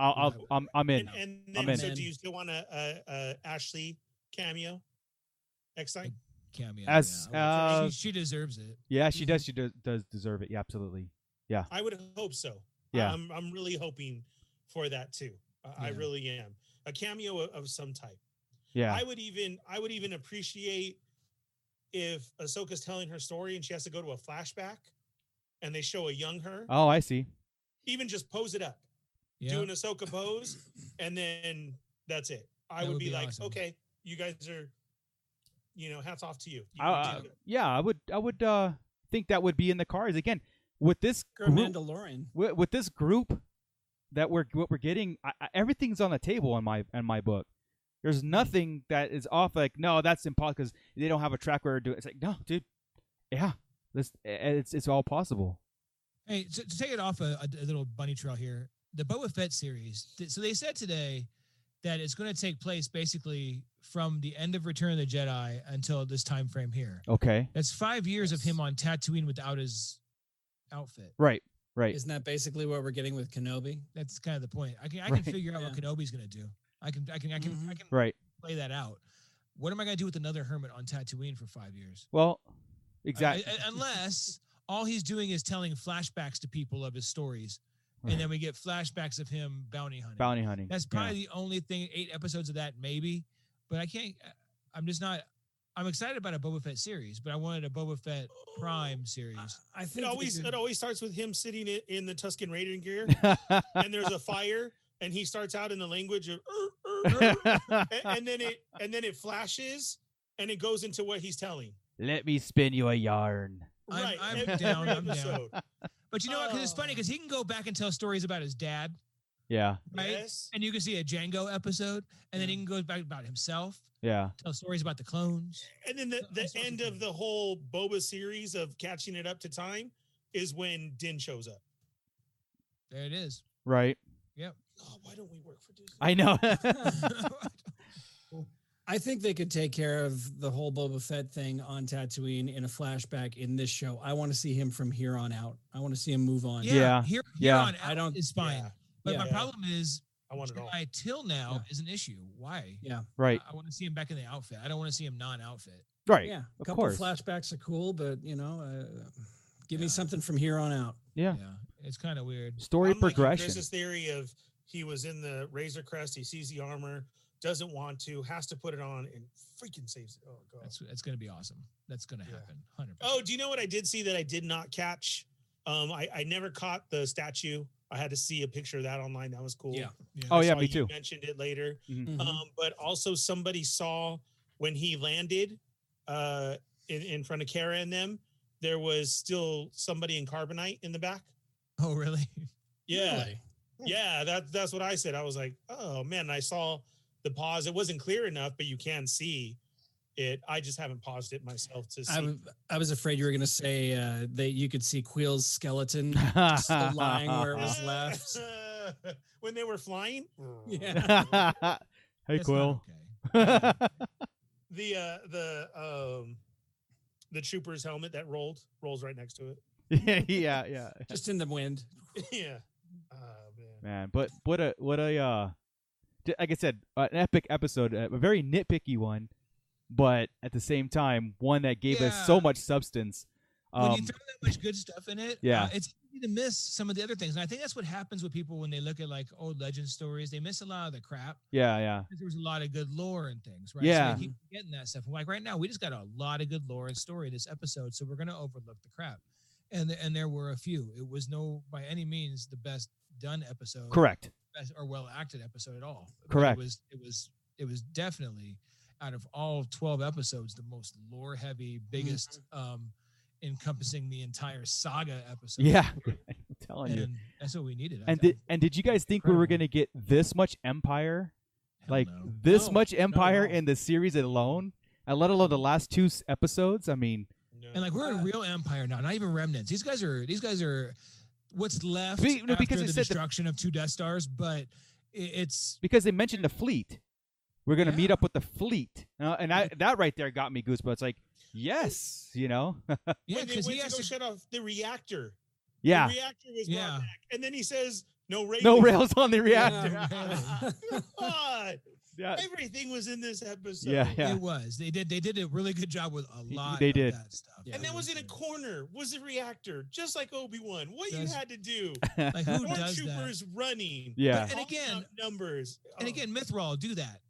Speaker 8: I'll, I'll, I'm, I'm in.
Speaker 12: And, and
Speaker 8: I'm
Speaker 12: then, so
Speaker 10: in.
Speaker 12: do you still want a, a, a Ashley cameo next time?
Speaker 8: Mm.
Speaker 9: Cameo.
Speaker 8: As,
Speaker 9: yeah, I would-
Speaker 8: uh,
Speaker 9: she, she deserves it.
Speaker 8: Yeah, she
Speaker 9: Mhm.
Speaker 8: does. She does, does deserve it. Yeah, absolutely.
Speaker 12: I would hope so.
Speaker 8: Yeah.
Speaker 12: I'm, I'm really hoping for that too. I, I
Speaker 9: Yeah.
Speaker 12: really am. A cameo of, of some type.
Speaker 8: Yeah.
Speaker 12: I would even I would even appreciate if Ahsoka's telling her story and she has to go to a flashback and they show a young her.
Speaker 8: oh, I see.
Speaker 12: Even just pose it up.
Speaker 9: Yeah.
Speaker 12: Do an Ahsoka pose and then that's it. I
Speaker 9: That
Speaker 12: would,
Speaker 9: would
Speaker 12: be,
Speaker 9: be
Speaker 12: like,
Speaker 9: awesome.
Speaker 12: okay, you guys are you know, hats off to you. You
Speaker 8: I, uh,
Speaker 12: can
Speaker 8: I-
Speaker 12: do it.
Speaker 8: yeah, I would. I would uh, think that would be in the cards again with this
Speaker 10: Or a
Speaker 8: group.
Speaker 10: Mandalorian.
Speaker 8: With, with this group, that we're what we're getting. I, I, everything's on the table in my in my book. There's nothing that is off. Like no, that's impossible because they don't have a track record. to do it. It's like no, dude. Yeah, this it's it's all possible.
Speaker 9: Hey, to, to take it off a, a little bunny trail here, the Boba Fett series. th- So they said today that it's going to take place basically from the end of Return of the Jedi until this time frame here.
Speaker 8: Okay.
Speaker 9: That's five years of him on Tatooine without his outfit.
Speaker 8: Right. Right.
Speaker 10: Isn't that basically what we're getting with Kenobi?
Speaker 9: That's kind of the point. I can I
Speaker 8: Right. Mm-hmm.
Speaker 9: can figure out what Kenobi's going to do. I can I can I can I can
Speaker 8: right.
Speaker 9: play that out. What am I going to do with another hermit on Tatooine for five years?
Speaker 8: Well,
Speaker 9: I-
Speaker 8: exactly.
Speaker 9: I- Uh, unless all he's doing is telling flashbacks to people of his stories, and then we get flashbacks of him bounty hunting.
Speaker 8: Bounty hunting.
Speaker 9: That's
Speaker 8: Yeah.
Speaker 9: probably the only thing. Eight episodes of that, maybe. But I can't. uh, I'm just not. I'm excited about a Boba Fett series, but I wanted a Boba Fett Prime series.
Speaker 10: I
Speaker 12: It
Speaker 10: think
Speaker 12: always it always starts with him sitting in, in the Tuscan Raider gear, and there's a fire, and he starts out in the language of, "Er, er, er," and, and then it and then it flashes, and it goes into what he's telling.
Speaker 8: Let me spin you a yarn.
Speaker 9: I'm-
Speaker 12: right,
Speaker 9: I'm
Speaker 12: every
Speaker 9: down, I'm down.
Speaker 12: episode.
Speaker 9: But you know what? Because it's funny
Speaker 12: Oh.
Speaker 9: because he can go back and tell stories about his dad,
Speaker 8: Yeah.
Speaker 9: right?
Speaker 12: Yes,
Speaker 9: And you can see a Django episode, and then he can go back about himself,
Speaker 8: Yeah.
Speaker 9: tell stories about the clones.
Speaker 12: and then the,
Speaker 9: I'm
Speaker 12: the
Speaker 9: sorry.
Speaker 12: end of the whole Boba series of catching it up to time is when Din shows up.
Speaker 9: There it is.
Speaker 8: Right.
Speaker 12: Oh, why don't we work for Disney?
Speaker 8: I know.
Speaker 10: I think they could take care of the whole Boba Fett thing on Tatooine in a flashback in this show. I want to see him from here on out. I want to see him move on.
Speaker 8: Yeah.
Speaker 9: Here, here
Speaker 8: Yeah.
Speaker 9: on
Speaker 10: I
Speaker 9: out
Speaker 10: don't-
Speaker 9: is fine.
Speaker 12: Yeah,
Speaker 9: But
Speaker 10: Yeah.
Speaker 9: my
Speaker 12: Yeah.
Speaker 9: problem is
Speaker 12: I want it all.
Speaker 9: Jedi till now
Speaker 10: Yeah.
Speaker 9: is an issue. Why?
Speaker 8: right.
Speaker 9: I, want to see him back in the outfit. I don't want to see him non-outfit.
Speaker 8: Right.
Speaker 10: yeah. A
Speaker 8: of
Speaker 10: couple
Speaker 8: course.
Speaker 10: flashbacks are cool, but you know, uh, give me
Speaker 9: Yeah.
Speaker 10: something from here on out.
Speaker 8: Yeah.
Speaker 9: it's kind of weird.
Speaker 8: Story
Speaker 12: I'm liking
Speaker 8: progression.
Speaker 12: Chris's theory of he was in the Razor Crest, he sees the armor, doesn't want to, has to put it on, and freaking saves it. Oh god.
Speaker 9: That's that's gonna be awesome. That's gonna
Speaker 12: Yeah.
Speaker 9: happen. Hundred.
Speaker 12: oh, do you know what I did see that I did not catch? Um, I, I never caught the statue. I had to see a picture of that online. That was cool.
Speaker 10: Yeah.
Speaker 8: oh
Speaker 12: I
Speaker 8: yeah,
Speaker 12: saw
Speaker 8: me
Speaker 12: you
Speaker 8: too.
Speaker 12: Mentioned it later.
Speaker 10: Mhm.
Speaker 12: Um, but also somebody saw when he landed uh in, in front of Kara and them, there was still somebody in carbonite in the back.
Speaker 9: Oh, really?
Speaker 12: Yeah.
Speaker 10: Really?
Speaker 12: Yeah, that that's what I said. I was like, oh man, I saw the pause. It wasn't clear enough, but you can see it. I just haven't paused it myself to see.
Speaker 10: I, w- I was afraid you were going to say uh, that you could see Queel's skeleton. Still lying where it was left.
Speaker 12: when they were flying.
Speaker 10: Yeah.
Speaker 8: hey
Speaker 9: That's not
Speaker 8: Quill.
Speaker 9: okay.
Speaker 12: The uh the um the trooper's helmet that rolled rolls right next to it.
Speaker 8: yeah, yeah, yeah.
Speaker 10: Just in the wind.
Speaker 12: yeah. Oh man.
Speaker 8: Man, but what a what a uh, j- like I said, uh, an epic episode, a very nitpicky one, but at the same time, one that gave us so
Speaker 9: Yeah.
Speaker 8: much substance.
Speaker 9: when
Speaker 8: Um,
Speaker 9: you throw that much good stuff in it,
Speaker 8: Yeah.
Speaker 9: uh, it's easy to miss some of the other things. And I think that's what happens with people when they look at like old legend stories. They miss a lot of the crap.
Speaker 8: yeah, yeah.
Speaker 9: 'cause There was a lot of good lore and things, right?
Speaker 8: Yeah.
Speaker 9: So they keep getting that stuff. Like right now, we just got a lot of good lore and story this episode, so we're gonna overlook the crap. And th- and there were a few. It was no by any means the best done episode.
Speaker 8: Correct.
Speaker 9: best or well acted episode at all. But
Speaker 8: Correct.
Speaker 9: It was it was it was definitely out of all twelve episodes the most lore heavy, biggest, um, encompassing the entire saga episode.
Speaker 8: Yeah, I'm telling you.
Speaker 9: and that's what we needed. I
Speaker 8: And
Speaker 9: thought.
Speaker 8: did and did you guys think we were
Speaker 9: Incredible.
Speaker 8: gonna get this much empire,
Speaker 9: Hell
Speaker 8: like
Speaker 9: no.
Speaker 8: this
Speaker 10: No,
Speaker 8: much empire
Speaker 9: no.
Speaker 8: in the series alone, and let alone the last two s- episodes? I mean,
Speaker 12: No.
Speaker 9: and like we're in real empire now, not even remnants. These guys are these guys are what's left
Speaker 8: Be- no,
Speaker 9: after
Speaker 8: because I
Speaker 9: the
Speaker 8: said the-
Speaker 9: destruction of two Death Stars, but i- it's
Speaker 8: because they mentioned the fleet. We're gonna meet
Speaker 9: Yeah.
Speaker 8: up with the fleet, Uh, and I, that right there got me goosebumps. Like, yes, you know,
Speaker 9: yeah,
Speaker 12: when they
Speaker 9: because
Speaker 12: went
Speaker 9: he
Speaker 12: to
Speaker 9: has
Speaker 12: go
Speaker 9: to
Speaker 12: shut off the reactor.
Speaker 8: yeah,
Speaker 12: The reactor was brought
Speaker 9: yeah.
Speaker 12: back. And then he says, no rail.
Speaker 8: no rails on the reactor.
Speaker 10: Yeah.
Speaker 12: God,
Speaker 8: Yeah,
Speaker 12: everything was in this episode.
Speaker 8: yeah, yeah.
Speaker 9: It was. They did. They did a really good job with a
Speaker 8: They-
Speaker 9: lot.
Speaker 8: they
Speaker 9: of
Speaker 8: did.
Speaker 9: that stuff.
Speaker 10: Yeah.
Speaker 12: And
Speaker 9: It
Speaker 12: that was in a
Speaker 9: good.
Speaker 12: corner, was a reactor, just like Obi Wan. What
Speaker 9: Does-
Speaker 12: you had to do.
Speaker 9: Like who does that?
Speaker 12: Stormtroopers running.
Speaker 8: Yeah.
Speaker 9: But- and
Speaker 12: All
Speaker 9: again-
Speaker 12: out numbers.
Speaker 9: And
Speaker 12: Oh,
Speaker 8: um,
Speaker 9: again, Mithral, do that.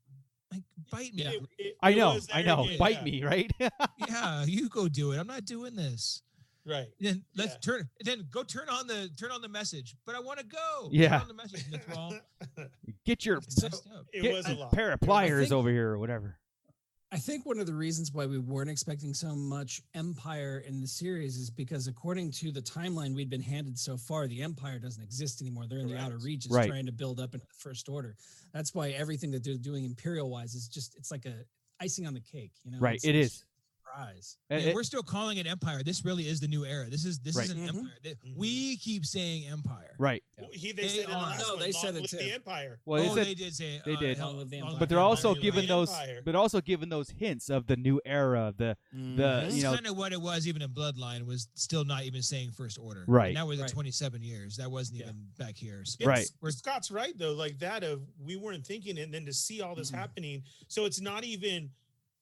Speaker 9: Like bite me.
Speaker 12: it- it- it
Speaker 8: I know,
Speaker 12: was
Speaker 8: I
Speaker 12: there
Speaker 8: know.
Speaker 12: again.
Speaker 8: Bite
Speaker 12: Yeah,
Speaker 8: me, right?
Speaker 9: yeah, you go do it. I'm not doing this.
Speaker 12: Right.
Speaker 9: Then let's
Speaker 12: Yeah.
Speaker 9: turn. Then go turn on the turn on the message. But I want to go.
Speaker 8: Yeah.
Speaker 9: Turn on the message, Mithral.
Speaker 8: Get your
Speaker 9: It's messed up.
Speaker 12: It
Speaker 8: get
Speaker 12: was
Speaker 8: a
Speaker 12: a lot.
Speaker 8: pair of pliers
Speaker 10: think-
Speaker 8: over here or whatever.
Speaker 10: I think one of the reasons why we weren't expecting so much empire in the series is because, according to the timeline we'd been handed so far, the empire doesn't exist anymore. They're in the outer
Speaker 12: Correct.
Speaker 10: reaches,
Speaker 8: Right.
Speaker 10: trying to build up into the first order. That's why everything that they're doing imperial wise is just it's like a icing on the cake, you know?
Speaker 8: right.
Speaker 10: It's
Speaker 8: It
Speaker 10: a
Speaker 8: is.
Speaker 10: surprise.
Speaker 8: And
Speaker 9: Yeah,
Speaker 8: it-
Speaker 9: we're still calling it empire. This really is the new era. This is this
Speaker 8: Right.
Speaker 9: is an
Speaker 10: Mhm.
Speaker 9: empire. Th- We keep saying empire.
Speaker 8: right.
Speaker 12: He, they,
Speaker 9: They
Speaker 12: said in the
Speaker 9: are-
Speaker 12: last
Speaker 10: no,
Speaker 12: one,
Speaker 10: they
Speaker 12: long
Speaker 10: said it
Speaker 12: live
Speaker 10: too.
Speaker 12: The empire.
Speaker 8: Well,
Speaker 9: oh,
Speaker 8: it's a-
Speaker 9: they did say
Speaker 8: they
Speaker 9: uh,
Speaker 8: did.
Speaker 9: hell-
Speaker 10: Hell of the
Speaker 9: long
Speaker 10: empire.
Speaker 8: but they're
Speaker 9: live
Speaker 8: also
Speaker 9: empire.
Speaker 12: Empire,
Speaker 8: given
Speaker 12: the
Speaker 8: those,
Speaker 12: Empire.
Speaker 8: but also given those hints of the new era, the the
Speaker 9: That's
Speaker 8: you know,
Speaker 9: kind of what it was. Even in Bloodline, was still not even saying First Order.
Speaker 8: Right.
Speaker 9: And that was in
Speaker 10: Right.
Speaker 9: 27 years. That wasn't
Speaker 10: Yeah.
Speaker 9: even back here. So-
Speaker 8: Right.
Speaker 9: We're-
Speaker 12: Scott's right though, like that of we weren't thinking it, and then to see all this
Speaker 8: Mm-hmm.
Speaker 10: Mhm.
Speaker 12: happening. So it's not even,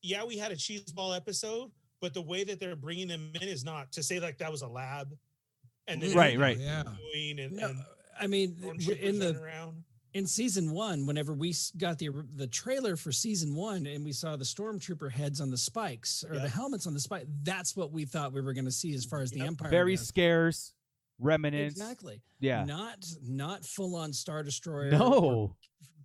Speaker 12: yeah, we had a cheese ball episode, but the way that they're bringing them in is not to say like that was a lab, and then
Speaker 8: Right,
Speaker 12: everything
Speaker 8: right.
Speaker 9: Yeah.
Speaker 12: they're Doing and,
Speaker 10: No,
Speaker 12: and
Speaker 10: I mean,
Speaker 12: stormtroopers
Speaker 10: in the
Speaker 12: running around.
Speaker 10: in season one, whenever we s- got the or- the trailer for season one and we saw the stormtrooper heads on the spikes or
Speaker 12: Yeah.
Speaker 10: the helmets on the spike, that's what we thought we were going to see as far as the
Speaker 12: Yep.
Speaker 10: empire.
Speaker 8: very
Speaker 10: goes.
Speaker 8: scarce remnants.
Speaker 10: exactly.
Speaker 8: Yeah.
Speaker 10: Not not full on star destroyer. or
Speaker 8: No.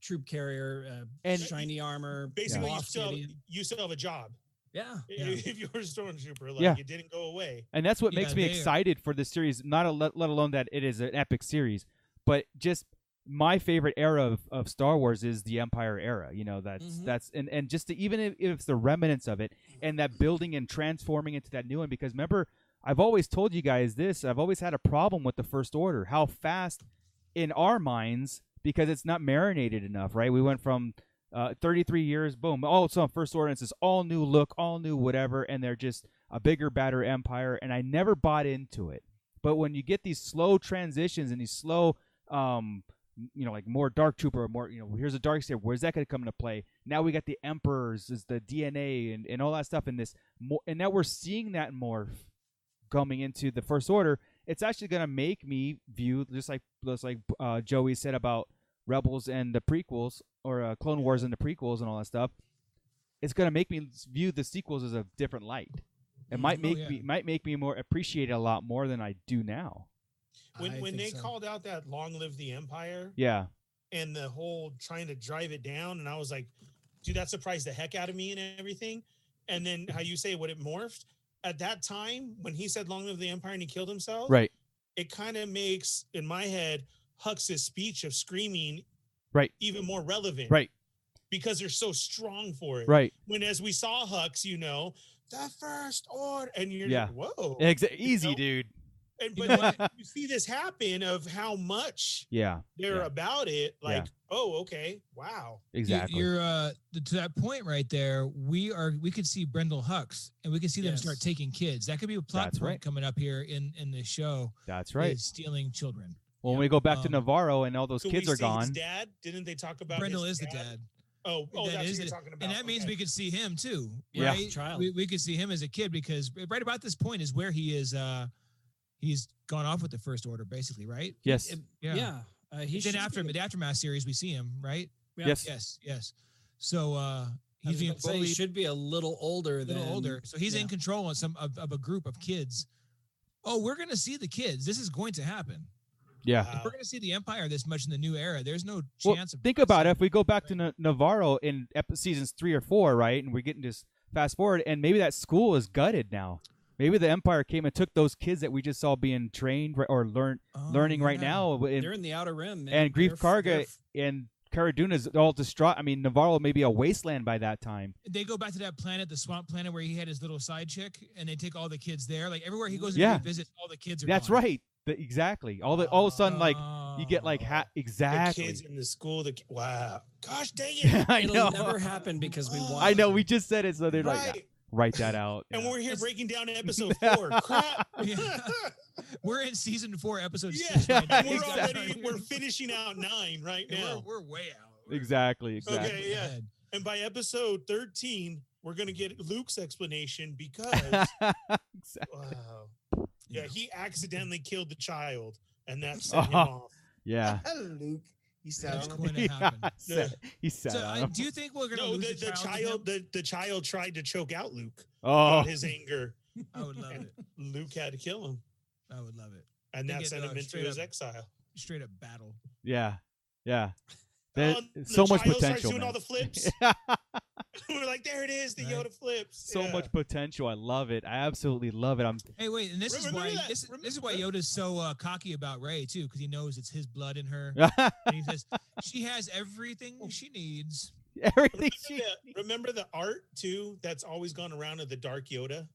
Speaker 10: troop carrier, uh,
Speaker 8: And-
Speaker 10: shiny armor.
Speaker 12: Basically, you
Speaker 10: loft
Speaker 12: still have,
Speaker 10: idiot.
Speaker 12: you still have a job
Speaker 10: yeah.
Speaker 9: Yeah.
Speaker 12: if you're a stormtrooper. Like
Speaker 8: Yeah.
Speaker 12: it didn't go away.
Speaker 8: And that's what makes
Speaker 9: Yeah,
Speaker 8: me
Speaker 9: they are-
Speaker 8: excited for this series, not a, let, let alone that it is an epic series, but just my favorite era of, of Star Wars is the Empire era. You know, that's
Speaker 9: Mm-hmm.
Speaker 10: Mhm.
Speaker 8: that's and, and just to, even if, if it's the remnants of it and that building and transforming into that new one because remember I've always told you guys this, I've always had a problem with the first order, how fast in our minds because it's not marinated enough, right? We went from uh, 33 years, boom. All of a sudden, First Order, it's this all new look, all new whatever, and they're just a bigger, badder empire. And I never bought into it. But when you get these slow transitions and these slow, um, you know, like more Dark Trooper, more, you know, here's a Dark Saber, where's that going to come into play? Now we got the Emperors, is the DNA, and, and all that stuff in this. Mo- and now we're seeing that morph coming into the First Order. It's actually going to make me view, just like, just like uh, Joey said about Rebels and the prequels, or uh, Clone Wars and the prequels and all that stuff, it's gonna make me s- view the sequels as a different light. It might
Speaker 9: Oh,
Speaker 8: make
Speaker 9: yeah.
Speaker 8: me might make me more appreciate it a lot more than I do now.
Speaker 12: When
Speaker 9: I
Speaker 12: when they
Speaker 9: think so.
Speaker 12: called out that "Long Live the Empire"
Speaker 8: Yeah,
Speaker 12: and the whole trying to drive it down, and I was like, dude, that surprised the heck out of me and everything. And then how you say what it morphed at that time when he said "Long live the Empire" and he killed himself,
Speaker 8: right,
Speaker 12: It kind of makes in my head Hux's speech of screaming,
Speaker 8: Right.
Speaker 12: even more relevant,
Speaker 8: right,
Speaker 12: because they're so strong for it,
Speaker 8: right.
Speaker 12: When as we saw Hux, you know, the first order, and you're
Speaker 8: Yeah.
Speaker 12: like, whoa,
Speaker 8: Exa- easy,
Speaker 12: know?
Speaker 8: dude.
Speaker 12: and, but when you see this happen of how much
Speaker 8: Yeah,
Speaker 12: they're
Speaker 8: Yeah.
Speaker 12: about it,
Speaker 8: Yeah.
Speaker 12: like, oh, okay, wow.
Speaker 9: You-
Speaker 8: exactly.
Speaker 9: You're uh, th- to that point right there. We are. We could see Brendel Hux, and we could see them start
Speaker 10: Yes.
Speaker 9: taking kids. That could be a plot
Speaker 8: That's
Speaker 9: point
Speaker 8: right.
Speaker 9: coming up here in in the show.
Speaker 8: That's right.
Speaker 9: is stealing children.
Speaker 8: Well, when we go back to
Speaker 9: um,
Speaker 8: Navarro and all those
Speaker 12: Could
Speaker 8: kids
Speaker 12: we
Speaker 8: are
Speaker 12: see his
Speaker 8: gone,
Speaker 12: Dad, didn't they talk about?
Speaker 9: Brendel
Speaker 12: his
Speaker 9: is the dad,
Speaker 12: Oh, oh,
Speaker 9: That
Speaker 12: that's
Speaker 9: is
Speaker 12: what you're
Speaker 9: the-
Speaker 12: talking about.
Speaker 9: and that means
Speaker 12: okay.
Speaker 9: we could see him too.
Speaker 8: Yeah.
Speaker 9: right?
Speaker 10: Child.
Speaker 9: We, we could see him as a kid because right about this point is where he is. uh He's gone off with the first order, basically, right?
Speaker 8: yes,
Speaker 10: It-
Speaker 9: Yeah.
Speaker 10: yeah. Uh, he
Speaker 9: Then
Speaker 10: should
Speaker 9: after
Speaker 10: be-
Speaker 9: the aftermath series, we see him, right?
Speaker 10: yeah.
Speaker 8: yes,
Speaker 9: Yes, yes. So uh
Speaker 10: I was
Speaker 9: he's being
Speaker 10: about to say, he
Speaker 9: bullied.
Speaker 10: should be a little older
Speaker 9: a little
Speaker 10: than
Speaker 9: older. So he's in
Speaker 10: yeah.
Speaker 9: control of some of, of a group of kids. Oh, we're gonna see the kids. This is going to happen.
Speaker 8: yeah.
Speaker 9: If
Speaker 12: Wow.
Speaker 9: we're gonna see the empire this much in the new era. There's no
Speaker 8: Well,
Speaker 9: chance of
Speaker 8: think about it. If we go back to Na- Navarro in ep- seasons three or four, right, and we're getting just fast forward, and maybe that school is gutted now. Maybe the Empire came and took those kids that we just saw being trained ri- or learn
Speaker 9: Oh,
Speaker 8: learning right
Speaker 9: yeah.
Speaker 8: now, and,
Speaker 10: They're in the outer rim, man.
Speaker 8: and Grief
Speaker 10: They're f- they're
Speaker 8: Karga
Speaker 10: f-
Speaker 8: and Cara Dune is all distraught. I mean, Navarro may be a wasteland by that time.
Speaker 9: They go back to that planet, the swamp planet where he had his little side chick, and they take all the kids there. Like everywhere
Speaker 10: Mm.
Speaker 9: he goes and
Speaker 8: Yeah.
Speaker 9: visits, all the kids are
Speaker 8: That's
Speaker 9: gone.
Speaker 8: right. The- exactly. All the all of a sudden, like
Speaker 12: Um,
Speaker 8: you
Speaker 10: uh,
Speaker 8: get like ha-
Speaker 12: Uh, The
Speaker 8: exactly.
Speaker 12: kids in the school. The ki- wow, gosh dang it!
Speaker 8: I
Speaker 10: It'll
Speaker 8: know.
Speaker 10: never happen because we want.
Speaker 8: I know. We just said it, so they're
Speaker 12: right.
Speaker 8: like, "Ah, write that out.
Speaker 12: And
Speaker 8: Yeah.
Speaker 12: we're here breaking down episode four. Crap.
Speaker 9: Yeah. We're in season four, episode
Speaker 12: Yeah,
Speaker 9: six. right now.
Speaker 12: and we're already
Speaker 9: Exactly.
Speaker 12: we're finishing out nine right
Speaker 9: And
Speaker 12: now.
Speaker 9: We're, we're way out. We're
Speaker 8: exactly. Exactly.
Speaker 12: Okay, yeah.
Speaker 9: ahead.
Speaker 12: And by episode thirteen, we're gonna get Luke's explanation because
Speaker 8: Exact-
Speaker 12: wow, yeah, he accidentally killed the child, and that
Speaker 8: Oh.
Speaker 12: set him off.
Speaker 8: yeah.
Speaker 2: Luke. He
Speaker 9: That's
Speaker 2: sounds
Speaker 9: going to happen.
Speaker 8: Yeah, he said,
Speaker 9: So, I, do you think we're going to
Speaker 12: No,
Speaker 9: lose
Speaker 12: the,
Speaker 9: the,
Speaker 12: the child,
Speaker 9: child? to him?
Speaker 12: the, the child tried to choke out Luke.
Speaker 8: "Oh,
Speaker 12: about his anger.
Speaker 9: I would love it.
Speaker 12: Luke had to kill him,
Speaker 9: I would love it.
Speaker 12: and
Speaker 9: They
Speaker 12: that
Speaker 9: get,
Speaker 12: sent
Speaker 9: uh,
Speaker 12: him into
Speaker 9: straight
Speaker 12: his
Speaker 9: up-
Speaker 12: exile.
Speaker 9: Straight up battle.
Speaker 8: yeah, yeah." There-
Speaker 12: Oh, and
Speaker 8: so much
Speaker 12: child starts
Speaker 8: potential.
Speaker 12: Doing
Speaker 8: man.
Speaker 12: all the flips. We're like, like, there it is, the
Speaker 9: Right.
Speaker 12: Yoda flips.
Speaker 8: So
Speaker 12: Yeah.
Speaker 8: much potential. I love it. I absolutely love it. I'm
Speaker 9: Hey, wait, and this
Speaker 12: Remember
Speaker 9: is why
Speaker 12: that-
Speaker 9: this, this is why Yoda's so uh, cocky about Ray too, because he knows it's his blood in her. and he says she has everything
Speaker 12: Oh.
Speaker 9: she needs.
Speaker 8: everything.
Speaker 12: Remember
Speaker 8: She,
Speaker 12: the, remember the art too that's always gone around of the dark Yoda,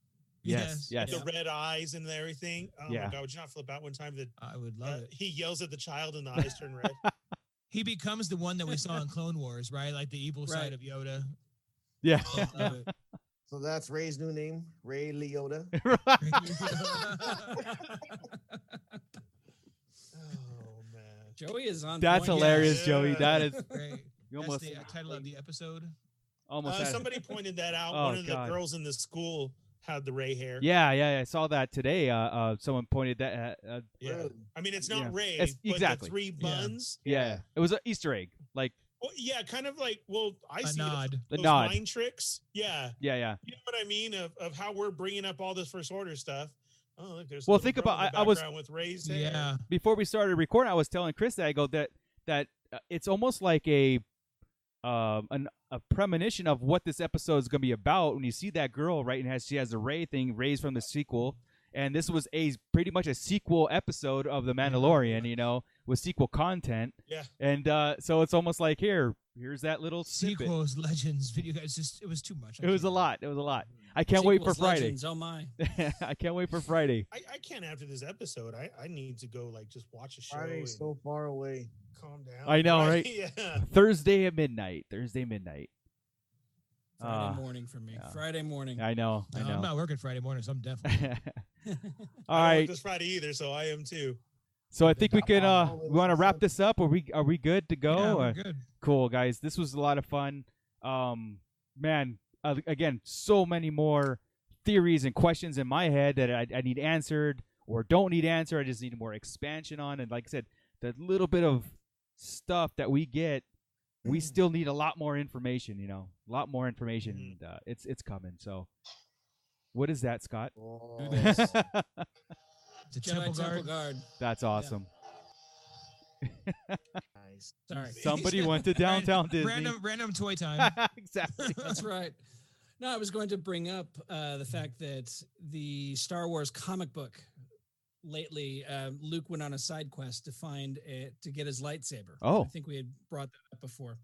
Speaker 8: yes, yes.
Speaker 12: the red eyes and everything. Oh
Speaker 8: Yeah.
Speaker 12: my god, would you not flip out one time that
Speaker 9: I would
Speaker 12: uh,
Speaker 9: love it.
Speaker 12: he yells at the child and the eyes turn red?
Speaker 9: He becomes the one that we saw in Clone Wars, right? Like the evil side
Speaker 10: Right.
Speaker 9: of Yoda.
Speaker 8: Yeah.
Speaker 10: Love it.
Speaker 2: So that's Ray's new name, Ray Liotta.
Speaker 12: oh man,
Speaker 10: Joey is on.
Speaker 8: That's
Speaker 10: point.
Speaker 8: hilarious,
Speaker 12: Yeah.
Speaker 8: Joey. That is
Speaker 9: Great.
Speaker 8: you
Speaker 9: That's
Speaker 8: almost
Speaker 9: the uh, title of the episode.
Speaker 8: almost
Speaker 12: uh,
Speaker 8: had it.
Speaker 12: somebody pointed that out.
Speaker 8: Oh,
Speaker 12: One of
Speaker 8: God.
Speaker 12: the girls in the school had the ray hair.
Speaker 8: Yeah, yeah, yeah, I saw that today. Uh, uh someone pointed that. Uh, uh,
Speaker 12: Yeah.
Speaker 2: Really?
Speaker 12: I mean, it's not
Speaker 8: Yeah.
Speaker 12: ray,
Speaker 8: It's-
Speaker 12: but
Speaker 8: exactly.
Speaker 12: the three
Speaker 9: Yeah.
Speaker 12: buns.
Speaker 8: yeah, it was an Easter egg. Like,
Speaker 12: Well, yeah, kind of like well, I
Speaker 9: A
Speaker 12: see it as
Speaker 9: nod.
Speaker 8: A
Speaker 12: those
Speaker 8: nod.
Speaker 12: mind tricks. Yeah,
Speaker 8: yeah, yeah.
Speaker 12: you know what I mean of, of how we're bringing up all this first order stuff. Oh, look, there's a
Speaker 8: Well,
Speaker 12: little
Speaker 8: think
Speaker 12: girl
Speaker 8: about-
Speaker 12: in the
Speaker 8: I- I was-
Speaker 12: background with raised hair.
Speaker 9: Yeah.
Speaker 8: before we started recording, I was telling Chris that I go that that uh, it's almost like a um an, a premonition of what this episode is going to be about. When you see that girl, right, and has she has the Ray thing raised from the sequel, and this was a pretty much a sequel episode of The Mandalorian, you know, with sequel content.
Speaker 12: Yeah.
Speaker 8: and uh, so it's almost like here, here's that little snippet.
Speaker 9: Sequels, legends, video guys. Just it was too much. I
Speaker 8: It was a
Speaker 9: can't-
Speaker 8: lot. It was a lot. I can't wait for
Speaker 10: Sequels,
Speaker 8: Friday.
Speaker 10: legends, oh my!
Speaker 8: I can't wait for Friday.
Speaker 12: I, I can't after this episode. I, I need to go like just watch a show and
Speaker 2: Friday's so far away.
Speaker 12: calm down.
Speaker 8: I know, right?
Speaker 12: yeah.
Speaker 8: Thursday at midnight. Thursday midnight.
Speaker 10: Friday
Speaker 8: Ah,
Speaker 10: morning for me.
Speaker 8: yeah.
Speaker 10: Friday morning.
Speaker 8: Ah, I know. I
Speaker 9: No,
Speaker 8: know.
Speaker 9: I'm not working Friday morning, so I'm
Speaker 8: All
Speaker 9: definitely.
Speaker 12: I don't work
Speaker 8: right.
Speaker 12: This Friday either, so I am too.
Speaker 8: So I think we can uh
Speaker 2: All
Speaker 8: we want to
Speaker 2: this
Speaker 8: wrap
Speaker 2: up.
Speaker 8: this up. Are we are we good to go?
Speaker 9: Yeah, we're
Speaker 8: Or-
Speaker 9: good.
Speaker 8: Cool guys. This was a lot of fun. Um man, uh, again, so many more theories and questions in my head that I, I need answered or don't need answered. I just need more expansion on and like I said, the little bit of stuff that we get, we still need a lot more information, you know. A lot more information. And, uh, it's it's coming. So what is that, Scott?
Speaker 2: Oh,
Speaker 9: The
Speaker 10: Jedi
Speaker 9: temple guard.
Speaker 10: guard.
Speaker 8: That's awesome.
Speaker 2: nice.
Speaker 10: Sorry.
Speaker 8: Somebody went to downtown Disney.
Speaker 9: Random, random toy time.
Speaker 8: exactly.
Speaker 10: That's right. No, I was going to bring up uh, the fact that the Star Wars comic book lately, um, Luke went on a side quest to find it to get his lightsaber.
Speaker 8: Oh.
Speaker 10: I think we had brought that up before.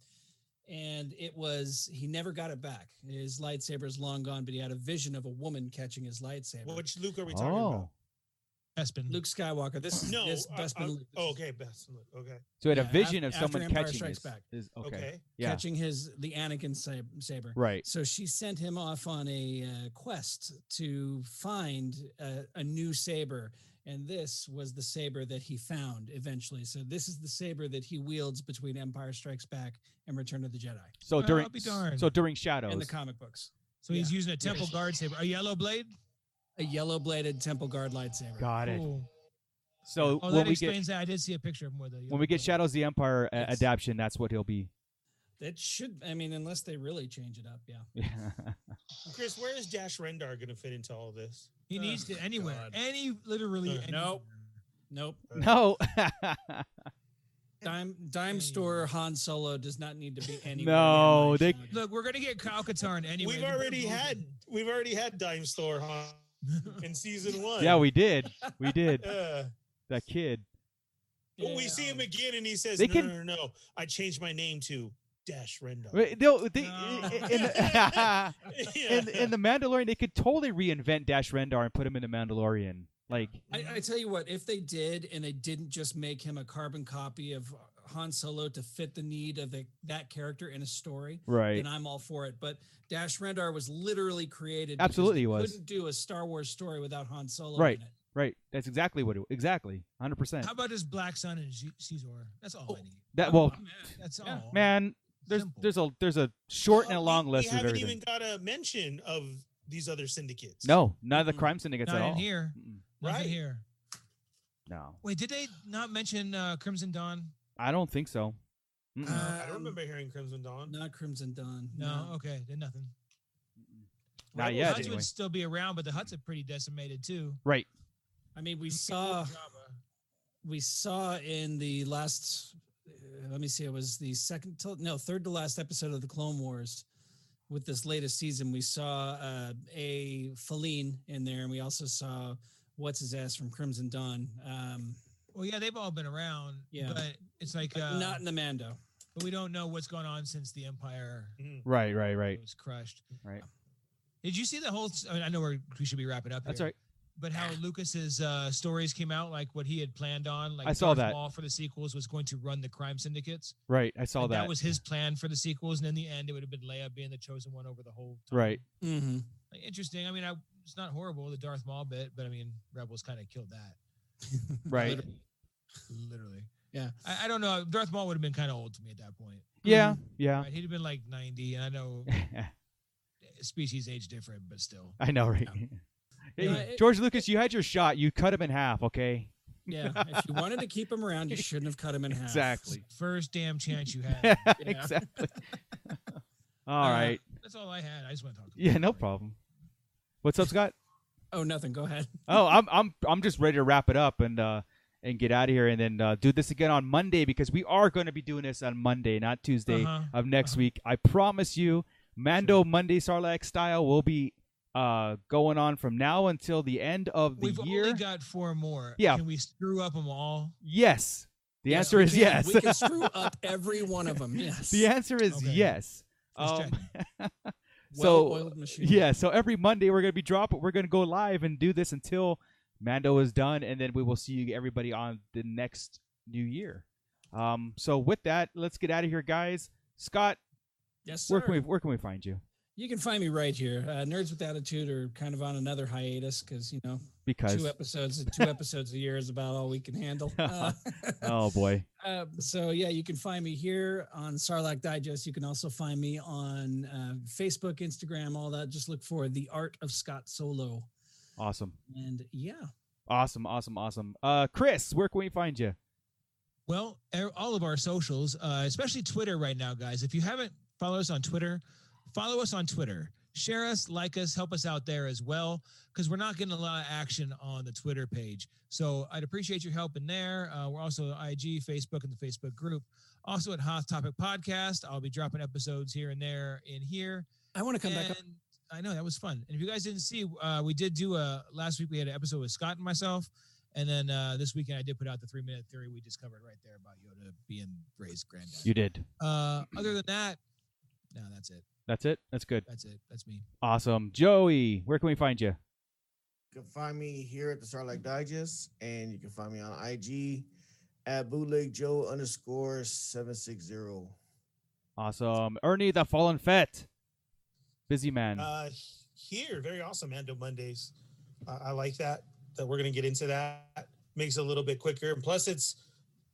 Speaker 10: And it was, he never got it back. His lightsaber is long gone, but he had a vision of a woman catching his lightsaber.
Speaker 12: Which Luke are we talking
Speaker 8: Oh.
Speaker 9: Espen.
Speaker 10: Luke Skywalker. This is
Speaker 12: about? No.
Speaker 10: this
Speaker 9: uh,
Speaker 12: I-
Speaker 10: Bespin
Speaker 12: I'm-
Speaker 10: Luke.
Speaker 12: oh, okay, best. Okay.
Speaker 8: So it had
Speaker 10: Yeah,
Speaker 8: a vision of
Speaker 10: af- after
Speaker 8: someone
Speaker 10: Empire
Speaker 8: catching
Speaker 10: Strikes
Speaker 8: this.
Speaker 10: Back.
Speaker 8: Is, okay.
Speaker 12: Okay.
Speaker 8: Yeah.
Speaker 10: Catching his, the Anakin sa- saber.
Speaker 8: Right.
Speaker 10: So she sent him off on a uh, quest to find a, a new saber. And this was the saber that he found eventually. So this is the saber that he wields between Empire Strikes Back and Return of the Jedi
Speaker 8: So
Speaker 9: Well,
Speaker 8: during
Speaker 9: I'll be darned.
Speaker 8: so during shadows.
Speaker 10: in the comic books.
Speaker 9: so he's
Speaker 10: yeah.
Speaker 9: using a temple guard saber, a yellow blade.
Speaker 10: A yellow bladed temple guard lightsaber.
Speaker 8: Got it.
Speaker 9: Cool.
Speaker 8: So
Speaker 9: Oh,
Speaker 8: when
Speaker 9: that
Speaker 8: we get
Speaker 9: explains that. I did see a picture of him with a.
Speaker 8: when we get
Speaker 9: yellow
Speaker 8: Shadows of the Empire uh,
Speaker 10: Yes.
Speaker 8: adaption, that's what he'll be.
Speaker 10: That should, I mean, unless they really change it up. Yeah.
Speaker 12: Chris, where is Dash Rendar going to fit into all this?
Speaker 9: blade. He needs
Speaker 10: Oh
Speaker 9: to anywhere,
Speaker 12: God.
Speaker 9: any literally.
Speaker 12: Uh,
Speaker 9: no.
Speaker 10: Nope.
Speaker 8: no.
Speaker 10: Dime Dime Store Han Solo does not need to be anywhere.
Speaker 8: No,
Speaker 10: near
Speaker 8: they-
Speaker 10: my shot.
Speaker 9: Look, we're gonna get Kyle Katarn anyway.
Speaker 12: We've already had we've already had Dime Store huh? in season one.
Speaker 8: yeah, we did. We did.
Speaker 12: Uh,
Speaker 8: That kid.
Speaker 12: but we
Speaker 10: Yeah.
Speaker 12: see him again, and he says,
Speaker 8: They
Speaker 12: no,
Speaker 8: can-
Speaker 12: no, no, no, I changed my name to Dash Rendar.
Speaker 8: Wait, No, they,
Speaker 9: No.
Speaker 8: In, the,
Speaker 12: Yeah.
Speaker 8: in, in the Mandalorian, they could totally reinvent Dash Rendar and put him in the Mandalorian. Like,
Speaker 10: I, I tell you what, if they did and they didn't just make him a carbon copy of Han Solo to fit the need of the, that character in a story,
Speaker 8: right?
Speaker 10: then I'm all for it. But Dash Rendar was literally created. because
Speaker 8: Absolutely
Speaker 10: they
Speaker 8: he was.
Speaker 10: Couldn't do a Star Wars story without Han Solo.
Speaker 8: Right.
Speaker 10: In it.
Speaker 8: Right. That's exactly what it exactly. 100%.
Speaker 9: How about just Black Sun and Ze- Caesar? That's all I need.
Speaker 8: That Oh, well,
Speaker 9: That's
Speaker 8: Yeah,
Speaker 9: all.
Speaker 8: man. There's
Speaker 9: Simple.
Speaker 8: there's a there's a short and a
Speaker 12: Oh, we-
Speaker 8: long list
Speaker 12: We
Speaker 8: of
Speaker 12: haven't
Speaker 8: everything.
Speaker 12: even got a mention of these other syndicates.
Speaker 8: No, none of the
Speaker 10: Mm-mm.
Speaker 8: crime syndicates
Speaker 9: Not
Speaker 8: at
Speaker 9: in
Speaker 8: all.
Speaker 9: here.
Speaker 8: Mm-mm.
Speaker 9: Nothing
Speaker 12: Right.
Speaker 9: here.
Speaker 8: No,
Speaker 9: Wait, did they not mention uh, Crimson Dawn?
Speaker 8: I don't think so. Mm-mm.
Speaker 12: Uh, I don't
Speaker 10: Um,
Speaker 12: remember hearing Crimson Dawn.
Speaker 10: Not Crimson Dawn.
Speaker 9: No. Okay. Then nothing.
Speaker 8: Not
Speaker 9: Rebel
Speaker 8: yet,
Speaker 9: Huts
Speaker 8: anyway.
Speaker 9: would still be around, but the Huts are pretty decimated too.
Speaker 8: Right.
Speaker 10: I mean, we saw we saw in the last. Uh, let me see. It was the second to no third to last episode of the Clone Wars. with this latest season, we saw uh, a Feline in there, and we also saw what's his ass from Crimson Dawn. Um,
Speaker 9: Well, yeah, they've all been around.
Speaker 10: Yeah.
Speaker 9: But it's like,
Speaker 10: but
Speaker 9: uh,
Speaker 10: not in the Mando.
Speaker 9: but we don't know what's gone on since the Empire
Speaker 8: Right, right, right.
Speaker 9: was crushed.
Speaker 8: Right.
Speaker 9: Did you see the whole? I, mean, I know we're, we should be wrapping up.
Speaker 8: That's
Speaker 9: here,
Speaker 8: right.
Speaker 9: But how Lucas's uh, stories came out, like what he had planned on, like
Speaker 8: I saw
Speaker 9: Darth
Speaker 8: that.
Speaker 9: Maul for the sequels was going to run the crime syndicates.
Speaker 8: Right. I saw
Speaker 9: And
Speaker 8: that.
Speaker 9: was his plan for the sequels, and in the end, it would have been Leia being the chosen one over the whole. Time.
Speaker 8: right.
Speaker 10: Mm-hmm.
Speaker 9: Like, interesting. I mean, I, it's not horrible the Darth Maul bit, but I mean, Rebels kind of killed that.
Speaker 8: Right.
Speaker 9: Literally.
Speaker 10: Yeah.
Speaker 9: I, I don't know. Darth Maul would have been kind of old to me at that point.
Speaker 8: Yeah. Yeah.
Speaker 9: Right? He'd have been like 90, and I know species age different, but still.
Speaker 8: I know, right? Hey,
Speaker 10: No, it-
Speaker 8: George Lucas, you had your shot. You cut him in half, okay?
Speaker 10: Yeah. if you wanted to keep him around, you shouldn't have cut him in half.
Speaker 8: Exactly.
Speaker 9: First damn chance you had.
Speaker 8: exactly. All
Speaker 9: Uh,
Speaker 8: right.
Speaker 9: That's all I had. I just want to talk. about
Speaker 8: Yeah,
Speaker 9: it.
Speaker 8: no problem. What's up, Scott?
Speaker 10: Oh, nothing. Go ahead.
Speaker 8: Oh, I'm I'm I'm just ready to wrap it up and uh and get out of here and then uh, do this again on Monday because we are going to be doing this on Monday, not Tuesday
Speaker 9: Uh-huh.
Speaker 8: of next
Speaker 9: Uh-huh.
Speaker 8: week. I promise you, Mando Monday Sarlacc style will be uh going on from now until the end of the
Speaker 9: We've
Speaker 8: year.
Speaker 9: only got four more.
Speaker 8: Yeah.
Speaker 9: Can we screw up them all?
Speaker 8: yes. The
Speaker 10: Yes,
Speaker 8: answer
Speaker 10: we
Speaker 8: is
Speaker 10: can.
Speaker 8: yes.
Speaker 10: We can screw up every one of them. Yes.
Speaker 8: the answer is
Speaker 9: Okay.
Speaker 8: yes.
Speaker 9: Let's
Speaker 8: Um, so
Speaker 10: Well-oiled machine.
Speaker 8: yeah, so every Monday we're gonna be dropping. We're gonna go live and do this until Mando is done, and then we will see you everybody on the next new year. Um, so with that, let's get out of here, guys. Scott,
Speaker 10: Yes,
Speaker 8: where
Speaker 10: sir.
Speaker 8: can we where can we find you?
Speaker 10: You can find me right here. Uh, Nerds with Attitude are kind of on another hiatus because you know
Speaker 8: Because
Speaker 10: two episodes, two episodes a year is about all we can handle. Uh,
Speaker 8: oh boy,
Speaker 10: uh, so yeah, you can find me here on Sarlacc Digest. You can also find me on uh, Facebook, Instagram, all that. Just look for the Art of Scott Solo.
Speaker 8: awesome,
Speaker 10: And yeah,
Speaker 8: awesome, awesome, awesome. Uh, Chris, where can we find you?
Speaker 9: Well, er- all of our socials, uh, especially Twitter right now, guys. If you haven't followed us on Twitter, follow us on Twitter. Share us, like us, help us out there as well, because we're not getting a lot of action on the Twitter page. So I'd appreciate your help in there. Uh, we're also on IG, Facebook, and the Facebook group. Also at Hoth Topic Podcast, I'll be dropping episodes here and there in here.
Speaker 10: I want to come back up.
Speaker 9: And I know that was fun. And if you guys didn't see, uh, we did do a last week. We had an episode with Scott and myself, and then uh, this weekend I did put out the three minute theory we just covered right there about Yoda being Ray's granddad.
Speaker 8: You did.
Speaker 9: Uh, other than that, no, that's it.
Speaker 8: That's it. That's good.
Speaker 9: That's it. That's me.
Speaker 8: Awesome, Joey. Where can we find you?
Speaker 2: You can find me here at the Starlight Digest, and you can find me on IG at bootleg Joe underscore seven six zero.
Speaker 8: Awesome, Ernie the Fallen Fett, busy man.
Speaker 12: Uh, here, very awesome. Mando Mondays. Uh, I like that. That we're going to get into that. Makes it a little bit quicker, and plus, it's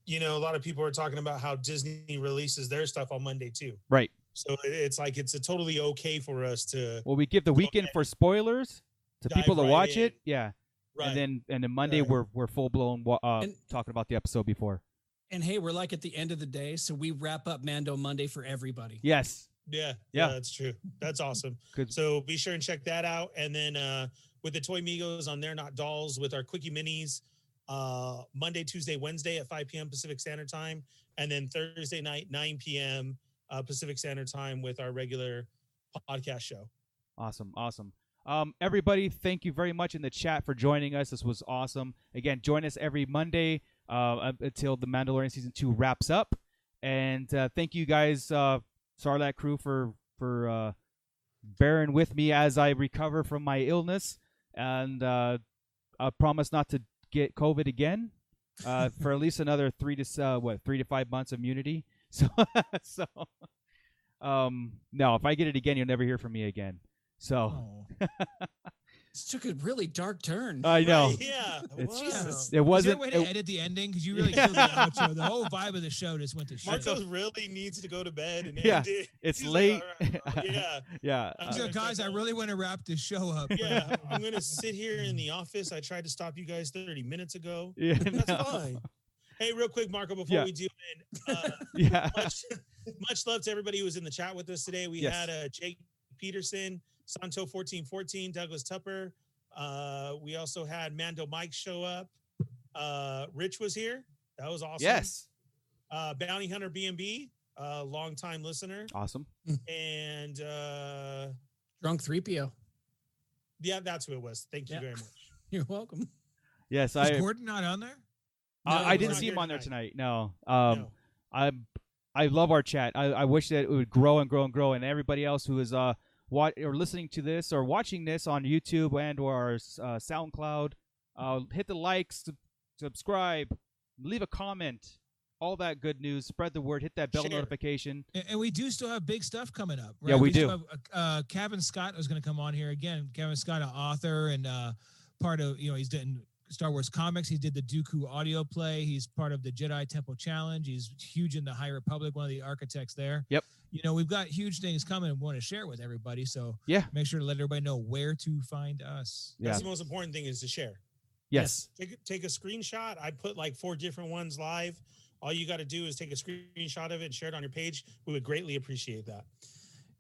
Speaker 12: you know a lot of people are talking about how Disney releases their stuff on Monday too.
Speaker 8: right.
Speaker 12: So it- it's like it's a totally okay for us to
Speaker 8: Well, we give the
Speaker 12: Go
Speaker 8: weekend
Speaker 12: ahead.
Speaker 8: for spoilers to
Speaker 12: Dive
Speaker 8: people to
Speaker 12: right
Speaker 8: watch
Speaker 12: in.
Speaker 8: it. Yeah,
Speaker 12: right.
Speaker 8: and then and then Monday
Speaker 12: Right.
Speaker 8: we're we're full blown wa- uh,
Speaker 10: And-
Speaker 8: talking about the episode before.
Speaker 10: And hey, we're like at the end of the day, so we wrap up Mando Monday for everybody.
Speaker 8: Yes,
Speaker 12: yeah,
Speaker 8: Yeah.
Speaker 12: that's true. That's awesome.
Speaker 8: Good.
Speaker 12: So be sure and check that out. And then uh, with the Toy Migos on They're Not Dolls with our Quickie Minis uh, Monday, Tuesday, Wednesday at 5 p.m. Pacific Standard Time. And then Thursday night, 9 p.m. Uh, Pacific Standard Time with our regular podcast show.
Speaker 8: Awesome, awesome. Um, everybody, thank you very much in the chat for joining us. This was awesome. Again, join us every Monday uh, up until the Mandalorian season two wraps up. And uh, thank you guys, uh, Sarlacc crew, for for uh, bearing with me as I recover from my illness. And uh, I promise not to get COVID again uh, for at least another three to s- uh, what three to five months of immunity. So, so um, no, if I get it again, you'll never hear from me again. So
Speaker 9: Oh.
Speaker 10: This took a really dark turn.
Speaker 8: I know
Speaker 12: Yeah.
Speaker 8: It's-
Speaker 12: wow.
Speaker 10: Jesus.
Speaker 8: it
Speaker 9: Was there a
Speaker 8: wasn't.
Speaker 9: way to
Speaker 8: It,
Speaker 9: edit the ending? Because you really
Speaker 8: Yeah.
Speaker 9: killed the outro. The whole vibe of the show just went to shit.
Speaker 12: Marco really needs to go to bed. And
Speaker 8: Yeah,
Speaker 12: end it.
Speaker 8: it's
Speaker 12: He's like,
Speaker 8: late.
Speaker 12: "All right, yeah.
Speaker 8: yeah.
Speaker 12: I'm
Speaker 8: uh,
Speaker 9: He's like, guys, I really want to wrap this show up.
Speaker 12: Yeah. I'm going to sit here in the office. I tried to stop you guys 30 minutes ago.
Speaker 8: yeah,
Speaker 12: That's
Speaker 8: no,
Speaker 12: fine. Hey, real quick, Marco, before
Speaker 8: Yeah.
Speaker 12: we do it, uh,
Speaker 8: yeah.
Speaker 12: much, much love to everybody who was in the chat with us today. We
Speaker 8: Yes.
Speaker 12: had uh, Jake Peterson, Santo fourteen fourteen, Douglas Tupper. Uh, we also had Mando Mike show up. Uh, Rich was here. That was awesome.
Speaker 8: Yes.
Speaker 12: Uh, Bounty Hunter BNB. a longtime listener,
Speaker 8: Awesome.
Speaker 12: and uh,
Speaker 10: Drunk 3PO.
Speaker 12: yeah, that's who it was. Thank you
Speaker 10: Yeah.
Speaker 12: very much.
Speaker 10: You're welcome.
Speaker 8: Yes,
Speaker 9: Is
Speaker 8: I
Speaker 9: Gordon not on there?
Speaker 8: I,
Speaker 12: No,
Speaker 8: I
Speaker 12: he's
Speaker 8: didn't
Speaker 12: not
Speaker 8: see
Speaker 12: here
Speaker 8: him on there
Speaker 12: tonight.
Speaker 8: tonight. No. Um,
Speaker 12: No.
Speaker 8: I I love our chat. I, I wish that it would grow and grow and grow, and everybody else who is uh what or listening to this or watching this on YouTube and or our, uh, SoundCloud, uh, hit the likes, sub- subscribe, leave a comment, all that good news. Spread the word. Hit that bell
Speaker 12: Share.
Speaker 8: notification.
Speaker 9: And, and we do still have big stuff coming up.
Speaker 8: Yeah, we
Speaker 9: still
Speaker 8: do.
Speaker 9: have, uh, uh, Kevin Scott was going to come on here again. Kevin Scott, an author and uh, part of you know he's done Star Wars comics. He did the Dooku audio play. He's part of the Jedi Temple Challenge. He's huge in the High Republic. One of the architects there.
Speaker 8: Yep.
Speaker 9: You know we've got huge things coming. and want to share with everybody. So
Speaker 8: Yeah.
Speaker 9: make sure to let everybody know where to find us.
Speaker 8: Yeah.
Speaker 12: That's the most important thing is to share.
Speaker 8: Yes.
Speaker 12: Take, take a screenshot. I put like four different ones live. All you got to do is take a screenshot of it and share it on your page. We would greatly appreciate that.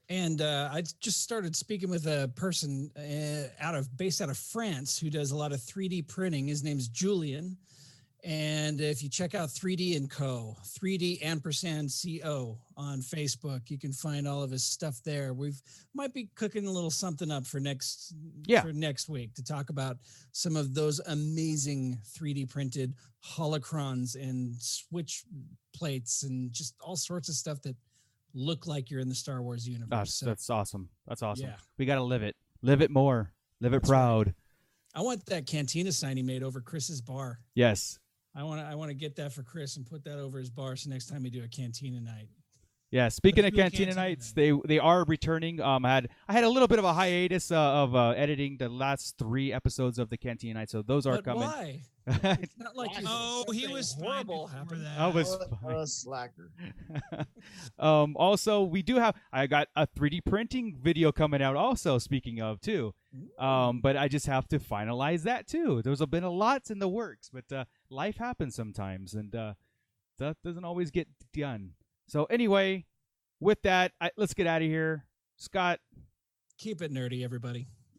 Speaker 10: And uh, I just started speaking with a person uh, out of based out of France who does a lot of 3D printing. His name's Julian. And if you check out 3D and Co, 3D ampersand CO on Facebook, you can find all of his stuff there. We've might be cooking a little something up for next
Speaker 8: Yeah.
Speaker 10: for next week to talk about some of those amazing 3D printed holocrons and switch plates and just all sorts of stuff that look like you're in the Star Wars universe.
Speaker 8: That's,
Speaker 10: So-
Speaker 8: that's awesome. That's awesome.
Speaker 10: Yeah.
Speaker 8: We gotta live it. Live it more. Live it proud.
Speaker 10: I want that cantina sign he made over Chris's bar.
Speaker 8: Yes.
Speaker 10: I want to I want to get that for Chris and put that over his bar. So next time we do a cantina night,
Speaker 8: Yeah, speaking
Speaker 9: Let's
Speaker 8: of
Speaker 9: do a
Speaker 8: Cantina
Speaker 9: Cantina
Speaker 8: Nights, they they are returning. Um, I had I had a little bit of a hiatus uh, of uh, editing the last three episodes of the Cantina Nights, so those are
Speaker 10: but why?
Speaker 8: coming.
Speaker 10: It's not like you
Speaker 9: Oh, he
Speaker 10: something
Speaker 9: was horrible
Speaker 10: horrible
Speaker 9: for
Speaker 10: happened.
Speaker 9: that.
Speaker 8: I was
Speaker 2: What
Speaker 8: fine.
Speaker 2: a slacker.
Speaker 8: um, also, we do have I got a 3D printing video coming out. Also, speaking of too, um, but I just have to finalize that too. There's been a lot in the works, but uh, life happens sometimes, and uh, that doesn't always get done. So anyway, with that, I, let's get out of here, Scott.
Speaker 10: Keep it nerdy, everybody.